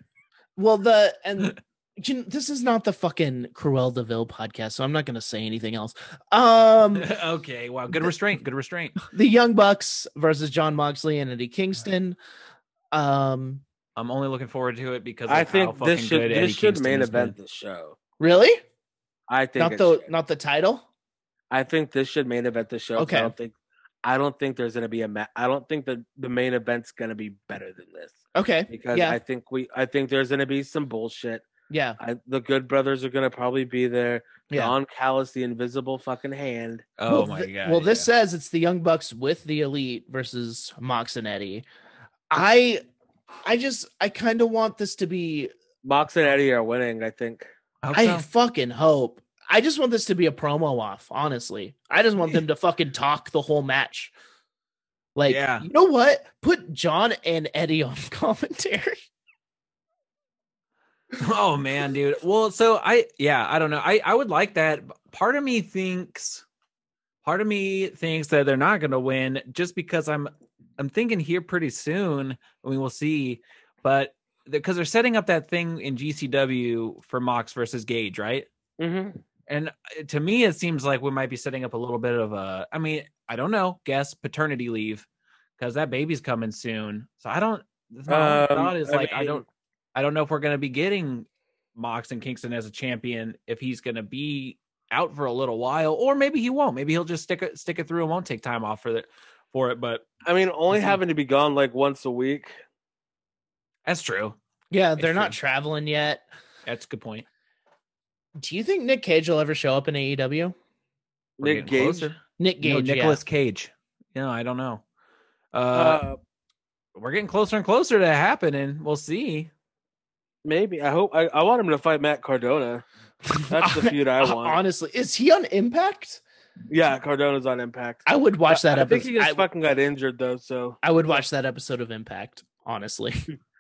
C: Well, the and you know, this is not the fucking Cruel Deville podcast, so I'm not gonna say anything else. Um,
A: okay. Wow. Good restraint. Good restraint.
C: the Young Bucks versus John Moxley and Eddie Kingston. Um,
A: I'm only looking forward to it because of
D: I
A: how
D: think
A: fucking
D: this should
A: good
D: this
A: Eddie
D: should
A: Kingston
D: main
A: has been.
D: event the show.
C: really?
D: I think
C: Not
D: it
C: the
D: should.
C: not the title.
D: I think this should main event the show.
C: Okay.
D: 'cause I don't think I don't think there's gonna be a ma- I don't think the the main event's gonna be better than this
C: Okay.
D: because
C: yeah.
D: I think we I think there's gonna be some bullshit.
C: yeah.
D: I, the Good Brothers are gonna probably be there.
C: Yeah.
D: Don Callis, the Invisible fucking hand.
A: Oh
C: well,
A: my
C: th-
A: god.
C: Well, this says it's the Young Bucks with the Elite versus Mox and Eddie. I, I just I kind of want this to be
D: Mox and Eddie are winning. I think.
A: yeah. Hope
C: I
A: so.
C: fucking hope. I just want this to be a promo off, honestly. I just want them to fucking talk the whole match. Like,
A: Yeah.
C: you know what? Put John and Eddie on commentary.
A: oh man, dude. Well, so I yeah, I don't know. I I would like that. but Part of me thinks part of me thinks that they're not going to win just because I'm I'm thinking here pretty soon. I mean, we'll see, but because they're setting up that thing in GCW for Mox versus Gage, right?
D: Mm-hmm.
A: And uh, to me, it seems like we might be setting up a little bit of a. I mean, I don't know. Guess paternity leave because that baby's coming soon. So I don't. that's My only
D: Um,
A: thought is
D: I
A: like I
D: mean-
A: don't. I don't know if we're going to be getting Mox and Kingston as a champion if he's going to be out for a little while, or maybe he won't. Maybe he'll just stick it stick it through and won't take time off for the for it. But
D: I mean, only
A: Mhm.
D: having to be gone like once a week.
A: that's true.
C: Yeah, they're
A: It's
C: not
A: true.
C: traveling yet.
A: That's a good point.
C: Do you think Nick Cage will ever show up in AEW?
A: We're getting
D: Nick Gage.
A: closer.
C: Nick Gage,
A: No,
C: yeah.
A: Nicholas Cage. No, I don't know. uh,
D: Uh,
A: we're getting closer and closer to happening. We'll see.
D: maybe. I hope. I, I want him to fight Matt Cardona. That's the feud I want.
C: Honestly, is he on Impact?
D: Yeah, Cardona's on Impact.
C: I would watch that
D: I, I think
C: episode.
D: he just
C: I,
D: fucking got injured though. So
C: I would watch that episode of Impact. Honestly,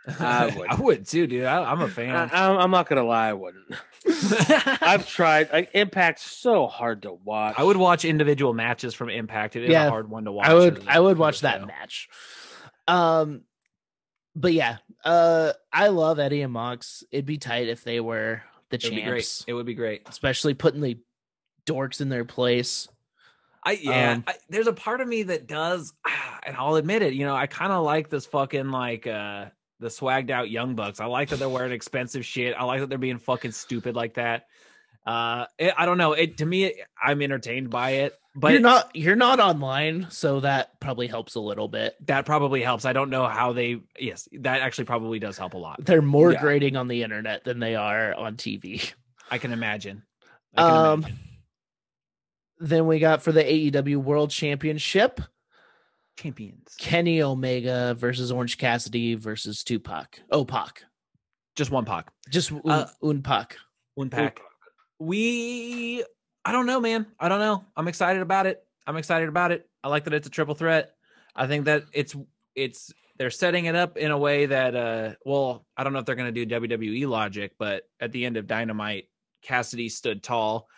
D: I would.
A: I would too, dude. I, I'm a
D: I,
A: fan.
D: I'm, I'm not gonna lie, I wouldn't.
A: I,
D: I've tried. Like, Impact's so hard to watch.
A: would watch individual matches from Impact. It is
C: Yeah.
A: a hard one to watch.
C: I would
A: as a-
C: I would
A: as
C: watch
A: a
C: that
A: show.
C: match. Um but yeah, uh I love Eddie and Mox. It'd be tight if they were the
A: It would be great.
C: champs,
A: It would be great.
C: especially putting the dorks in their place.
A: I yeah.
C: Um,
A: I, there's a part of me that does, and I'll admit it. You know, I kind of like this fucking like uh the swagged out young bucks. I like that they're wearing expensive shit. I like that they're being fucking stupid like that. Uh, it, I don't know. It to me, I'm entertained by it, but
C: you're not you're not online, so that probably helps a little bit.
A: that probably helps. I don't know how they. Yes, that actually probably does help a lot.
C: They're more
D: Yeah.
C: grating on the internet than they are on TV.
A: I can imagine. I can
C: Um
A: imagine.
C: then we got for the AEW World Championship,
A: champions.
C: Kenny Omega versus Orange Cassidy versus Tupac. Oh, Pac.
A: Just one pack.
C: Just un,
A: Uh,
C: un Pac.
A: One pack. We. I don't know, man. I don't know. I'm excited about it. I'm excited about it. I like that it's a triple threat. I think that it's it's they're setting it up in a way that uh well i don't know if they're going to do wwe logic but at the end of dynamite cassidy stood tall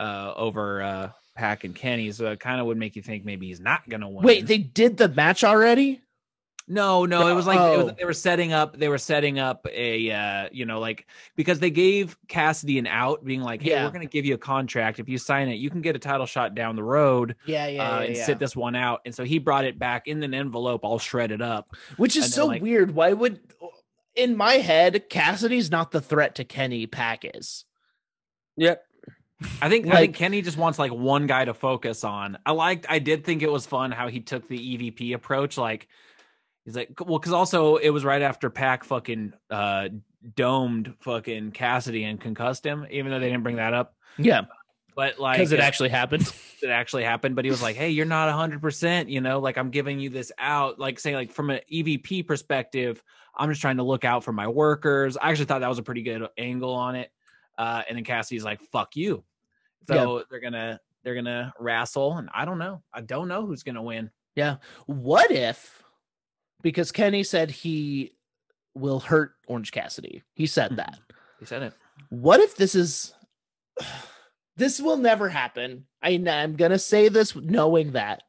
A: uh over uh pack and kenny so it kind of would make you think maybe he's not going to win
C: Wait, they did the match already?
A: no, no, it was like it was,
C: Oh.
A: they were setting up. They were setting up a, uh, you know, like because they gave Cassidy an out, being like, "Hey,
C: Yeah.
A: we're going to give you a contract. If you sign it, you can get a title shot down the road
C: Yeah, yeah,
A: uh, and sit this one out." And so he brought it back in an envelope, all shredded up.
C: Which is
A: and then,
C: so
A: like-
C: weird. Why would, in my head, Cassidy's not the threat to Kenny. Pack is.
D: Yep.
A: I think I
C: Like-
A: think Kenny just wants like one guy to focus on. I liked I did think it was fun how he took the EVP approach. Like he's like well, because also it was right after Pack fucking uh domed fucking Cassidy and concussed him, even though they didn't bring that up.
C: Yeah,
A: But like
C: because it actually happened.
A: it actually happened. But he was like, Hey, you're not hundred percent, you know, like I'm giving you this out, like saying like from an EVP perspective, I'm just trying to look out for my workers. I actually thought that was a pretty good angle on it. Uh and then Cassidy's like, fuck you. So they're gonna they're gonna wrestle and I don't know. I don't know who's gonna win.
C: What if, because Kenny said he will hurt Orange Cassidy. He said
D: Mm-hmm.
A: Mhm.
C: that.
A: He said it.
C: What if this is, this will never happen. I, I'm going to say this knowing that.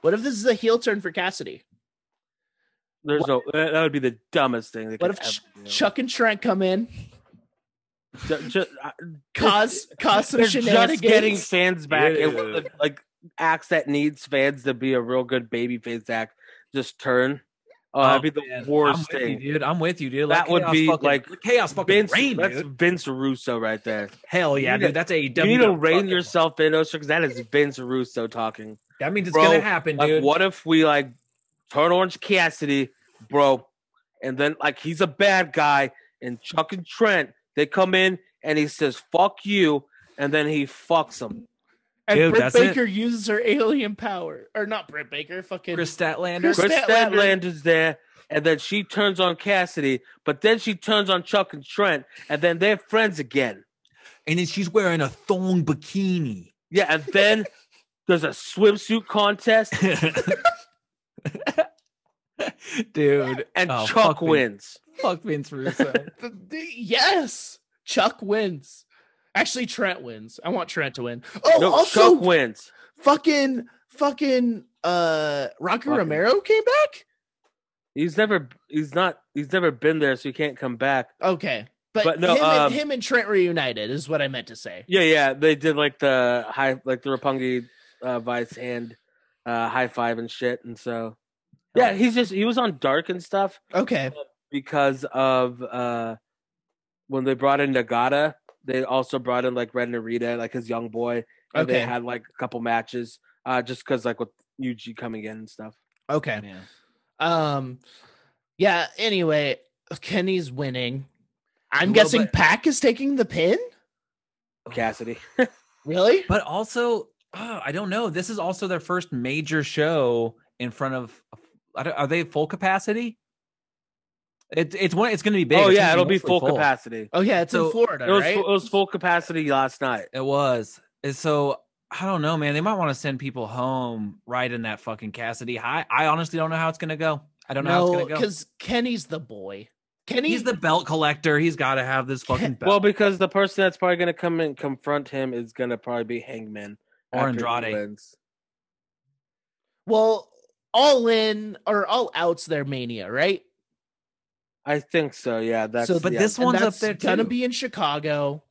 C: What if this is a heel turn for Cassidy?
D: There's no. That that would be the dumbest thing. They
C: What
D: could
C: if Ch-
D: ever do.
C: Chuck and Trent come in,
D: Ju- ju- I-
C: cause cause some
D: They're
C: shenanigans?
D: just getting fans back, and
A: Yeah.
D: one of the, like acts that needs fans to be a real good baby face act just turn. Oh, that'd be the
A: man.
D: worst
A: I'm with
D: thing.
A: you, duuld. I'm with you, dude.
D: That would
A: chaos
D: be,
A: fucking-
D: like,
A: let chaos fucking
D: Vince,
A: rain,
D: that's
A: dude.
D: Vince Russo right there.
A: Hell yeah,
D: you need
A: dude. That's a E
D: You need to rein yourself in, Osher, because that is Vince Russo talking.
A: That means it's
D: Bro,
A: gonna happen,
D: Like,
A: dude.
D: what if we like turn Orange Cassidy, bro, and then like he's a bad guy, and Chuck and Trent they come in and he says "fuck you," and then he fucks them.
C: And
A: Dude,
C: Britt
A: that's it.
C: Baker uses her alien power, or not Britt Baker? Fucking
A: Chris Statlander.
D: Chris
C: Statlander.
D: Statlander's there, and then she turns on Cassidy, but then she turns on Chuck and Trent, and then they're friends again.
A: and then she's wearing a thong bikini.
D: Yeah, and then there's a swimsuit contest,
A: Dude,
D: and
A: Oh, fuck
D: Chuck
A: me.
D: wins.
A: fuck Vince Russo.
C: The- the- yes, Chuck wins. Actually, Trent wins. I want Trent to win. Oh,
D: No,
C: also,
D: Chuck wins.
C: fucking, fucking, uh, Rocky
D: Fucking-
C: Romero came back.
D: He's never, he's not, he's never been there, so he can't come back.
C: Okay, but,
D: But no,
C: him,
D: um,
C: and, him and Trent reunited is what I meant to say.
D: Yeah, yeah, they did like the high, like the Rapungi uh, Vice hand uh, high five and shit, and so yeah, he's just he was on Dark and stuff
C: Okay,
D: because of uh when they brought in Nagata, they also brought in like Red Narita, like his young boy, and they
C: Okay.
D: had like a couple matches uh just because like with Yuji coming in and stuff.
C: okay. Um, yeah. Anyway, Kenny's winning. I'm
A: Well,
C: guessing
A: but-
C: Pack is taking the pin.
D: Cassidy,
C: Really?
A: But also, oh, I don't know. This is also their first major show in front of. I don't, are they full capacity? It, it's one. It's going to be big.
D: oh
A: It's
D: yeah,
A: gonna
D: it'll be
A: mostly
D: full, capacity.
C: Oh yeah, it's in
A: So,
C: Florida,
D: It was
C: right?
D: it was full capacity last night.
A: It was. And so I don't know, man. They might want to send people home right in that fucking Cassidy high. I honestly don't know how it's going to go. I don't know how it's
C: no,
A: going to go.
C: because Kenny's the boy. Kenny,
A: He's the belt collector. He's got to have this fucking belt.
D: Well, because the person that's probably gonna come and confront him is gonna probably be Hangman
A: Or
D: after he
A: Andrade.
D: wins.
C: well, all in or all out's their mania, right?
D: I think so. Yeah, that's
C: So,
A: but
D: yeah.
A: this
C: And
A: one's up
C: that's
A: there
C: gonna
A: too.
C: be in Chicago.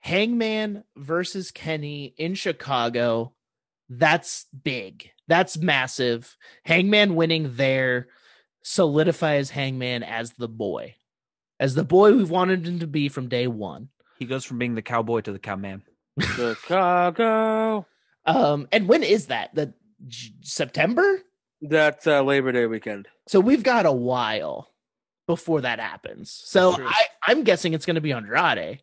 C: Hangman versus Kenny in Chicago. That's big. That's massive. Hangman winning there solidifies Hangman as the boy, as the boy we've wanted him to be from day one.
A: he goes from being the cowboy to the cowman.
D: Chicago.
C: Um, and when is that? The J- September?
D: That's uh, Labor Day weekend.
C: So we've got a while before that happens. So
A: true.
C: I, I'm guessing it's going to be Andrade.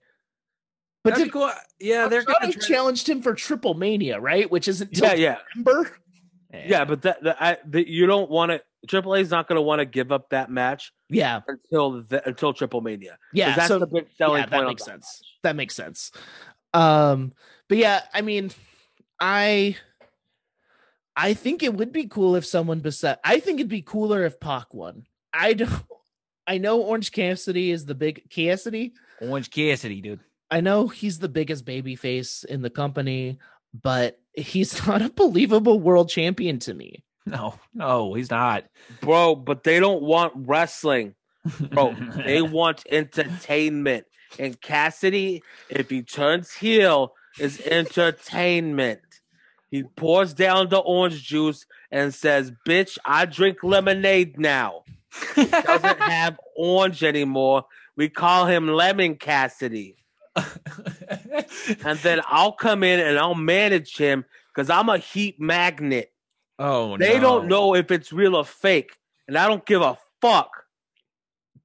C: But
A: That'd
C: did,
A: be cool. yeah, they're gonna
C: Andrade
A: try-
C: challenged him for Triple Mania, right? Which isn't till
D: Yeah, yeah,
C: December.
D: yeah. But that, that, I, that you don't want to. Triple A's not going to want to give up that match
C: Yeah,
D: until the, until Triple Mania. 'Cause
C: yeah.
D: that's
C: so
D: the big selling
C: yeah,
D: point.
C: that
D: on
C: makes sense. That makes sense. Um, but yeah, I mean, I I think it would be cool if someone beside. I think it'd be cooler if Pac won. I don't. I know Orange Cassidy is the big Cassidy.
A: Orange Cassidy, dude.
C: I know he's the biggest baby face in the company, but he's not a believable world champion to me.
A: No, no, he's not.
D: bro. But they don't want wrestling, bro. they want entertainment. And Cassidy, if he turns heel, is entertainment. He pours down the orange juice and says, "Bitch, I drink lemonade now." Doesn't have orange anymore. We call him Lemon Cassidy. And then I'll come in and I'll manage him because I'm a heat magnet.
A: oh,
D: They
A: no.
D: don't know if it's real or fake, and I don't give a fuck.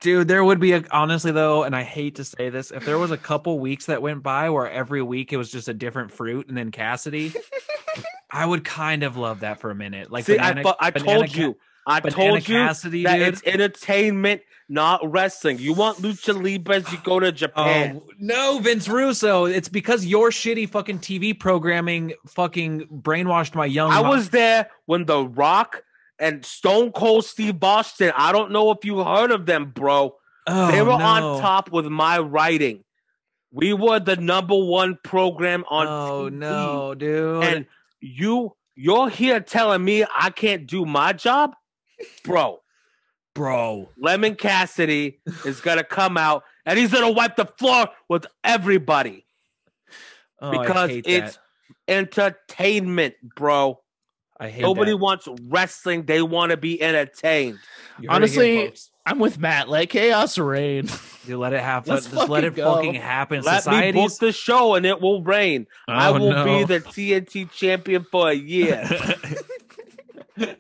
A: dude. There would be a honestly though, and I hate to say this, if there was a couple weeks that went by where every week it was just a different fruit, and then Cassidy. I would kind of love that for a minute. Like,
D: See, I,
A: banana-
D: fu- I
A: banana
D: told
A: ca-
D: you, I
A: Banana
D: told you
A: Cassidy,
D: that
A: dude.
D: it's entertainment, not wrestling. You want lucha libres? You go to
A: Oh
D: Japan.
A: no, Vince Russo! It's because your shitty fucking TV programming fucking brainwashed oh my young.
D: I
A: mi-
D: was there when The Rock and Stone Cold Steve Austin. I don't know if you heard of them, bro.
A: Oh,
D: they were
A: no.
D: on top with my writing. We were the number one program on.
A: Oh
D: TV.
A: no, dude!
D: and you you're here telling me I can't do my job, bro.
A: bro,
D: Lemon Cassidy is gonna come out and he's gonna wipe the floor with everybody
A: Oh, I
D: because
A: hate
D: it's
A: that.
D: entertainment, bro.
A: I hate
D: Nobody
A: that.
D: wants wrestling; they want to be entertained.
A: You heard it here,
C: Honestly,
A: folks.
C: I'm with Matt. Let chaos reign.
A: You let it happen.
C: Let's
A: just let
C: fucking
A: it
C: go.
A: fucking happen.
D: Let me book
A: Society's
D: the show, and it will rain. I
A: Oh,
D: will be
A: no.
D: the TNT champion for a year.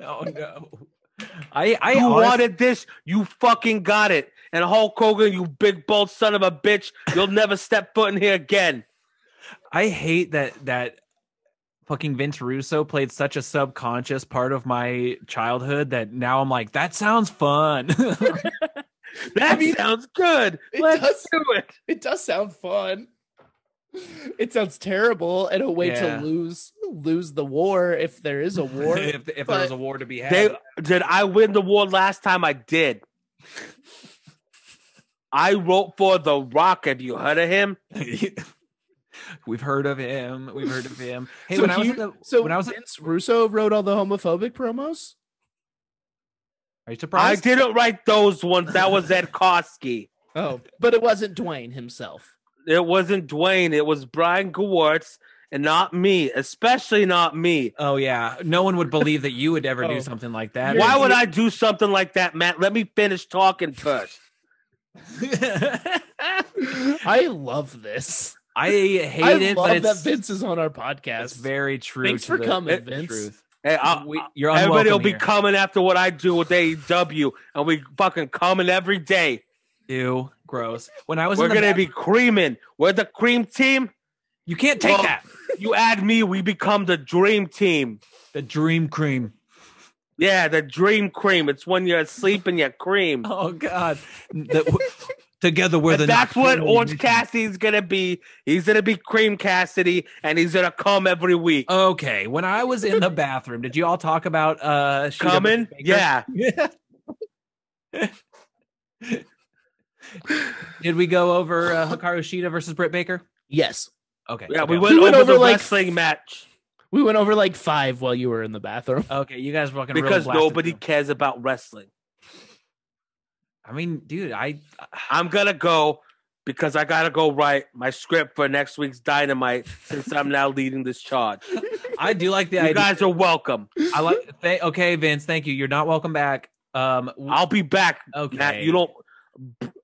A: oh no. I I
D: you
A: honest-
D: wanted this, you fucking got it. And Hulk Hogan, you big bald son of a bitch, you'll never step foot in here again.
A: I hate that that fucking Vince Russo played such a subconscious part of my childhood that now I'm like that sounds fun.
D: That sounds good.
C: it
D: Let's
C: does-
D: do it.
C: It does sound fun. It sounds terrible and a way
A: Yeah.
C: to lose lose the war if there is a war.
A: if if
C: but-
A: there was a war to be had.
D: They did I win the war last time I did. I wrote for The Rock. Have you heard of him?
A: We've heard of him. We've heard of him. Hey,
C: So
A: when I was
C: he-
A: in the,
C: so
A: when I was, in-
C: Vince Russo wrote all the homophobic promos.
A: are you
D: I
A: surprised?
D: didn't write those ones. That was Ed Koski.
C: Oh, but it wasn't Dwayne himself.
D: It wasn't Dwayne. It was Brian Gewirtz and not me, especially not me.
A: Oh yeah, no one would believe that you would ever
C: Oh.
A: do something like that.
C: You're-
D: Why would I do something like that, Matt? Let me finish talking first.
C: I love this.
A: I hate
C: I
A: it, but
C: love that
A: it's,
C: Vince is on our
A: it's
C: podcast.
A: very true.
C: Thanks
A: to
C: for
A: the-
C: coming,
A: it's
C: Vince.
A: Truth.
D: Hey, I-
A: We- you're
D: everybody will
A: unwelcome
D: be
A: here.
D: coming after what I do with AEW, and we fucking coming every day.
A: Ew, gross. When I was
D: We're
A: in the
D: gonna
A: bath-
D: be creaming. We're the cream team.
A: you can't take
D: Well-
A: that.
D: You add me, we become the dream team.
A: The dream cream.
D: Yeah, the dream cream. It's when you're asleep and you're cream.
A: Oh God. The- w- together we're the
D: and that's what
A: nocturnal
D: Orange
A: mission.
D: Cassidy's gonna be. He's gonna be Cream Cassidy, and he's gonna come every week.
A: Oh, Okay, when I was in the bathroom, did you all talk about uh Sheeta
D: coming?
A: Baker?
D: Yeah.
A: Did we go over uh, Hikaru Shida versus Britt Baker?
C: yes,
A: Okay.
D: Yeah, we
A: okay.
D: went,
C: We went
D: over,
C: over,
D: the
C: like,
D: wrestling match.
C: we went over like five while you were in the bathroom.
A: Okay, you guys fucking really
D: because
A: blasted
D: nobody
A: through.
D: cares about wrestling.
A: I mean, dude, I
D: I'm gonna go because I gotta go write my script for next week's Dynamite since I'm now leading this charge.
A: I do like the
D: you
A: idea.
D: guys are welcome.
A: I like. Th- okay, Vince, thank you. You're not welcome back. Um, w-
D: I'll be back.
A: okay.
D: Matt, you don't.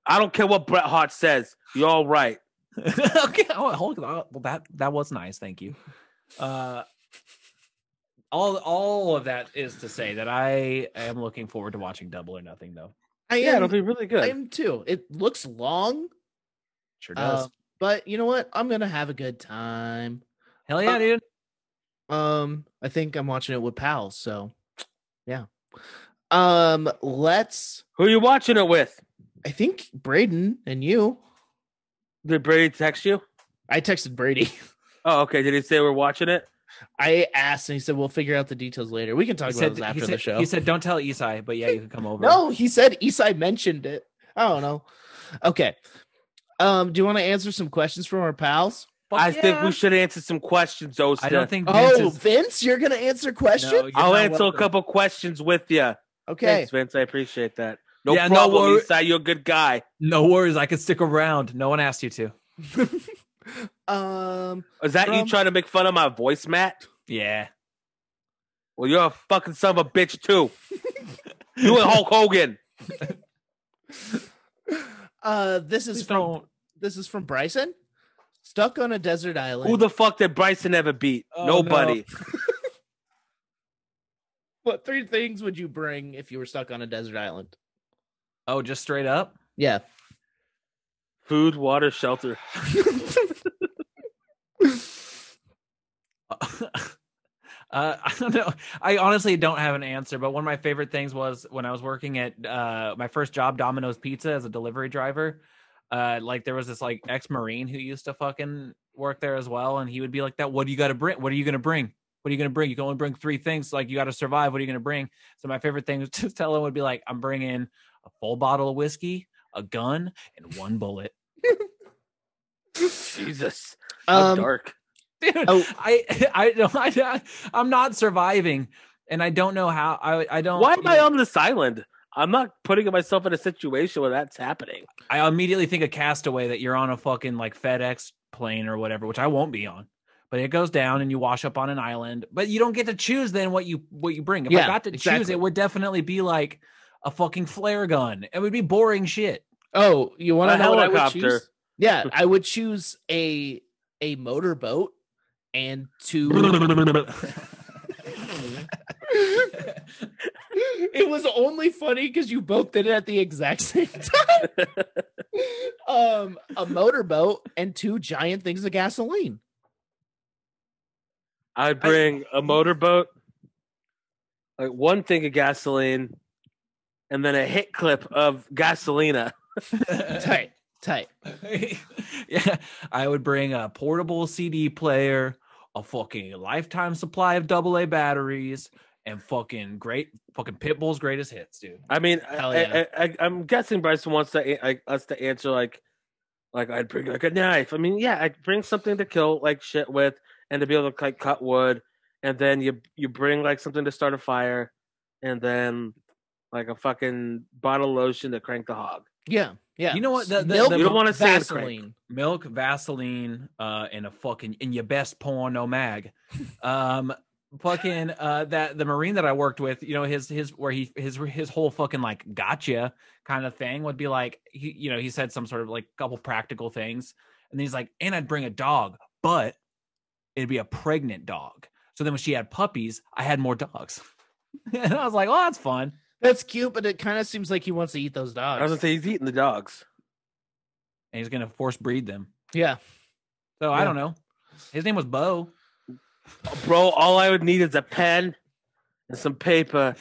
D: I don't care what Bret Hart says. You're all right.
A: okay. Oh, hold on. Well, that that was nice. Thank you. Uh, all all of that is to say that I am looking forward to watching Double or Nothing, though.
C: I am.
D: really
C: I am too. It looks long,
A: Sure does.
C: uh, but you know what? I'm gonna have a good time.
A: Hell yeah,
C: uh,
A: dude.
C: Um, I think I'm watching it with pals, so yeah. Um, let's.
D: Who you watching it with?
C: I think Braden and you.
D: Did Brady text you?
C: I texted Brady.
D: Oh, okay. Did he say we're watching it?
C: I asked and he said, We'll figure out the details later. We can talk
A: He
C: about
A: said,
C: this
A: he
C: after
A: said-
C: the show.
A: he said, "Don't tell Isai, but yeah, you can come over."
C: no, he said Isai mentioned it. I don't know. Okay. Um, do you want to answer some questions from our pals?
A: Fuck
D: I think
A: yeah.
D: we should answer some questions, Osta.
A: I don't think. Vince
C: Oh,
A: is-
C: Vince, you're gonna answer questions?
A: No, you're
D: I'll
A: not
D: answer a
A: welcome.
D: couple questions with you.
C: Okay.
D: Thanks, Vince. I appreciate that. No
A: Yeah, no
D: problem,
A: worry-
D: Isai. You're a good guy.
A: No worries, I could stick around. No one asked you to.
C: um,
D: Is that you
C: From-
D: trying to make fun of my voice, Matt?
A: Yeah.
D: Well, you're a fucking son of a bitch too. you and Hulk Hogan.
C: uh, this is
A: Please
C: from
A: don't.
C: this is from Bryson. Stuck on a desert island.
D: Who the fuck did Bryson ever beat?
A: Oh, no.
D: Nobody.
C: what three things would you bring if you were stuck on a desert island?
A: Oh, just straight up.
C: Yeah.
D: Food, water, shelter.
A: Uh, I don't know. I honestly don't have an answer, but one of my favorite things was when I was working at uh, my first job, Domino's Pizza, as a delivery driver. Uh, like there was this like ex-marine who used to fucking work there as well, and he would be like, "That what do you got to bring? What are you gonna bring? What are you gonna bring? You can only bring three things. Like you got to survive. What are you gonna bring?" So my favorite thing was to tell him would be like, "I'm bringing a full bottle of whiskey, a gun, and one bullet."
D: Jesus. How
C: Um,
D: dark.
A: dude
C: Oh.
A: I, I don't I, i'm not surviving and i don't know how i i don't
D: Why am
A: you
D: I
A: know,
D: on this island? I'm not putting myself in a situation where that's happening.
A: i immediately think of castaway that you're on a fucking like fedex plane or whatever which i won't be on but it goes down and you wash up on an island but you don't get to choose then what you what you bring if
C: Yeah,
A: i got to choose
C: exactly.
A: it would definitely be like a fucking flare gun it would be boring shit
C: oh, you want
D: A
C: to know what I would
D: helicopter.
C: choose? Yeah, I would choose a a motorboat and two. it was only funny because you both did it at the exact same time. um, a motorboat and two giant things of gasoline.
D: I'd bring a motorboat, like one thing of gasoline, and then a hit clip of gasolina.
C: Tight, tight.
A: yeah, I would bring a portable CD player, a fucking lifetime supply of AA batteries, and fucking great fucking Pitbull's greatest hits, dude.
D: I mean,
C: Hell
D: I,
C: yeah.
D: I, I, I'm guessing Bryson wants to, a- like, us to answer like, like I'd bring like a knife. I mean, yeah, I'd bring something to kill like shit with, and to be able to like cut wood, and then you you bring like something to start a fire, and then like a fucking bottle of lotion to crank the hog.
C: Yeah, yeah.
A: You know what? The- the-
C: Milk,
A: the- You don't
D: wanna say it's
C: Vaseline.
A: Milk, Vaseline, uh, and a fucking in your best porn no mag. Um fucking uh that the marine that I worked with, you know, his his where he his his whole fucking like gotcha kind of thing would be like he you know, he said some sort of like couple practical things. And then he's like, and I'd bring a dog, but it'd be a pregnant dog. So then when she had puppies, I had more dogs. and I was like, oh, that's fun.
C: That's cute, but it kind of seems like he wants to eat those
D: I was gonna
C: dogs.
D: say he's eating the dogs.
A: And he's gonna force breed them.
C: Yeah.
A: So I
C: Yeah.
A: don't know. His name was Bo.
D: uh, Bro, all I would need is a pen and some paper.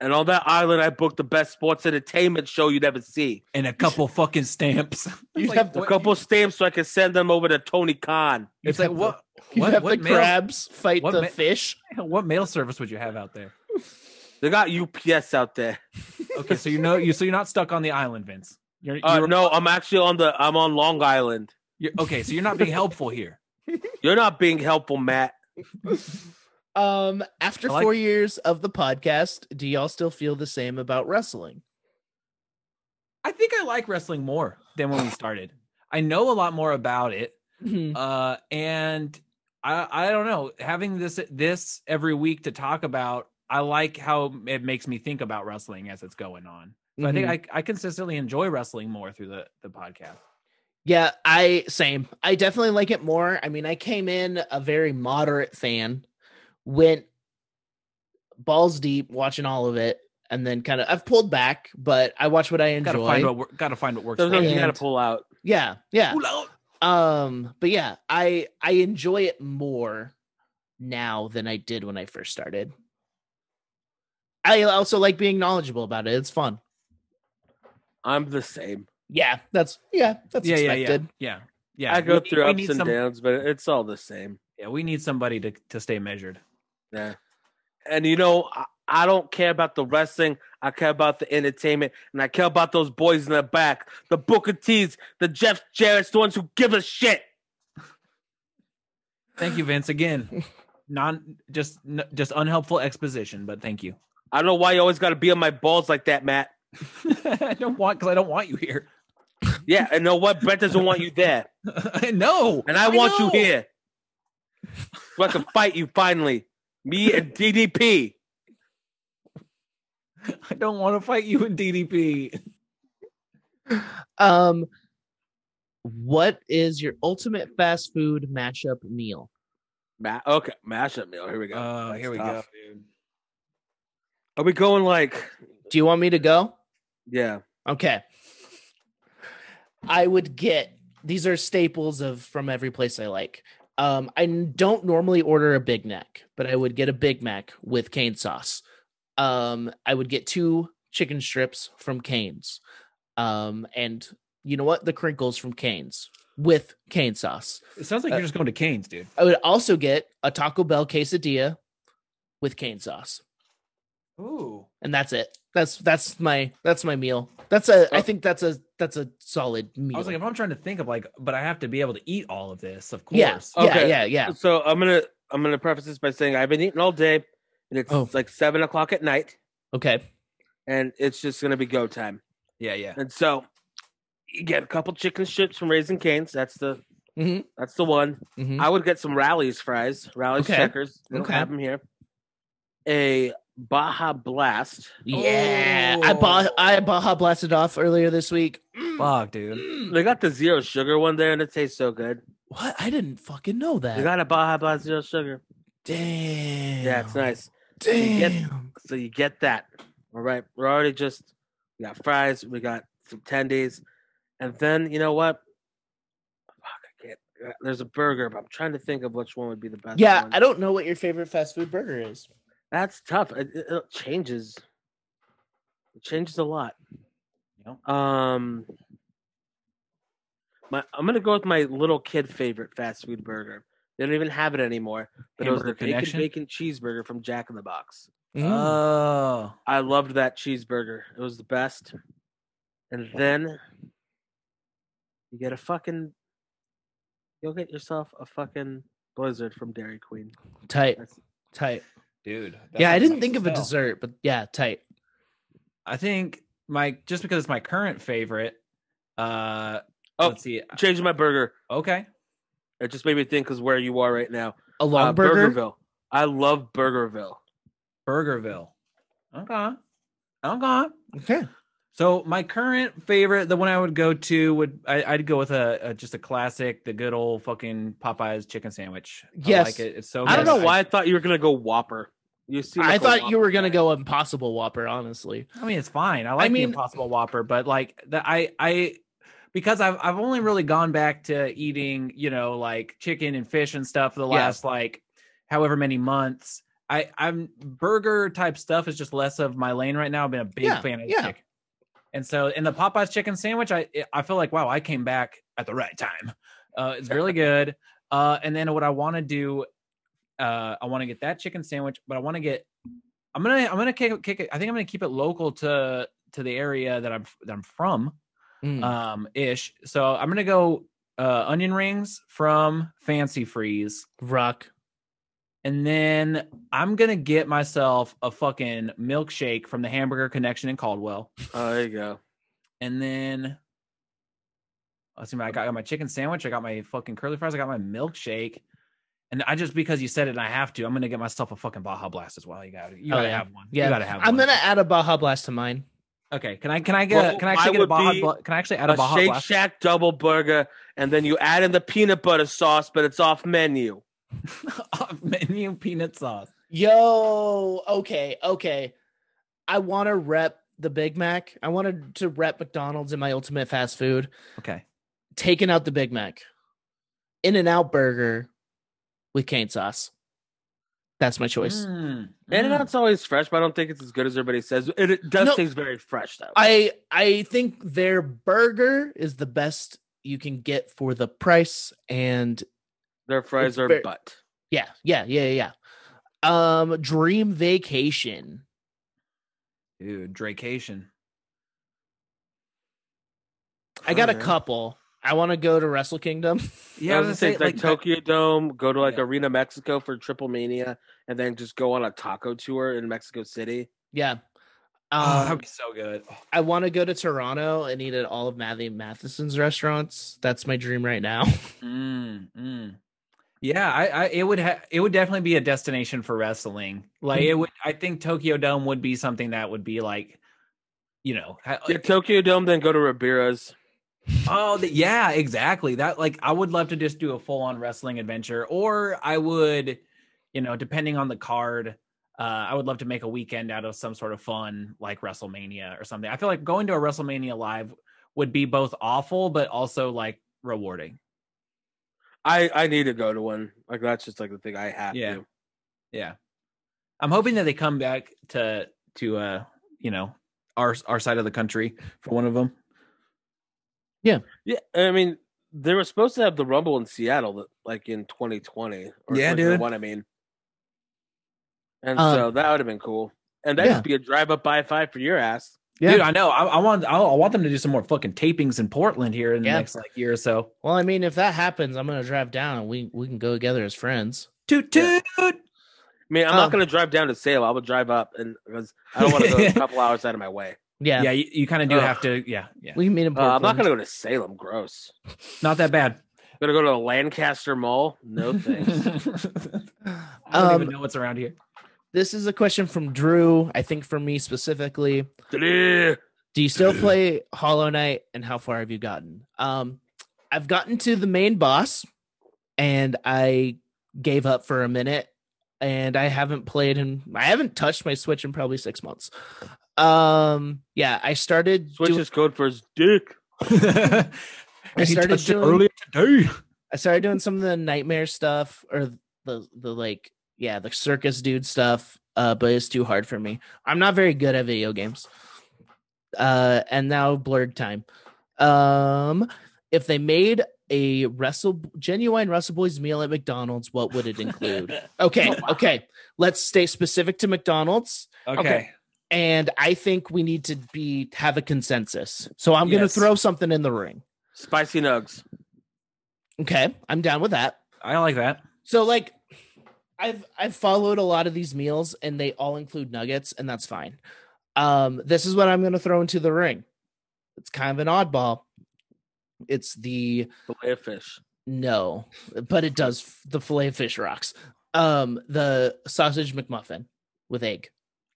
D: And on that island, I booked the best sports entertainment show you'd ever see.
A: and a couple fucking stamps.
C: You'd
A: It's
C: have
D: A
C: What-
D: couple stamps so I could send them over to Tony Khan.
A: It's
C: You'd
A: like
C: have
A: what?
C: You
A: What,
C: have
A: what,
C: the
A: mail,
C: crabs fight
A: what
C: the
A: ma-
C: fish.
A: what mail service would you have out there?
D: They got UPS out there.
A: Okay, so you know you so you're not stuck on the island, Vince. You're,
D: Uh,
A: you're,
D: no, I'm actually on the. I'm on Long Island.
A: you're- okay, so you're not being helpful here.
D: You're not being helpful, Matt.
C: Um, after
A: I like-
C: four years of the podcast, do y'all still feel the same about wrestling?
A: I think I like wrestling more than when we started. I know a lot more about it, uh, and I I don't know having this this every week to talk about. I like how it makes me think about wrestling as it's going on. So I think I, I consistently enjoy wrestling more through the the podcast.
C: yeah, I same. I definitely like it more. I mean, I came in a very moderate fan, went balls deep watching all of it, and then kind of I've pulled back, but I watch what I enjoy.
A: Gotta find what wor- gotta find what works. for
D: Sometimes
A: you.
D: you gotta
C: And-
D: pull out.
C: yeah, yeah.
A: Pull out.
C: Um, but yeah, I I enjoy it more now than I did when I first started. I also like being knowledgeable about it. It's fun.
D: I'm the same.
C: Yeah, that's yeah, that's
A: yeah, yeah, yeah,
C: expected.
A: yeah, yeah.
D: I go
A: We-
D: through
A: we
D: ups
A: need
D: and
A: some-
D: downs, but it's all the same.
A: Yeah, we need somebody to to stay measured.
D: Yeah. And you know, I, I don't care about the wrestling. I care about the entertainment, and I care about those boys in the back, the Booker T's, the Jeff Jarrett's, the ones who give a shit.
A: Thank you, Vince. Again, non just n- just unhelpful exposition, but thank you.
D: I don't know why you always got to be on my balls like that, Matt.
A: I don't want because I don't want you here.
D: Yeah, and know what? Brett doesn't want you there,
A: I know,
D: and I, want
A: know.
D: you here. So I can fight you finally. Me and DDP.
A: I don't want to fight you in DDP.
C: Um, what is your ultimate fast food matchup meal?
D: Ma- okay, mashup meal. Here we go.
A: Oh,
D: That's
A: here we
D: tough.
A: go, dude.
D: Uh, Are we going like?
C: Do you want me to go?
D: Yeah.
C: Okay. I would get these are staples of from every place I like. Um, I n- don't normally order a Big Mac, but I would get a Big Mac with cane sauce. Um, I would get two chicken strips from Cane's. Um, and you know what? The crinkles from Cane's with cane sauce.
A: It sounds like
C: Uh,
A: you're just going to Canes, dude.
C: I would also get a Taco Bell quesadilla with cane sauce.
A: Ooh,
C: And that's it. That's that's my that's my meal. That's a I
D: Oh.
C: think that's a that's a solid meal.
A: I was like, if I'm trying to think of like, but I have to be able to eat all of this, of course.
C: Yeah.
D: Okay.
C: Yeah. Yeah. Yeah.
D: So I'm gonna I'm gonna preface this by saying I've been eating all day, and it's
C: Oh.
D: like seven o'clock at night,
C: Okay.
D: and it's just gonna be go time.
A: yeah, yeah.
D: And so you get a couple chicken strips from Raising Canes. That's the
C: Mhm.
D: that's the one.
C: Mhm.
D: I would get some Rallies fries, Rallies
C: Okay.
D: checkers. We don't
C: Okay.
D: have them here. A Baja Blast.
C: Yeah. I bought I Baja blasted off earlier this week. Mm,
A: Fuck, dude.
C: mm.
D: They got the zero sugar one there, and it tastes so good.
C: What? I didn't fucking know
D: They
C: that.
D: got a Baja Blast zero sugar.
C: Damn.
D: Yeah, it's nice. You get-
C: Damn.
D: So you get that. All right. We're already just we got fries, we got some tendies, and then you know what? Fuck, I can't. uh, There's a burger, but I'm trying to think of which one would be the best.
C: Yeah,
D: one.
C: I don't know what your favorite fast food burger is.
D: That's tough. It, it- it changes. It changes a lot.
A: Yep.
D: Um, my I'm gonna go with my little kid favorite fast food burger. They don't even have it anymore, but it
A: Hamburger
D: was the bacon,
A: Connection?
D: bacon cheeseburger from Jack in the Box.
C: Mm. Mm-hmm.
A: Oh,
D: I loved that cheeseburger. It was the best. And then you get a fucking. You'll get yourself a fucking blizzard from Dairy Queen.
C: tight.
D: That's-
C: Tight.
A: dude. that
C: Yeah, I
A: sounds
C: didn't
A: like
C: think of a
A: sell.
C: dessert, but yeah, tight.
A: I think my just because it's my current favorite. Uh,
D: Oh.
A: let's see.
D: Changing my burger.
A: Okay,
D: It just made me think because where you are right now.
C: A long
D: Uh,
C: burger.
D: Burgerville. I love Burgerville.
A: Burgerville. Okay, okay.
C: Okay.
A: So my current favorite, the one I would go to would I, I'd go with a, a just a classic, the good old fucking Popeyes chicken sandwich. I
C: Yes.
A: like it. It's so.
D: I don't
A: good.
D: know why I thought you were gonna go Whopper. You see,
C: I thought you were gonna go Impossible Whopper, honestly.
A: I mean, it's fine. I like
C: mean-
A: the Impossible Whopper, but like that, I I because I've I've only really gone back to eating, you know, like chicken and fish and stuff for the
C: Yeah.
A: last like however many months. I I'm burger type stuff is just less of my lane right now. I've been a big
C: Yeah,
A: fan of
C: yeah.
A: chicken, and so in the Popeyes chicken sandwich, I I feel like wow, I came back at the right time. Uh, it's really good. Uh, and then what I want to do, uh, I want to get that chicken sandwich, but I want to get, I'm gonna, I'm gonna kick, kick it. I think I'm gonna keep it local to to the area that I'm that I'm from,
C: Mm.
A: um, ish. So I'm gonna go uh, onion rings from Fancy Freeze,
C: Rock.
A: and then I'm gonna get myself a fucking milkshake from the Hamburger Connection in Caldwell,
D: Oh, there you go.
A: and then. Let's see, I got, I got my chicken sandwich. I got my fucking curly fries. I got my milkshake. And I just because you said it, and I have to. I'm gonna get myself a fucking Baja Blast as well. You got, to you
C: Oh,
A: gotta
C: yeah.
A: have one.
C: Yeah.
A: you gotta have.
C: I'm
A: one.
C: gonna add a Baja Blast to mine.
A: Okay, can I can I get
D: Well,
A: a, can I
D: mine
A: actually get a
D: would
A: Baja
D: be
A: Bla- can I actually add a,
D: A
A: Baja
D: Shake
A: Blast?
D: Shack double burger, and then you add in the peanut butter sauce, but it's off menu.
A: off menu peanut sauce?
C: Yo, okay, okay. I want to rep the Big Mac. I wanted to rep McDonald's in my ultimate fast food.
A: Okay,
C: Taking out the Big Mac, In and Out Burger with cane sauce. That's my choice.
A: Mm,
D: In and
A: mm.
D: out's always fresh, but I don't think it's as good as everybody says. It, it does
C: No.
D: taste very fresh though.
C: I I think their burger is the best you can get for the price, and
D: Their fries
C: it's
D: are
C: ver-
D: butt.
C: Yeah, yeah, yeah, yeah. yeah. Um, Dream Vacation.
A: Dude, Dracation.
C: I got a
D: Alright.
C: couple. I want to go to Wrestle Kingdom.
D: I was gonna say, like, Tokyo Dome, go to like Arena Mexico for Triple Mania, and then just go on a taco tour in Mexico City.
C: yeah.
A: Oh, that'd
C: Um,
A: be so good.
C: I want to go to Toronto and eat at all of Matthew Matheson's restaurants. That's my dream right now.
A: Mm, mm. Yeah, I, I it would ha- it would definitely be a destination for wrestling. Like it would, I think Tokyo Dome would be something that would be like, you know, ha-
D: Yeah, Tokyo Dome, then go to Ribera's.
A: oh the, yeah, exactly. That like I would love to just do a full on wrestling adventure, or I would, you know, depending on the card, uh, I would love to make a weekend out of some sort of fun like WrestleMania or something. I feel like going to a WrestleMania live would be both awful but also like rewarding.
D: I I need to go to one. Like that's just like the thing I have
A: Yeah.
D: to.
A: Yeah. I'm hoping that they come back to to uh, you know, our our side of the country for one of them.
D: Yeah, I mean, they were supposed to have the Rumble in Seattle, that- like in 2020 or
A: Yeah, dude.
D: 2021, I mean, and
C: Um,
D: so that would have been cool. And that'd
C: yeah.
D: just be a drive up by five for your ass.
C: Yeah.
A: Dude, I know. I, I want I, I want them to do some more fucking tapings in Portland here in the
C: Yeah.
A: next like year or so.
C: well, I mean, if that happens, I'm gonna drive down and we we can go together as friends.
A: Toot
D: Yeah.
A: toot.
D: I mean, I'm not
C: Um,
D: going to drive down to Salem. I would drive up, and because I don't want to go a couple hours out of my way.
C: Yeah,
A: Yeah, you, you kind of do
D: Ugh.
A: have to. Yeah, yeah.
C: we can meet in
D: Uh, I'm
C: Portland.
D: not going to go to Salem. Gross.
A: Not that bad.
D: Gonna go to the Lancaster Mall? No thanks.
A: I don't
C: Um,
A: even know what's around here.
C: This is a question from Drew. I think for me specifically.
D: Today,
C: Do you still play Hollow Knight and how far have you gotten? Um I've gotten to the main boss and I gave up for a minute and I haven't played him. I haven't touched my Switch in probably 6 months. Um yeah, I started
D: Switch
C: doing-
D: is code for his dick.
A: I
C: started doing-
A: earlier today.
C: I started doing some of the nightmare stuff or the the like yeah, the circus dude stuff, uh but it's too hard for me. I'm not very good at video games. Uh and now blurred time. Um if they made a wrestle genuine wrestle boys meal at McDonald's, what would it include? okay, okay. Let's stay specific to McDonald's
A: Okay.
C: and I think we need to be have a consensus. So I'm going to
A: Yes.
C: throw something in the ring.
D: Spicy nugs.
C: Okay, I'm down with that.
A: I like that.
C: So like I've I've followed a lot of these meals and they all include nuggets and that's fine. Um this is what I'm going to throw into the ring. It's kind of an oddball. It's the
D: Filet of fish.
C: no, but it does f- the fillet of fish rocks. Um the sausage McMuffin with egg.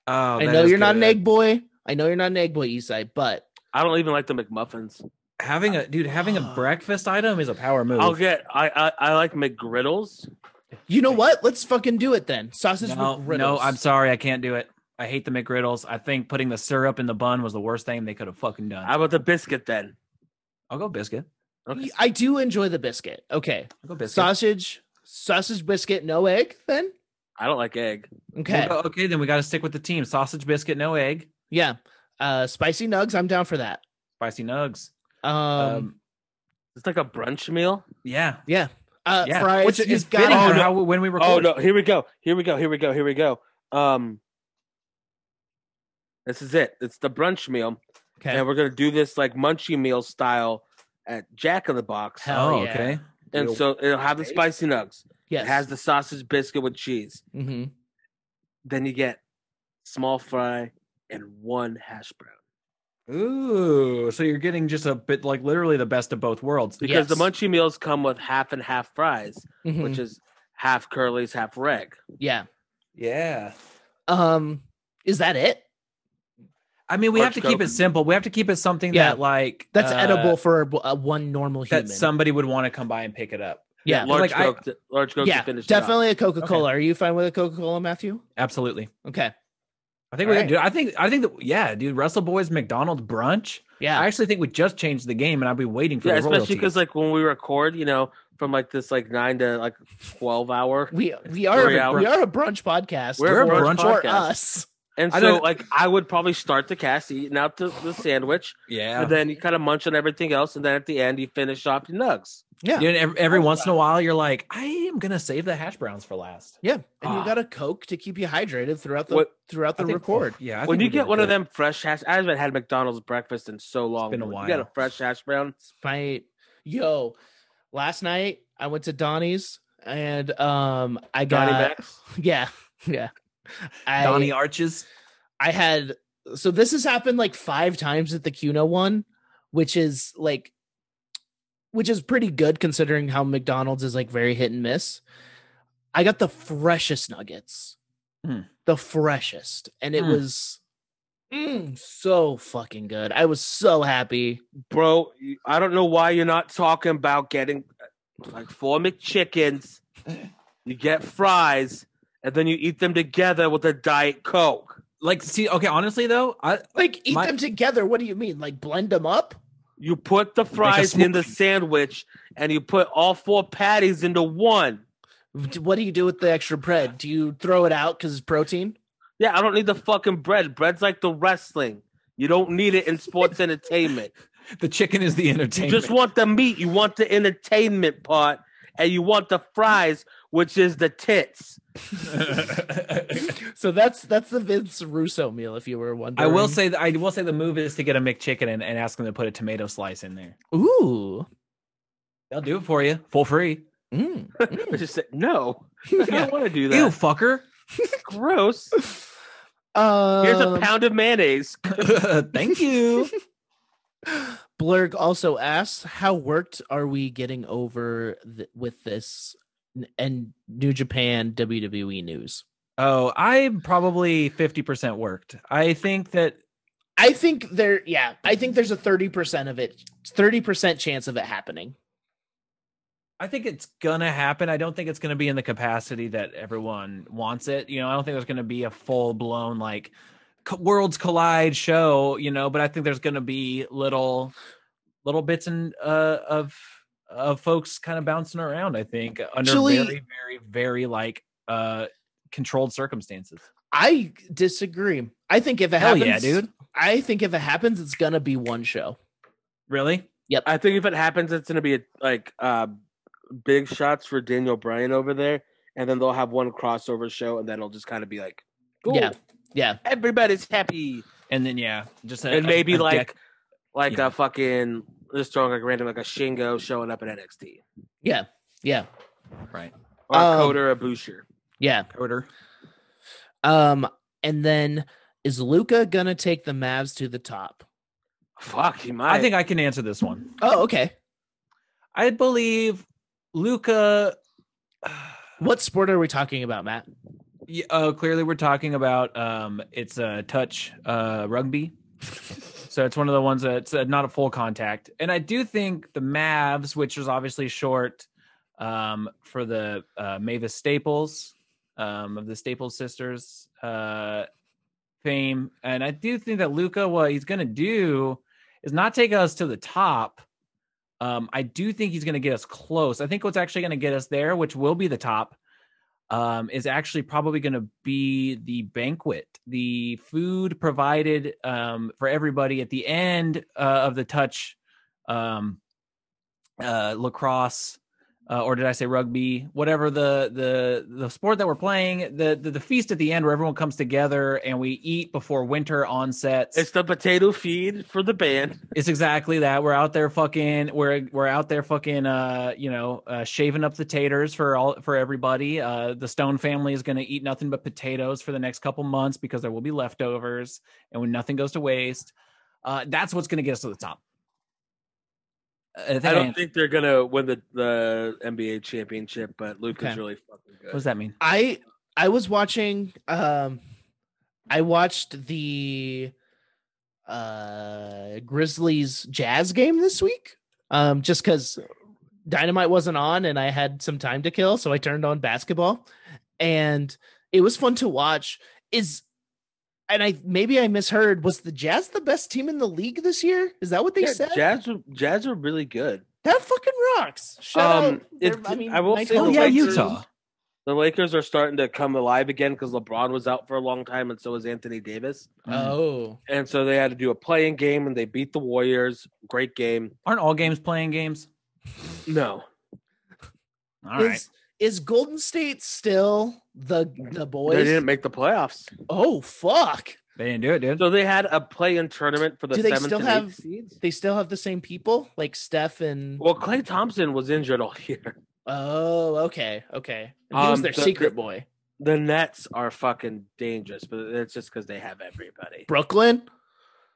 A: Oh,
C: I
A: that
C: know
A: is
C: you're not an
A: good.
C: egg boy. I know you're not an egg boy, Isai, but
D: I don't even like the McMuffins.
A: Having a dude having a breakfast item is a power move.
D: I'll get. I I, I like McGriddles.
C: you know what? Let's fucking do it then. Sausage
A: no,
C: McGriddles.
A: no, I'm sorry, I can't do it. I hate the McGriddles. I think putting the syrup in the bun was the worst thing they could have fucking done.
D: How about the biscuit then?
A: I'll go biscuit.
D: Okay.
C: I do enjoy the biscuit. Okay.
A: I'll go biscuit.
C: sausage sausage biscuit no egg then
D: I don't like egg.
C: okay
A: We'll go- okay, then we got to stick with the team. Sausage biscuit, no egg.
C: yeah uh spicy nugs i'm down for that
A: Spicy nugs.
C: um,
A: Um,
D: It's like a brunch meal.
A: yeah.
C: yeah uh
A: yeah.
C: fries
A: Which
C: you've
A: is
C: gotta
A: fitting for
C: have-
A: how when we record.
D: Oh no! Here we go. Here we go. Here we go. Here we go. Um, this is it. It's the brunch meal,
C: okay
D: and we're gonna do this like munchie meal style at Jack in the Box.
C: Hell
A: Oh,
C: yeah.
A: okay.
D: and so it'll have the spicy nugs.
C: yes
D: It has the sausage biscuit with cheese.
C: hmm
D: Then you get small fry and one hash brown.
A: Ooh, so you're getting just a bit like literally the best of both worlds.
D: because the
C: Yes.
D: munchie meals come with half and half fries, which is half curlies, half reg.
C: mm-hmm. yeah
A: Yeah.
C: um is that it
A: I mean, we have
D: Fudge
A: to keep
D: Coke.
A: it simple. We have to keep it something
C: Yeah.
A: that like
C: that's
A: uh,
C: edible for a, a one normal human
A: that somebody would want to come by and pick it up.
C: yeah
D: large
A: like, I-
D: coke, to, large coke
C: yeah
D: to finish. it off.
C: definitely a coca-cola are you fine with a coca-cola matthew
A: Absolutely.
C: okay
A: I think
C: All
A: we
C: right.
A: do. I think I think that yeah, dude. Russell Boys McDonald's brunch.
C: yeah
A: I actually think we just changed the game, and I'll be waiting for
D: Yeah,
A: the
D: especially
A: royalties.
D: because like when we record, you know, from like this like nine to like twelve hour,
C: we we are
D: Three
C: we
D: hours.
C: are a brunch podcast
D: We're a
C: for-
D: brunch
C: for
D: podcast.
C: us
D: And
A: I
D: so,
A: don't-
D: like, I would probably start the cast eating out the, the sandwich,
A: Yeah.
D: and then you kind of munch on everything else, and then at the end you finish off your nugs.
C: Yeah.
A: You know, every, every once in a while, you're like, I am gonna save the hash browns for last.
C: Yeah, and you
A: Ah.
C: got a Coke to keep you hydrated throughout the
D: What-
C: throughout the
A: I think-
C: record.
A: Yeah. I
D: when
A: think
D: you
A: we
D: get
A: did
D: one of
A: good.
D: them fresh hash, I haven't had McDonald's breakfast in so long.
A: been a
D: but when You got a
A: while.
D: fresh hash brown.
C: Spite. Yo, last night I went to Donnie's and um I got
D: Donnie Max.
C: yeah yeah I
A: Donnie Arches.
C: I had so this has happened like five times at the Cuno one, which is like which is pretty good considering how McDonald's is like very hit and miss. I got the freshest nuggets.
A: Hmm.
C: The freshest. And it
A: Hmm.
C: was mm, so fucking good. I was so happy.
D: Bro, you- I don't know why you're not talking about getting like four McChickens. You get fries, and then you eat them together with a Diet Coke.
A: Like, see, okay, honestly though, I
C: Like eat
A: My-
C: them together. What do you mean? Like blend them up?
D: You put the fries in the
A: smoothie.
D: sandwich, and you put all four patties into one.
C: What do you do with the extra bread? Do you throw it out because it's protein?
D: Yeah, I don't need the fucking bread. Bread's like the wrestling. You don't need it in sports entertainment.
A: the chicken is the
D: You
A: entertainment.
D: just want the meat. You want the entertainment part, and you want the fries, which is the tits.
C: so that's that's the Vince Russo meal, if you were
A: I
C: wondering.
A: will say that I will say the move is to get a McChicken and, and ask them to put a tomato slice in there.
C: ooh.
A: They'll do it for you for free.
C: Mm.
D: I just said no. I
C: Yeah.
D: don't want to do
A: You
D: that.
A: fucker.
D: Gross.
C: Um,
D: Here's a pound of mayonnaise.
A: Thank you.
C: Blurg also asks, "How worked are we getting over th- with this n- and New Japan WWE news?"
A: Oh, I'm probably 50% worked. I think that
C: I think there, yeah, I think there's a thirty percent of it, thirty percent chance of it happening.
A: I think it's gonna happen. I don't think it's gonna be in the capacity that everyone wants it. You know, I don't think there's gonna be a full blown like co- worlds collide show. You know, but I think there's gonna be little, little bits and uh, of of folks kind of bouncing around. I think under
C: Actually-
A: very, very, very like uh controlled circumstances.
C: I disagree. I think if it
A: Hell
C: happens,
A: yeah, dude.
C: I think if it happens, it's gonna be one show.
A: Really?
D: I think if it happens, it's gonna be like uh, big shots for Daniel Bryan over there, and then they'll have one crossover show, and then it'll just kind of be like, cool,
C: Yeah. Yeah,
D: everybody's happy,
A: And then yeah, just a,
D: and
A: a-
D: maybe
A: a
D: like
A: deck-
D: like
A: Yeah.
D: a fucking just throwing like random like a Shingo showing up at NXT
C: yeah, yeah,
A: right
D: or a
C: Um,
D: Coder a Boucher.
C: yeah.
A: coder.
C: Um, and then is Luca gonna take the Mavs to the top?
D: Fuck, he might.
A: I think I can answer this one.
C: Oh, okay.
A: I believe Luca.
C: What sport are we talking about, Matt?
A: Yeah, uh, clearly, we're talking about um, it's a touch uh, rugby, so it's one of the ones that's uh, not a full contact. And I do think the Mavs, which was obviously short um, for the uh, Mavis Staples um, of the Staples sisters uh, fame, and I do think that Luca, what he's going to do is not take us to the top. Um, I do think he's going to get us close. I think what's actually going to get us there, which will be the top, um, is actually probably going to be the banquet, the food provided um, for everybody at the end uh, of the touch um, uh, lacrosse, uh, or did I say rugby? Whatever the the the sport that we're playing, the, the the feast at the end where everyone comes together and we eat before winter onsets.
D: it's the potato feed for the band.
A: It's exactly that. We're out there fucking we're we're out there fucking uh you know uh shaving up the taters for all for everybody. Uh the Stone family is gonna eat nothing but potatoes for the next couple months because there will be leftovers and when nothing goes to waste. Uh that's what's gonna get us to the top. Uh, I think
D: I
A: I
D: don't
A: answered-
D: think they're gonna win the, the NBA championship, but Luca's
C: Okay.
D: really fucking
A: what
D: good.
A: does that mean?
C: I I was watching um I watched the uh Grizzlies Jazz game this week. Um just cuz Dynamite wasn't on and I had some time to kill, so I turned on basketball and it was fun to watch. Is and I maybe I misheard was the Jazz the best team in the league this year? Is that what they
D: Yeah,
C: said?
D: Jazz, were- Jazz are really good.
C: That fucking rocks. Shout
D: Um,
C: out. They're-
D: it- I will
C: Mike
D: say the
A: Oh
C: Conley.
A: yeah,
D: Lakers-
A: Utah.
D: The The Lakers are starting to come alive again because LeBron was out for a long time, and so was Anthony Davis.
A: Mm-hmm.
C: Oh,
D: And so they had to do a playing game, and they beat the Warriors. Great game.
A: Aren't all games playing games?
D: No,
A: All right.
C: is is Golden State still the the
D: they
C: boys?
D: didn't make the playoffs.
C: oh fuck!
A: They didn't do it, dude.
D: So they had a play-in tournament for the
C: Do they
D: seventh
C: still
D: and
C: have-
D: eighth seeds.
C: They still have the same people, like Steph and.
D: Well, Clay Thompson was injured all year.
C: Oh, okay, okay. And he was
D: Um,
C: their
D: the-
C: secret
D: the-
C: boy.
D: The Nets are fucking dangerous, but it's just because they have everybody.
C: Brooklyn.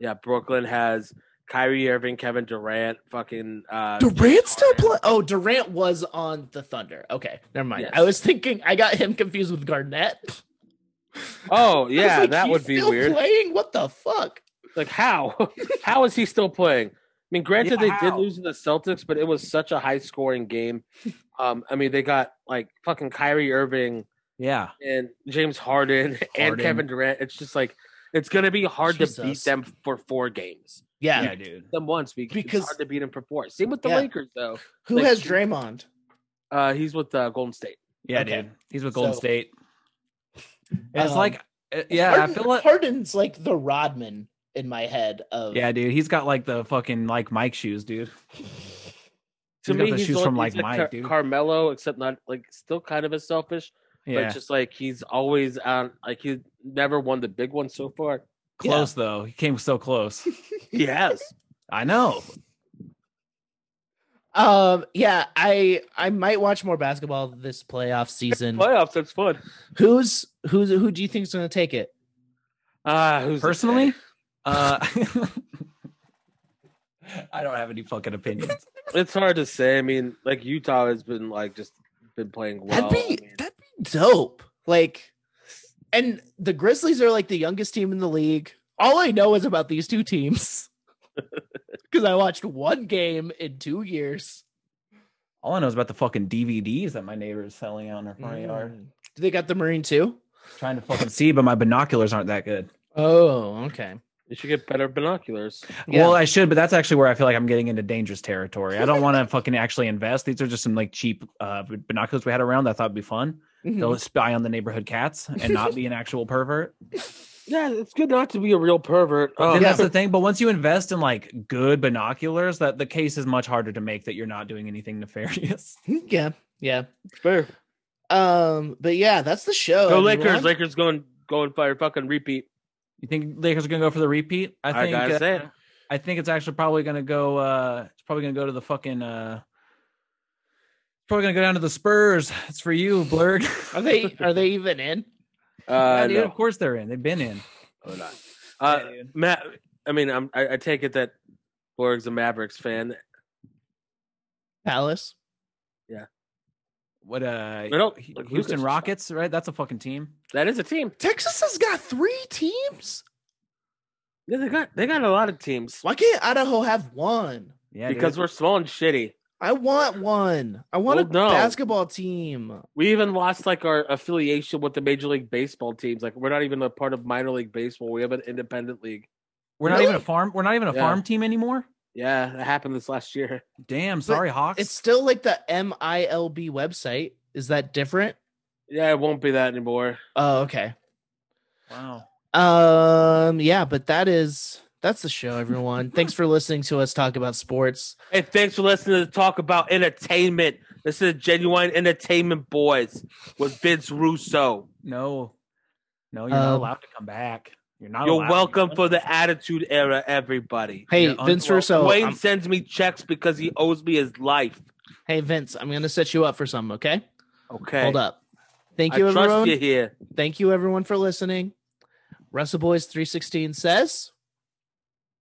D: Yeah, Brooklyn has Kyrie Irving, Kevin Durant, fucking uh,
C: Durant still
D: Harden.
C: play. Oh, Durant was on the Thunder. Okay, never mind.
D: Yes.
C: I was thinking I got him confused with Garnett.
D: Oh
C: I was
D: yeah,
C: like,
D: that
C: he's
D: would be
C: still
D: weird.
C: Playing? What the fuck?
D: Like how? how is he still playing? I mean, granted
A: Yeah,
D: they did
A: how?
D: lose to the Celtics, but it was such a high scoring game. Um, I mean, they got like fucking Kyrie Irving
A: yeah.
D: and James Harden, and
A: Harden.
D: Kevin Durant. It's just like it's gonna be hard to beat
C: Jesus.
D: them for four games.
C: Yeah.
A: Yeah, dude.
D: Them once because
C: Because-
D: it's hard to beat them for four. Same with the
C: Yeah.
D: Lakers though.
C: Who
D: Like-
C: has Draymond?
D: Uh, he's with uh, Golden State.
A: Yeah,
C: Okay.
A: dude. He's with Golden
C: So-
A: State. It's
C: Um,
A: like, uh, yeah, I
C: Harden,
A: feel like,
C: Harden's like the Rodman in my head. Of
A: yeah, dude. He's got like the fucking like Mike shoes, dude.
D: To
A: He's got
D: me,
A: the
D: he's
A: shoes
D: like-
A: from,
D: he's
A: like, Mike,
D: Car-
A: dude.
D: Carmelo, except not like still kind of a selfish. But
A: Yeah,
D: it's just like he's always on like he never won the big one so far.
A: close though. He came so close.
D: He has.
A: I know.
C: Um. Yeah. I I might watch more basketball this playoff season.
D: Playoffs, that's fun.
C: Who's who's who do you think is going to take it?
D: Uh who's
A: Personally, uh, I don't have any fucking opinions.
D: It's hard to say. I mean, like Utah has been like just been playing well.
C: that'd be
D: I mean,
C: that'd be dope. Like, and the Grizzlies are like the youngest team in the league. All I know is about these two teams because I watched one game in two years.
A: All I know is about the fucking DVDs that my neighbor is selling out in her front yard.
C: Mm. Do they got the Marine too?
A: Trying to fucking see, but my binoculars aren't that good.
C: Oh, okay.
D: you should get better binoculars.
C: Yeah.
A: Well, I should, but that's actually where I feel like I'm getting into dangerous territory. I don't want to fucking actually invest. These are just some like cheap uh, binoculars we had around. That I thought would be fun.
C: Mhm.
A: They'll spy on the neighborhood cats and not be an actual pervert.
D: Yeah, it's good not to be a real pervert. Oh,
A: And
C: Yeah.
A: that's the thing. But once you invest in like good binoculars, that the case is much harder to make that you're not doing anything nefarious.
C: yeah, yeah.
D: fair.
C: Um, but yeah, that's the show.
D: Go Lakers!
C: everyone.
D: Lakers going going for a fucking repeat.
A: You think Lakers are gonna go for the repeat? I
D: I,
A: think
D: gotta
A: uh,
D: say, it.
A: I think it's actually probably gonna go. uh It's probably gonna go to the fucking. uh Probably gonna go down to the Spurs. It's for you, Blurg.
C: Are they are they even in?
A: yeah,
D: uh,
A: dude,
D: no,
A: Of course they're in. They've been in.
D: we're not. Uh,
A: Yeah, dude.
D: Matt, I mean, I'm, I, I take it that Borg's a Mavericks fan.
C: Palace.
A: What uh
D: No, no,
A: H-
D: like Lucas
A: Houston
D: is
A: Rockets, right? That's a fucking team.
D: That is a team.
C: Texas has got three teams.
D: Yeah, they got they got a lot of teams
C: Why can't Idaho have one?
A: Yeah,
D: because
A: dude.
D: we're small and shitty.
C: I want one. I want a
D: Well, no.
C: basketball team.
D: We even lost like our affiliation with the Major League Baseball teams. Like we're not even a part of minor league baseball. We have an independent league.
A: we're not even a farm we're not even a
D: Yeah.
A: farm team anymore.
D: Yeah, that happened this last year.
A: Damn, sorry, Hawks.
C: It's still like the MILB website. Is that different?
D: Yeah, it won't be that anymore.
C: Oh, okay.
A: wow.
C: Um, yeah, but that is that's the show, everyone. Thanks for listening to us talk about sports.
D: Hey, thanks for listening to the talk about entertainment. This is genuine entertainment boys with Vince Russo.
A: No. No, you're not
C: Um,
A: allowed to come back. You're
C: Oh,
A: not
D: You're
A: allowed.
D: welcome for the Attitude Era, everybody.
C: Hey,
A: Yeah,
C: Vince
A: unwell-
C: Russo.
D: Wayne
C: Oh, I'm-
D: sends me checks because he owes me his life.
C: hey, Vince, I'm gonna set you up for something. Okay,
D: Okay.
C: hold up. Thank you,
D: I trust
C: everyone.
D: you here.
C: Thank you, everyone, for listening. Russell Boys 316 says.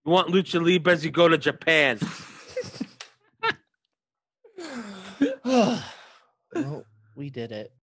D: You want Lucha Libres, you go to Japan.
C: well, we did it.